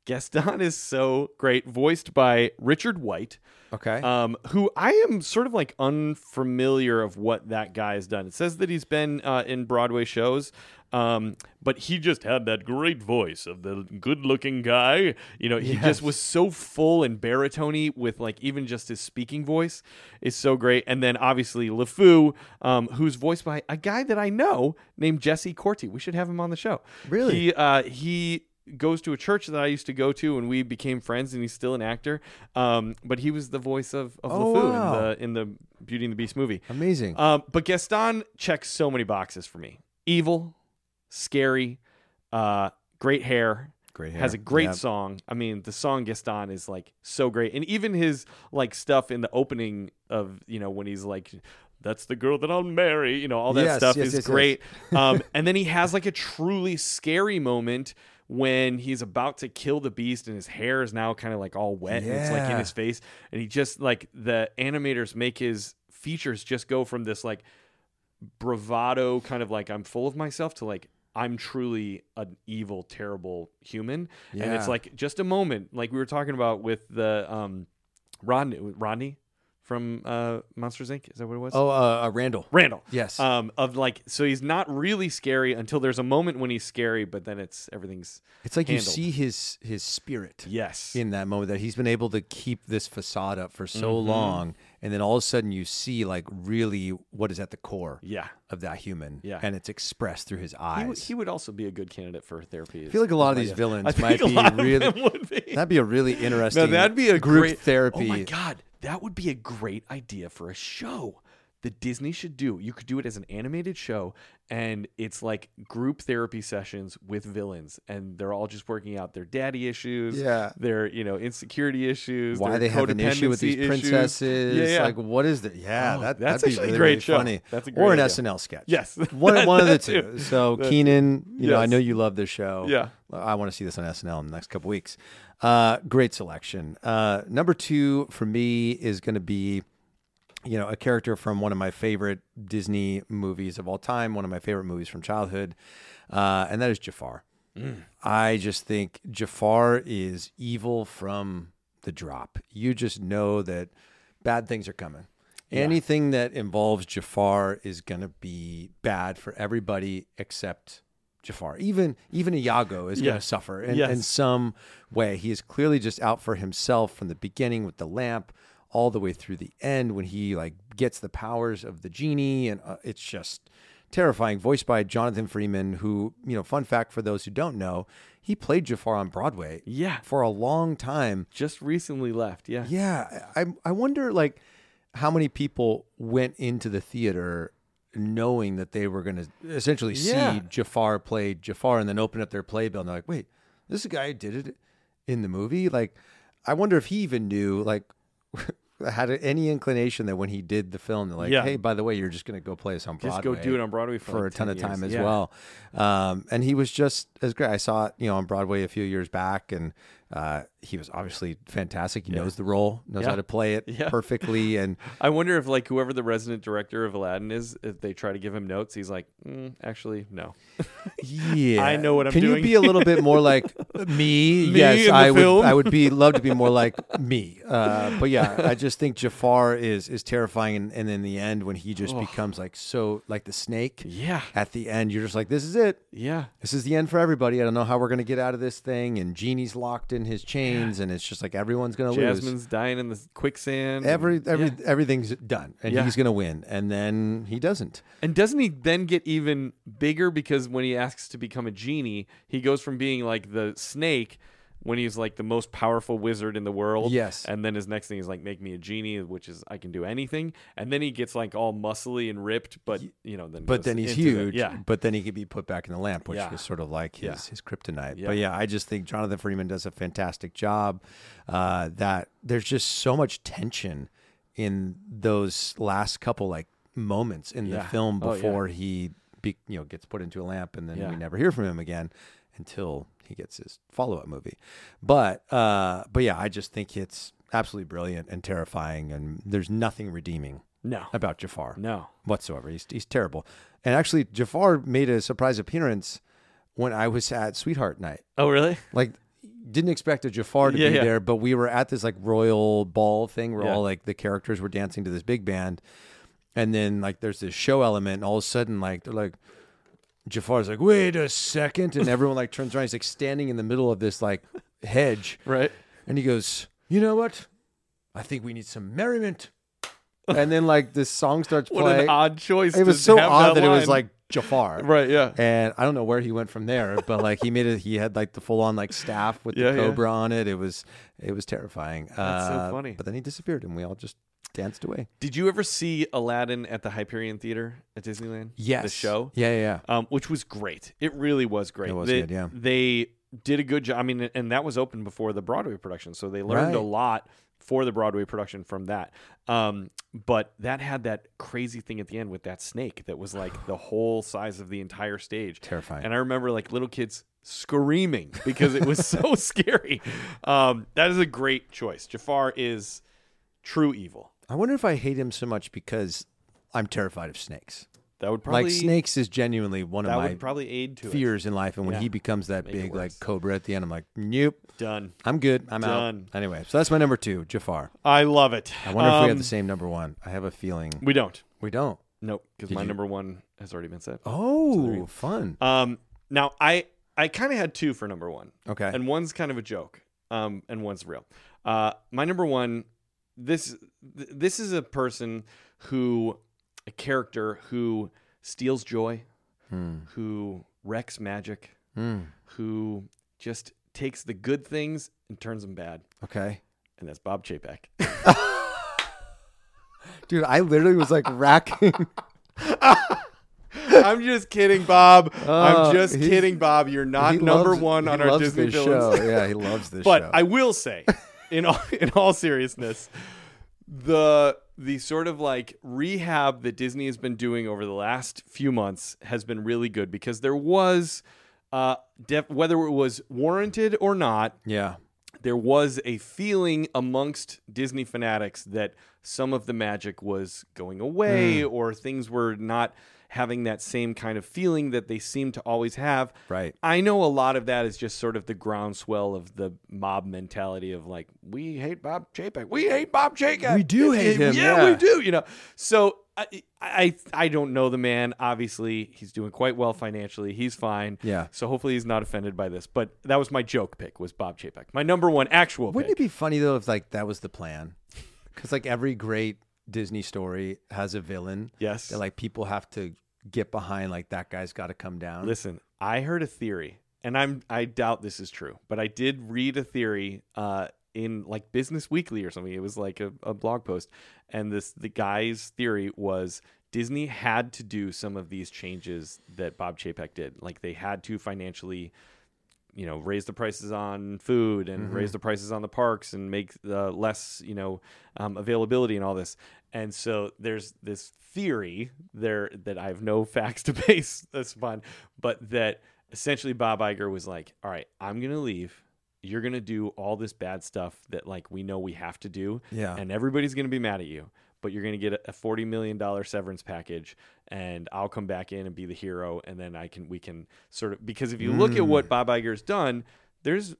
Gaston is so great, voiced by Richard White.
okay.
Um, who I am sort of like unfamiliar of what that guy has done. It says that he's been uh, in Broadway shows, um, but he just had that great voice of the good-looking guy. You know, he just was so full and baritone with like even just his speaking voice is so great. And then obviously LeFou, um, who's voiced by a guy that I know named Jesse Corti. We should have him on the show.
Really?
He uh, he goes to a church that I used to go to, and we became friends. And he's still an actor, um, but he was the voice of, of
Oh,
LeFou
wow.
in the in the Beauty and the Beast movie.
Amazing.
Um, but Gaston checks so many boxes for me: evil, scary, uh, great hair.
Great
Has a
hair.
great
Yep.
song. I mean, the song Gaston is like so great, and even his like stuff in the opening of you know when he's like, "That's the girl that I'll marry," you know, all that
Yes,
stuff
yes,
is
yes, yes.
great. um, and then he has like a truly scary moment when he's about to kill the beast and his hair is now kind of like all wet and it's like in
Yeah.
his face and he just like the animators make his features just go from this like bravado kind of like I'm full of myself to like I'm truly an evil, terrible human. And it's
Yeah.
like just a moment, like we were talking about with the um Rodney Rodney from uh Monsters Inc. Is that what it was?
Oh, uh, uh, Randall.
Randall.
Yes.
Um of like so he's not really scary until there's a moment when he's scary, but then it's everything's
It's like
handled.
you see his his spirit.
Yes.
in that moment that he's been able to keep this facade up for so
Mm-hmm.
long and then all of a sudden you see like really what is at the core
yeah.
of that human
Yeah.
and it's expressed through his
He,
eyes
w- he would also be a good candidate for therapy.
i feel like a lot of these villains might be really
would be.
that'd be a really interesting
No, that'd be a
group
great
therapy
Oh my god, that would be a great idea for a show. That Disney should do. You could do it as an animated show, and it's like group therapy sessions with villains, and they're all just working out their daddy issues,
Yeah.
their you know insecurity issues,
why
their
they have an issue with
codependency
these
issues.
princesses
Yeah, yeah.
like what is that yeah
Oh,
that,
that's
that'd be
actually a
really,
great
really
show.
funny
That's a
or an
great idea.
snl sketch
Yes.
one, one of the
That
two
too.
so
That-
keenan you know i
Yes.
know you love this show
Yeah.
i want to see this on snl in the next couple weeks uh great selection uh number two for me is going to be you know, a character from one of my favorite Disney movies of all time, one of my favorite movies from childhood, uh, and that is Jafar. I just think Jafar is evil from the drop. You just know that bad things are coming. Anything that involves Jafar is going to be bad for everybody except Jafar. Even even Iago is going
Yes.
to suffer in,
Yes.
in some way. He is clearly just out for himself from the beginning with the lamp all the way through the end when he like gets the powers of the genie and uh, it's just terrifying voiced by Jonathan Freeman who, you know, fun fact for those who don't know, he played Jafar on Broadway
Yeah.
for a long time.
Just recently left. Yeah.
Yeah, I I wonder like how many people went into the theater knowing that they were going to essentially
Yeah.
see Jafar play Jafar and then open up their playbill and they're like, "Wait, this guy did it in the movie?" Like I wonder if he even knew like had any inclination that when he did the film, they're like,
Yeah.
"Hey, by the way, you're just going to go play us on
Just
Broadway."
go do it on Broadway for,
for
like
a ton
10
of time
years.
as
Yeah.
well. Um, and he was just as great. I saw it, you know, on Broadway a few years back, and uh, he was obviously fantastic. He knows the role, knows
Yeah.
how to play it
Yeah.
perfectly, and
I wonder if like whoever the resident director of Aladdin is, if they try to give him notes, he's like, mm, actually, no.
yeah,
I know what I'm
Can
doing.
you be a little bit more like me?
Me in
yes,
the
I would.
film.
I would be love to be more like me. Uh, but yeah, I just think Jafar is is terrifying, and, and in the end, when he just becomes like so like the snake.
Yeah.
At the end, you're just like, this is it.
Yeah.
this is the end for everybody. I don't know how we're going to get out of this thing. And Genie's locked in his chains, and it's just like everyone's going to lose.
Jasmine's dying in the quicksand. and-
Every every
Yeah.
everything's done, and
Yeah.
he's going to win. And then he doesn't.
And doesn't he then get even bigger because when he asks to become a genie, he goes from being like the snake when he's like the most powerful wizard in the world.
Yes.
And then his next thing is like make me a genie, which is I can do anything. And then he gets like all muscly and ripped, but you know, then
But
goes
then he's
into the-
huge.
yeah.
But then he could be put back in the lamp, which
Yeah.
is sort of like his
Yeah.
his kryptonite.
Yeah.
But yeah, I just think Jonathan Freeman does a fantastic job. Uh, that there's just so much tension in those last couple like moments in the
Yeah.
film
Oh, yeah.
before he be, you know gets put into a lamp, and then
Yeah.
we never hear from him again until he gets his follow up movie. But uh, but yeah, I just think it's absolutely brilliant and terrifying, and there's nothing redeeming
No.
about Jafar
No.
whatsoever. He's, he's terrible. And actually, Jafar made a surprise appearance when I was at Sweetheart Night.
Oh really?
Like, didn't expect a Jafar to
Yeah,
be
yeah.
there, but we were at this like royal ball thing where
Yeah.
all like the characters were dancing to this big band. And then like there's this show element, and all of a sudden, like they're like, Jafar's like, wait a second. And everyone like turns around. He's like standing in the middle of this like hedge.
Right.
And he goes, You know what? I think we need some merriment. And then like this song starts
What
playing
an odd choice.
it was
to
so
have
odd that, it was
line.
like Jafar.
Right, yeah.
And I don't know where he went from there, but like he made it he had like the full on like staff with
Yeah,
the
yeah.
cobra on it. It was it was terrifying.
That's so
Uh,
funny.
But then he disappeared and we all just danced away.
Did you ever see Aladdin at the Hyperion Theater at Disneyland? The show?
Yeah, yeah, yeah.
Um, which was great. It really was great.
It was
they,
good, yeah.
They did a good job. I mean, and that was open before the Broadway production, so they learned a
Right.
lot for the Broadway production from that. Um, but that had that crazy thing at the end with that snake that was like the whole size of the entire stage.
Terrifying.
And I remember like little kids screaming because it was so scary. Um, that is a great choice. Jafar is true evil.
I wonder if I hate him so much because I'm terrified of snakes.
That would probably
like snakes is genuinely one of
That
my
would probably aid to
fears in life. And when
Yeah.
he becomes that
Make it
big like
worse.
cobra at the end, I'm like, nope,
it. Done.
I'm good, I'm
Done.
out. Anyway, so that's my number two, Jafar.
I love it.
I wonder if we have
Um,
the same number one. I have a feeling
We don't.
we don't.
Nope, because
Did
my
you-
number one has already been said.
Oh, fun.
Um, now I I kind of had two for number one.
Okay.
and one's kind of a joke, um, and one's real. Uh, my number one, this th- this is a person who, a character who steals joy,
Hmm.
who wrecks magic, who just takes the good things and turns them bad,
Okay.
and that's Bob Chapek.
Dude, I literally was like racking.
I'm just kidding, Bob.
Oh,
I'm just
he's-
kidding, Bob. You're not
He
number
loves-
one
he
on our
loves
Disney
this
villains.
show. Yeah, he loves this
but
show.
I will say, in all in all seriousness, the the sort of like rehab that Disney has been doing over the last few months has been really good because there was, uh, def- whether it was warranted or not,
yeah.
there was a feeling amongst Disney fanatics that some of the magic was going away
Hmm.
or things were not having that same kind of feeling that they seem to always have.
Right.
I know a lot of that is just sort of the groundswell of the mob mentality of like, we hate Bob Chapek. We hate Bob Chapek.
We do
Yeah,
hate him,
yeah,
yeah.
we do, you know. So I, I I don't know the man. Obviously, he's doing quite well financially. He's fine.
Yeah.
So hopefully he's not offended by this. But that was my joke pick was Bob Chapek. My number one actual
Wouldn't
pick.
it be funny though if like that was the plan? Because like every great Disney story has a villain.
Yes.
That like people have to get behind. Like that guy's got to come down.
Listen, I heard a theory, and I'm I doubt this is true, but I did read a theory uh, in like Business Weekly or something. It was like a, a blog post, and this the guy's theory was Disney had to do some of these changes that Bob Chapek did. Like they had to financially you know raise the prices on food and raise the prices on the parks and make the less you know um, availability and all this and so there's this theory there that i have no facts to base this upon but that essentially bob Iger was like all right i'm gonna leave you're gonna do all this bad stuff that like we know we have to do
Yeah.
and everybody's gonna be mad at you but you're gonna get a- a forty million dollar severance package, and I'll come back in and be the hero, and then I can we can sort of because if you look at
Mm.
what Bob Iger's done, there's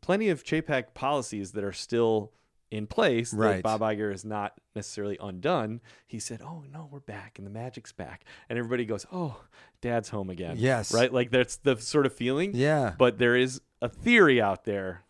plenty of Chapek policies that are still in place
Right.
that Bob Iger is not necessarily undone. He said, "Oh no, we're back, and the magic's back," and everybody goes, "Oh, Dad's home again."
Yes.
right. Like that's the sort of feeling.
Yeah.
but there is a theory out there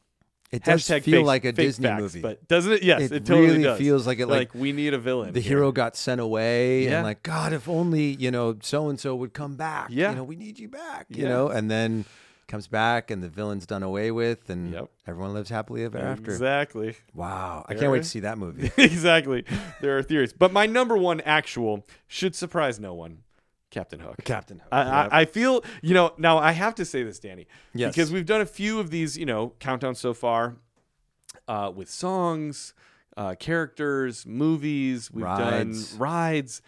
It does
Hashtag
feel
fake-
like a
fake
Disney
facts,
movie.
But doesn't it? Yes,
It
it, totally
really
does.
feels like it,
They're
like,
we need a villain.
the
here.
hero got sent away,
Yeah.
and like God, if only you know so and so would come back.
Yeah.
You know, we need you back. You
Yeah.
know, and then comes back, and the villain's done away with, and
Yep.
everyone lives happily ever after.
Exactly.
Wow, I can't wait
There-
to see that movie.
exactly. There are theories, but my number one actual should surprise no one. Captain Hook.
Captain Hook.
I, I, I feel you know. Now I have to say this, Danny,
Yes.
because we've done a few of these, you know, countdown so far, uh, with songs, uh, characters, movies. We've
Rides.
done rides.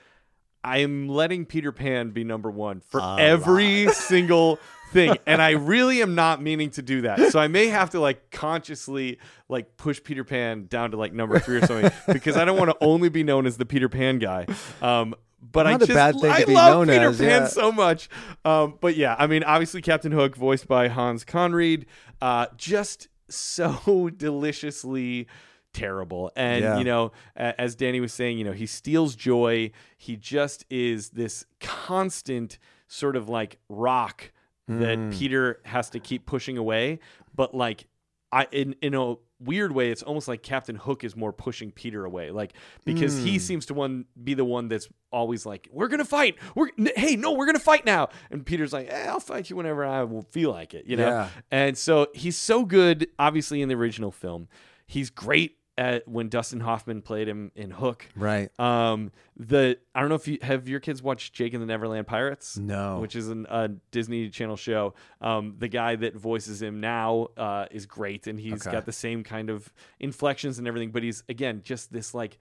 I'm letting Peter Pan be number one for every single thing. And I really am not meaning to do that. So I may have to like consciously like push Peter Pan down to like number three or something because I don't want to only be known as the Peter Pan guy. Um, but I
Not a
just
bad thing to
I
be
love
known
Peter
as,
Pan
yeah.
so much. Um, but yeah, I mean, obviously Captain Hook, voiced by Hans Conried, uh, just so deliciously terrible. And
Yeah.
you know, a- as Danny was saying, you know, he steals joy. He just is this constant sort of like rock that Peter has to keep pushing away. But like, I in in a weird way, it's almost like Captain Hook is more pushing Peter away, like because he seems to one be the one that's always like, "We're gonna fight. We're n- hey, no, we're gonna fight now." And Peter's like, eh, "I'll fight you whenever I will feel like it," you know.
Yeah.
And so he's so good, obviously in the original film. He's great at when Dustin Hoffman played him in Hook.
right.
Um, the I don't know if you have your kids watched Jake and the Neverland Pirates.
No.
which is an, a Disney Channel show. Um, the guy that voices him now uh, is great, and he's
Okay.
got the same kind of inflections and everything. But he's again just this like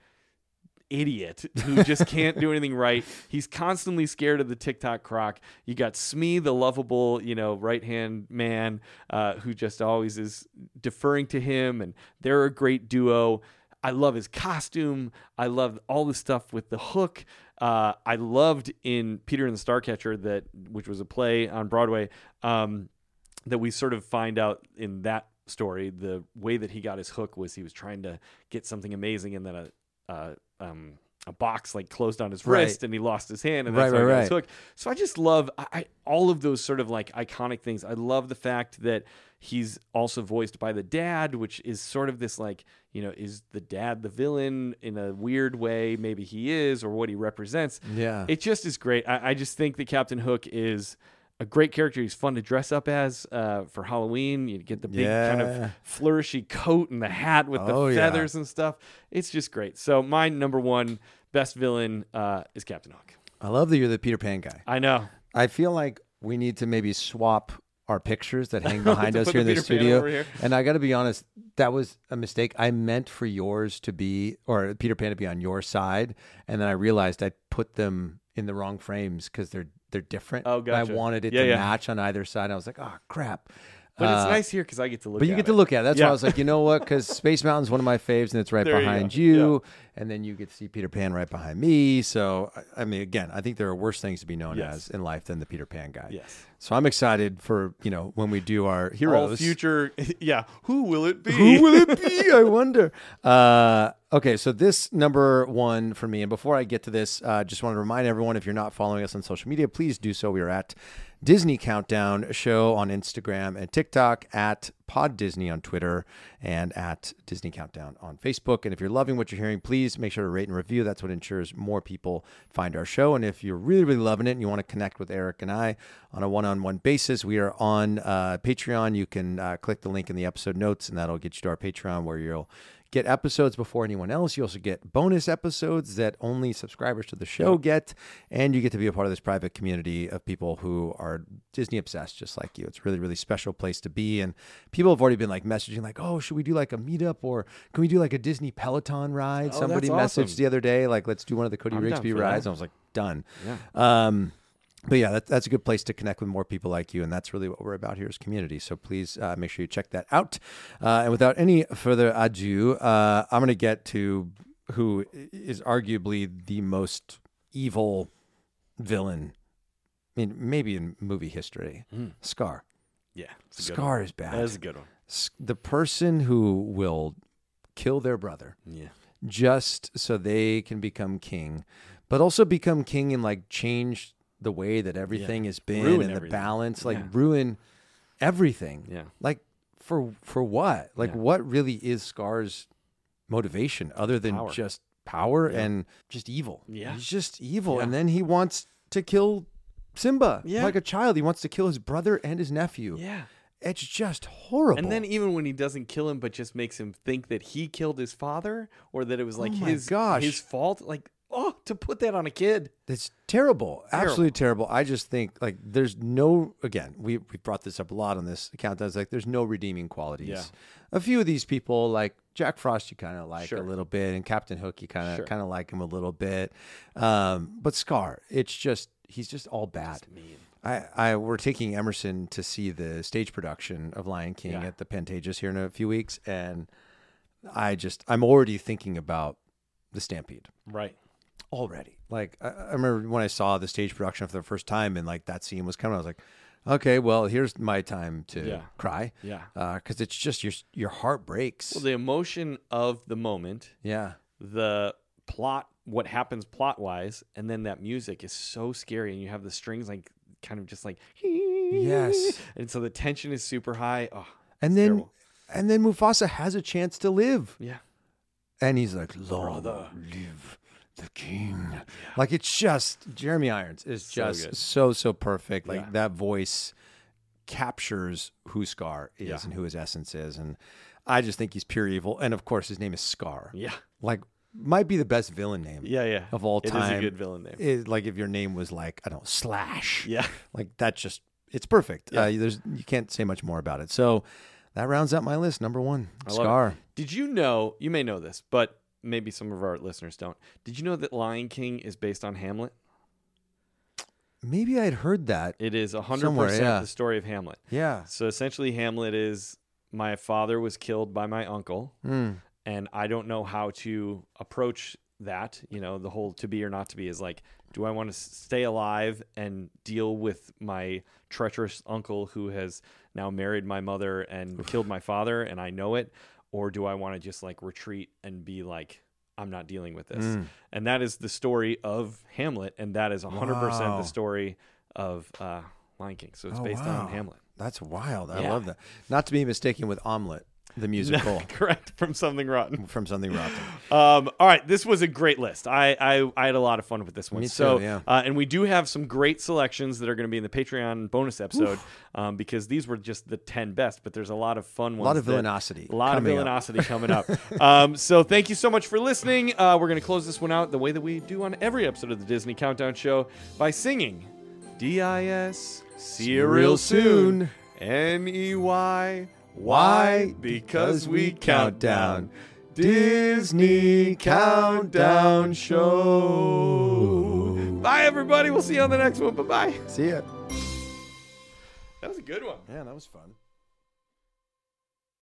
idiot who just can't do anything right. He's constantly scared of the TikTok croc. You got Smee, the lovable, you know, right hand man uh, who just always is deferring to him, and they're a great duo. I love his costume. I love all the stuff with the hook. Uh, I loved in Peter and the Starcatcher that, which was a play on Broadway, um, that we sort of find out in that story. The way that he got his hook was he was trying to get something amazing, and then a a, um, a box like closed on his
Right.
wrist, and he lost his hand, and that's
Right,
how he
right,
got his
right.
hook. So I just love I, I, all of those sort of like iconic things. I love the fact that he's also voiced by the dad, which is sort of this like, you know, is the dad the villain in a weird way? Maybe he is, or what he represents.
Yeah.
It just is great. I, I just think that Captain Hook is. A great character. He's fun to dress up as uh, for Halloween. You get the big kind of
Yeah.
flourishy coat and the hat with the
Oh, yeah.
feathers and stuff. It's just great. So my number one best villain uh, is Captain Hook.
I love that you're the Peter Pan guy.
I know.
I feel like we need to maybe swap our pictures that hang behind
To
us
put
here in
the
the
Peter Pan over
studio.
here.
And I got to be honest, that was a mistake. I meant for yours to be, or Peter Pan to be on your side, and then I realized I put them in the wrong frames because they're they're different.
Oh,
And
gotcha.
I wanted it
Yeah,
to
yeah.
match on either side. I was like, oh crap.
But
Uh,
it's nice here because I get to look.
But you
at
get to
it.
look at it. That's
Yeah.
why I was like, you know what? Because Space Mountain's one of my faves, and it's right
There you
behind
go.
you. And then you get to see Peter Pan right behind me. So, I- I mean, again, I think there are worse things to be known
Yes.
as in life than the Peter Pan guy.
Yes.
So I'm excited for, you know, when we do our
all
heroes.
future. Yeah, who will it be?
Who will it be? I wonder. Uh, okay, so this number one for me. And before I get to this, uh, just want to remind everyone if you're not following us on social media, please do so. We are at Disney Countdown Show on Instagram and TikTok, at Pod Disney on Twitter, and at Disney Countdown on Facebook. And if you're loving what you're hearing, please make sure to rate and review. That's what ensures more people find our show. And if you're really, really loving it and you want to connect with Eric and I on a one on one basis, we are on uh, Patreon. You can uh, click the link in the episode notes, and that'll get you to our Patreon where you'll get episodes before anyone else. You also get bonus episodes that only subscribers to the show get, and you get to be a part of this private community of people who are Disney obsessed, just like you. It's a really, really special place to be. And people have already been like messaging, like, "Oh, should we do like a meetup, or can we do like a Disney Peloton ride?"
Oh,
Somebody
that's
messaged
awesome.
the other day, like, "Let's do one of the Cody
I'm down
Rigsby
for
rides." And
that.
I was like, "Done." Yeah. Um, but yeah, that, that's a good place to connect with more people like you, and that's really what we're about here is community. So please uh, make sure you check that out. Uh, and without any further ado, uh, I'm going to get to who is arguably the most evil villain, I mean, maybe in movie history, Scar.
Yeah, Hmm. it's a good
Scar is
one. That's
bad.
a good one.
S- the person who will kill their brother
Yeah,
just so they can become king, but also become king and like change the way that everything has been
Ruin
and the
everything.
balance, like ruin everything.
Yeah.
Like for for what? Like
Yeah.
what really is Scar's motivation other than
Power.
just power and just evil?
Yeah.
He's just evil.
Yeah.
And then he wants to kill Simba
Yeah.
like a child. He wants to kill his brother and his nephew.
yeah.
It's just horrible.
And then even when he doesn't kill him, but just makes him think that he killed his father or that it was like
Oh my
his
gosh.
his fault. Like, oh, to put that on a kid.
It's terrible, absolutely terrible. I just think like there's no again. We we brought this up a lot on this account. I was like, there's no redeeming qualities.
Yeah.
A few of these people, like Jack Frost, you kind of like
Sure.
a little bit, and Captain Hook, you kind of
Sure.
kind of like him a little bit. Um, but Scar, it's just he's just all bad. I, I we're taking Emerson to see the stage production of Lion King
Yeah.
at the Pantages here in a few weeks, and I just I'm already thinking about the Stampede
Right.
already. Like I, I remember when I saw the stage production for the first time, and like that scene was coming, I was like, okay, well, here's my time to
Yeah.
cry.
Yeah.
because it's just your your heart breaks.
Well, the emotion of the moment,
yeah,
the plot, what happens plot wise, and then that music is so scary, and you have the strings like kind of just like
Yes.
and so the tension is super high. Oh,
and then
terrible.
and then Mufasa has a chance to live,
yeah.
and he's like, long live the king. Like it's just Jeremy Irons is
So
just
good.
so so perfect. Like
Yeah.
that voice captures who Scar is
Yeah.
and who his essence is, and I just think he's pure evil. And of course, his name is Scar.
Yeah.
like might be the best villain name.
Yeah, yeah.
Of all
It is a
time.
good villain name.
Is- like if your name was like I don't know, slash.
Yeah.
Like that's just it's perfect. Uh, there's you can't say much more about it. So that rounds up my list. Number one,
I love it.
Scar.
Did you know, you may know this, but maybe some of our listeners don't. Did you know that Lion King is based on Hamlet?
Maybe I'd heard that.
It is hundred
Somewhere, yeah.
percent the story of Hamlet.
Yeah.
So essentially, Hamlet is my father was killed by my uncle,
Hmm.
and I don't know how to approach that. You know, the whole to be or not to be is like, do I want to stay alive and deal with my treacherous uncle who has now married my mother and killed my father, and I know it, or do I want to just like retreat and be like, I'm not dealing with this?
Hmm.
And that is the story of Hamlet, and that is 100%
Wow.
the story of uh, Lion King. So it's
Oh,
based
wow.
on Hamlet.
That's wild. I
Yeah.
love that. Not to be mistaken with Omelette, the musical
Correct from something rotten.
from Something Rotten.
Um, all right, this was a great list. I I, I had a lot of fun with this one.
Me too,
so
yeah.
uh, and we do have some great selections that are going to be in the Patreon bonus episode um, because these were just the ten best, but there's a lot of fun ones.
of
that-
villainosity
A lot
coming
of
up.
villainosity coming up. um, so thank you so much for listening. Uh, we're going to close this one out the way that we do on every episode of the Disney Countdown Show by singing D.I.S. See you real soon. N E Y. Why? Because we count down. Disney Countdown Show. Bye, everybody. We'll see you on the next one. Bye bye.
See ya.
That was a good one.
Yeah, that was fun.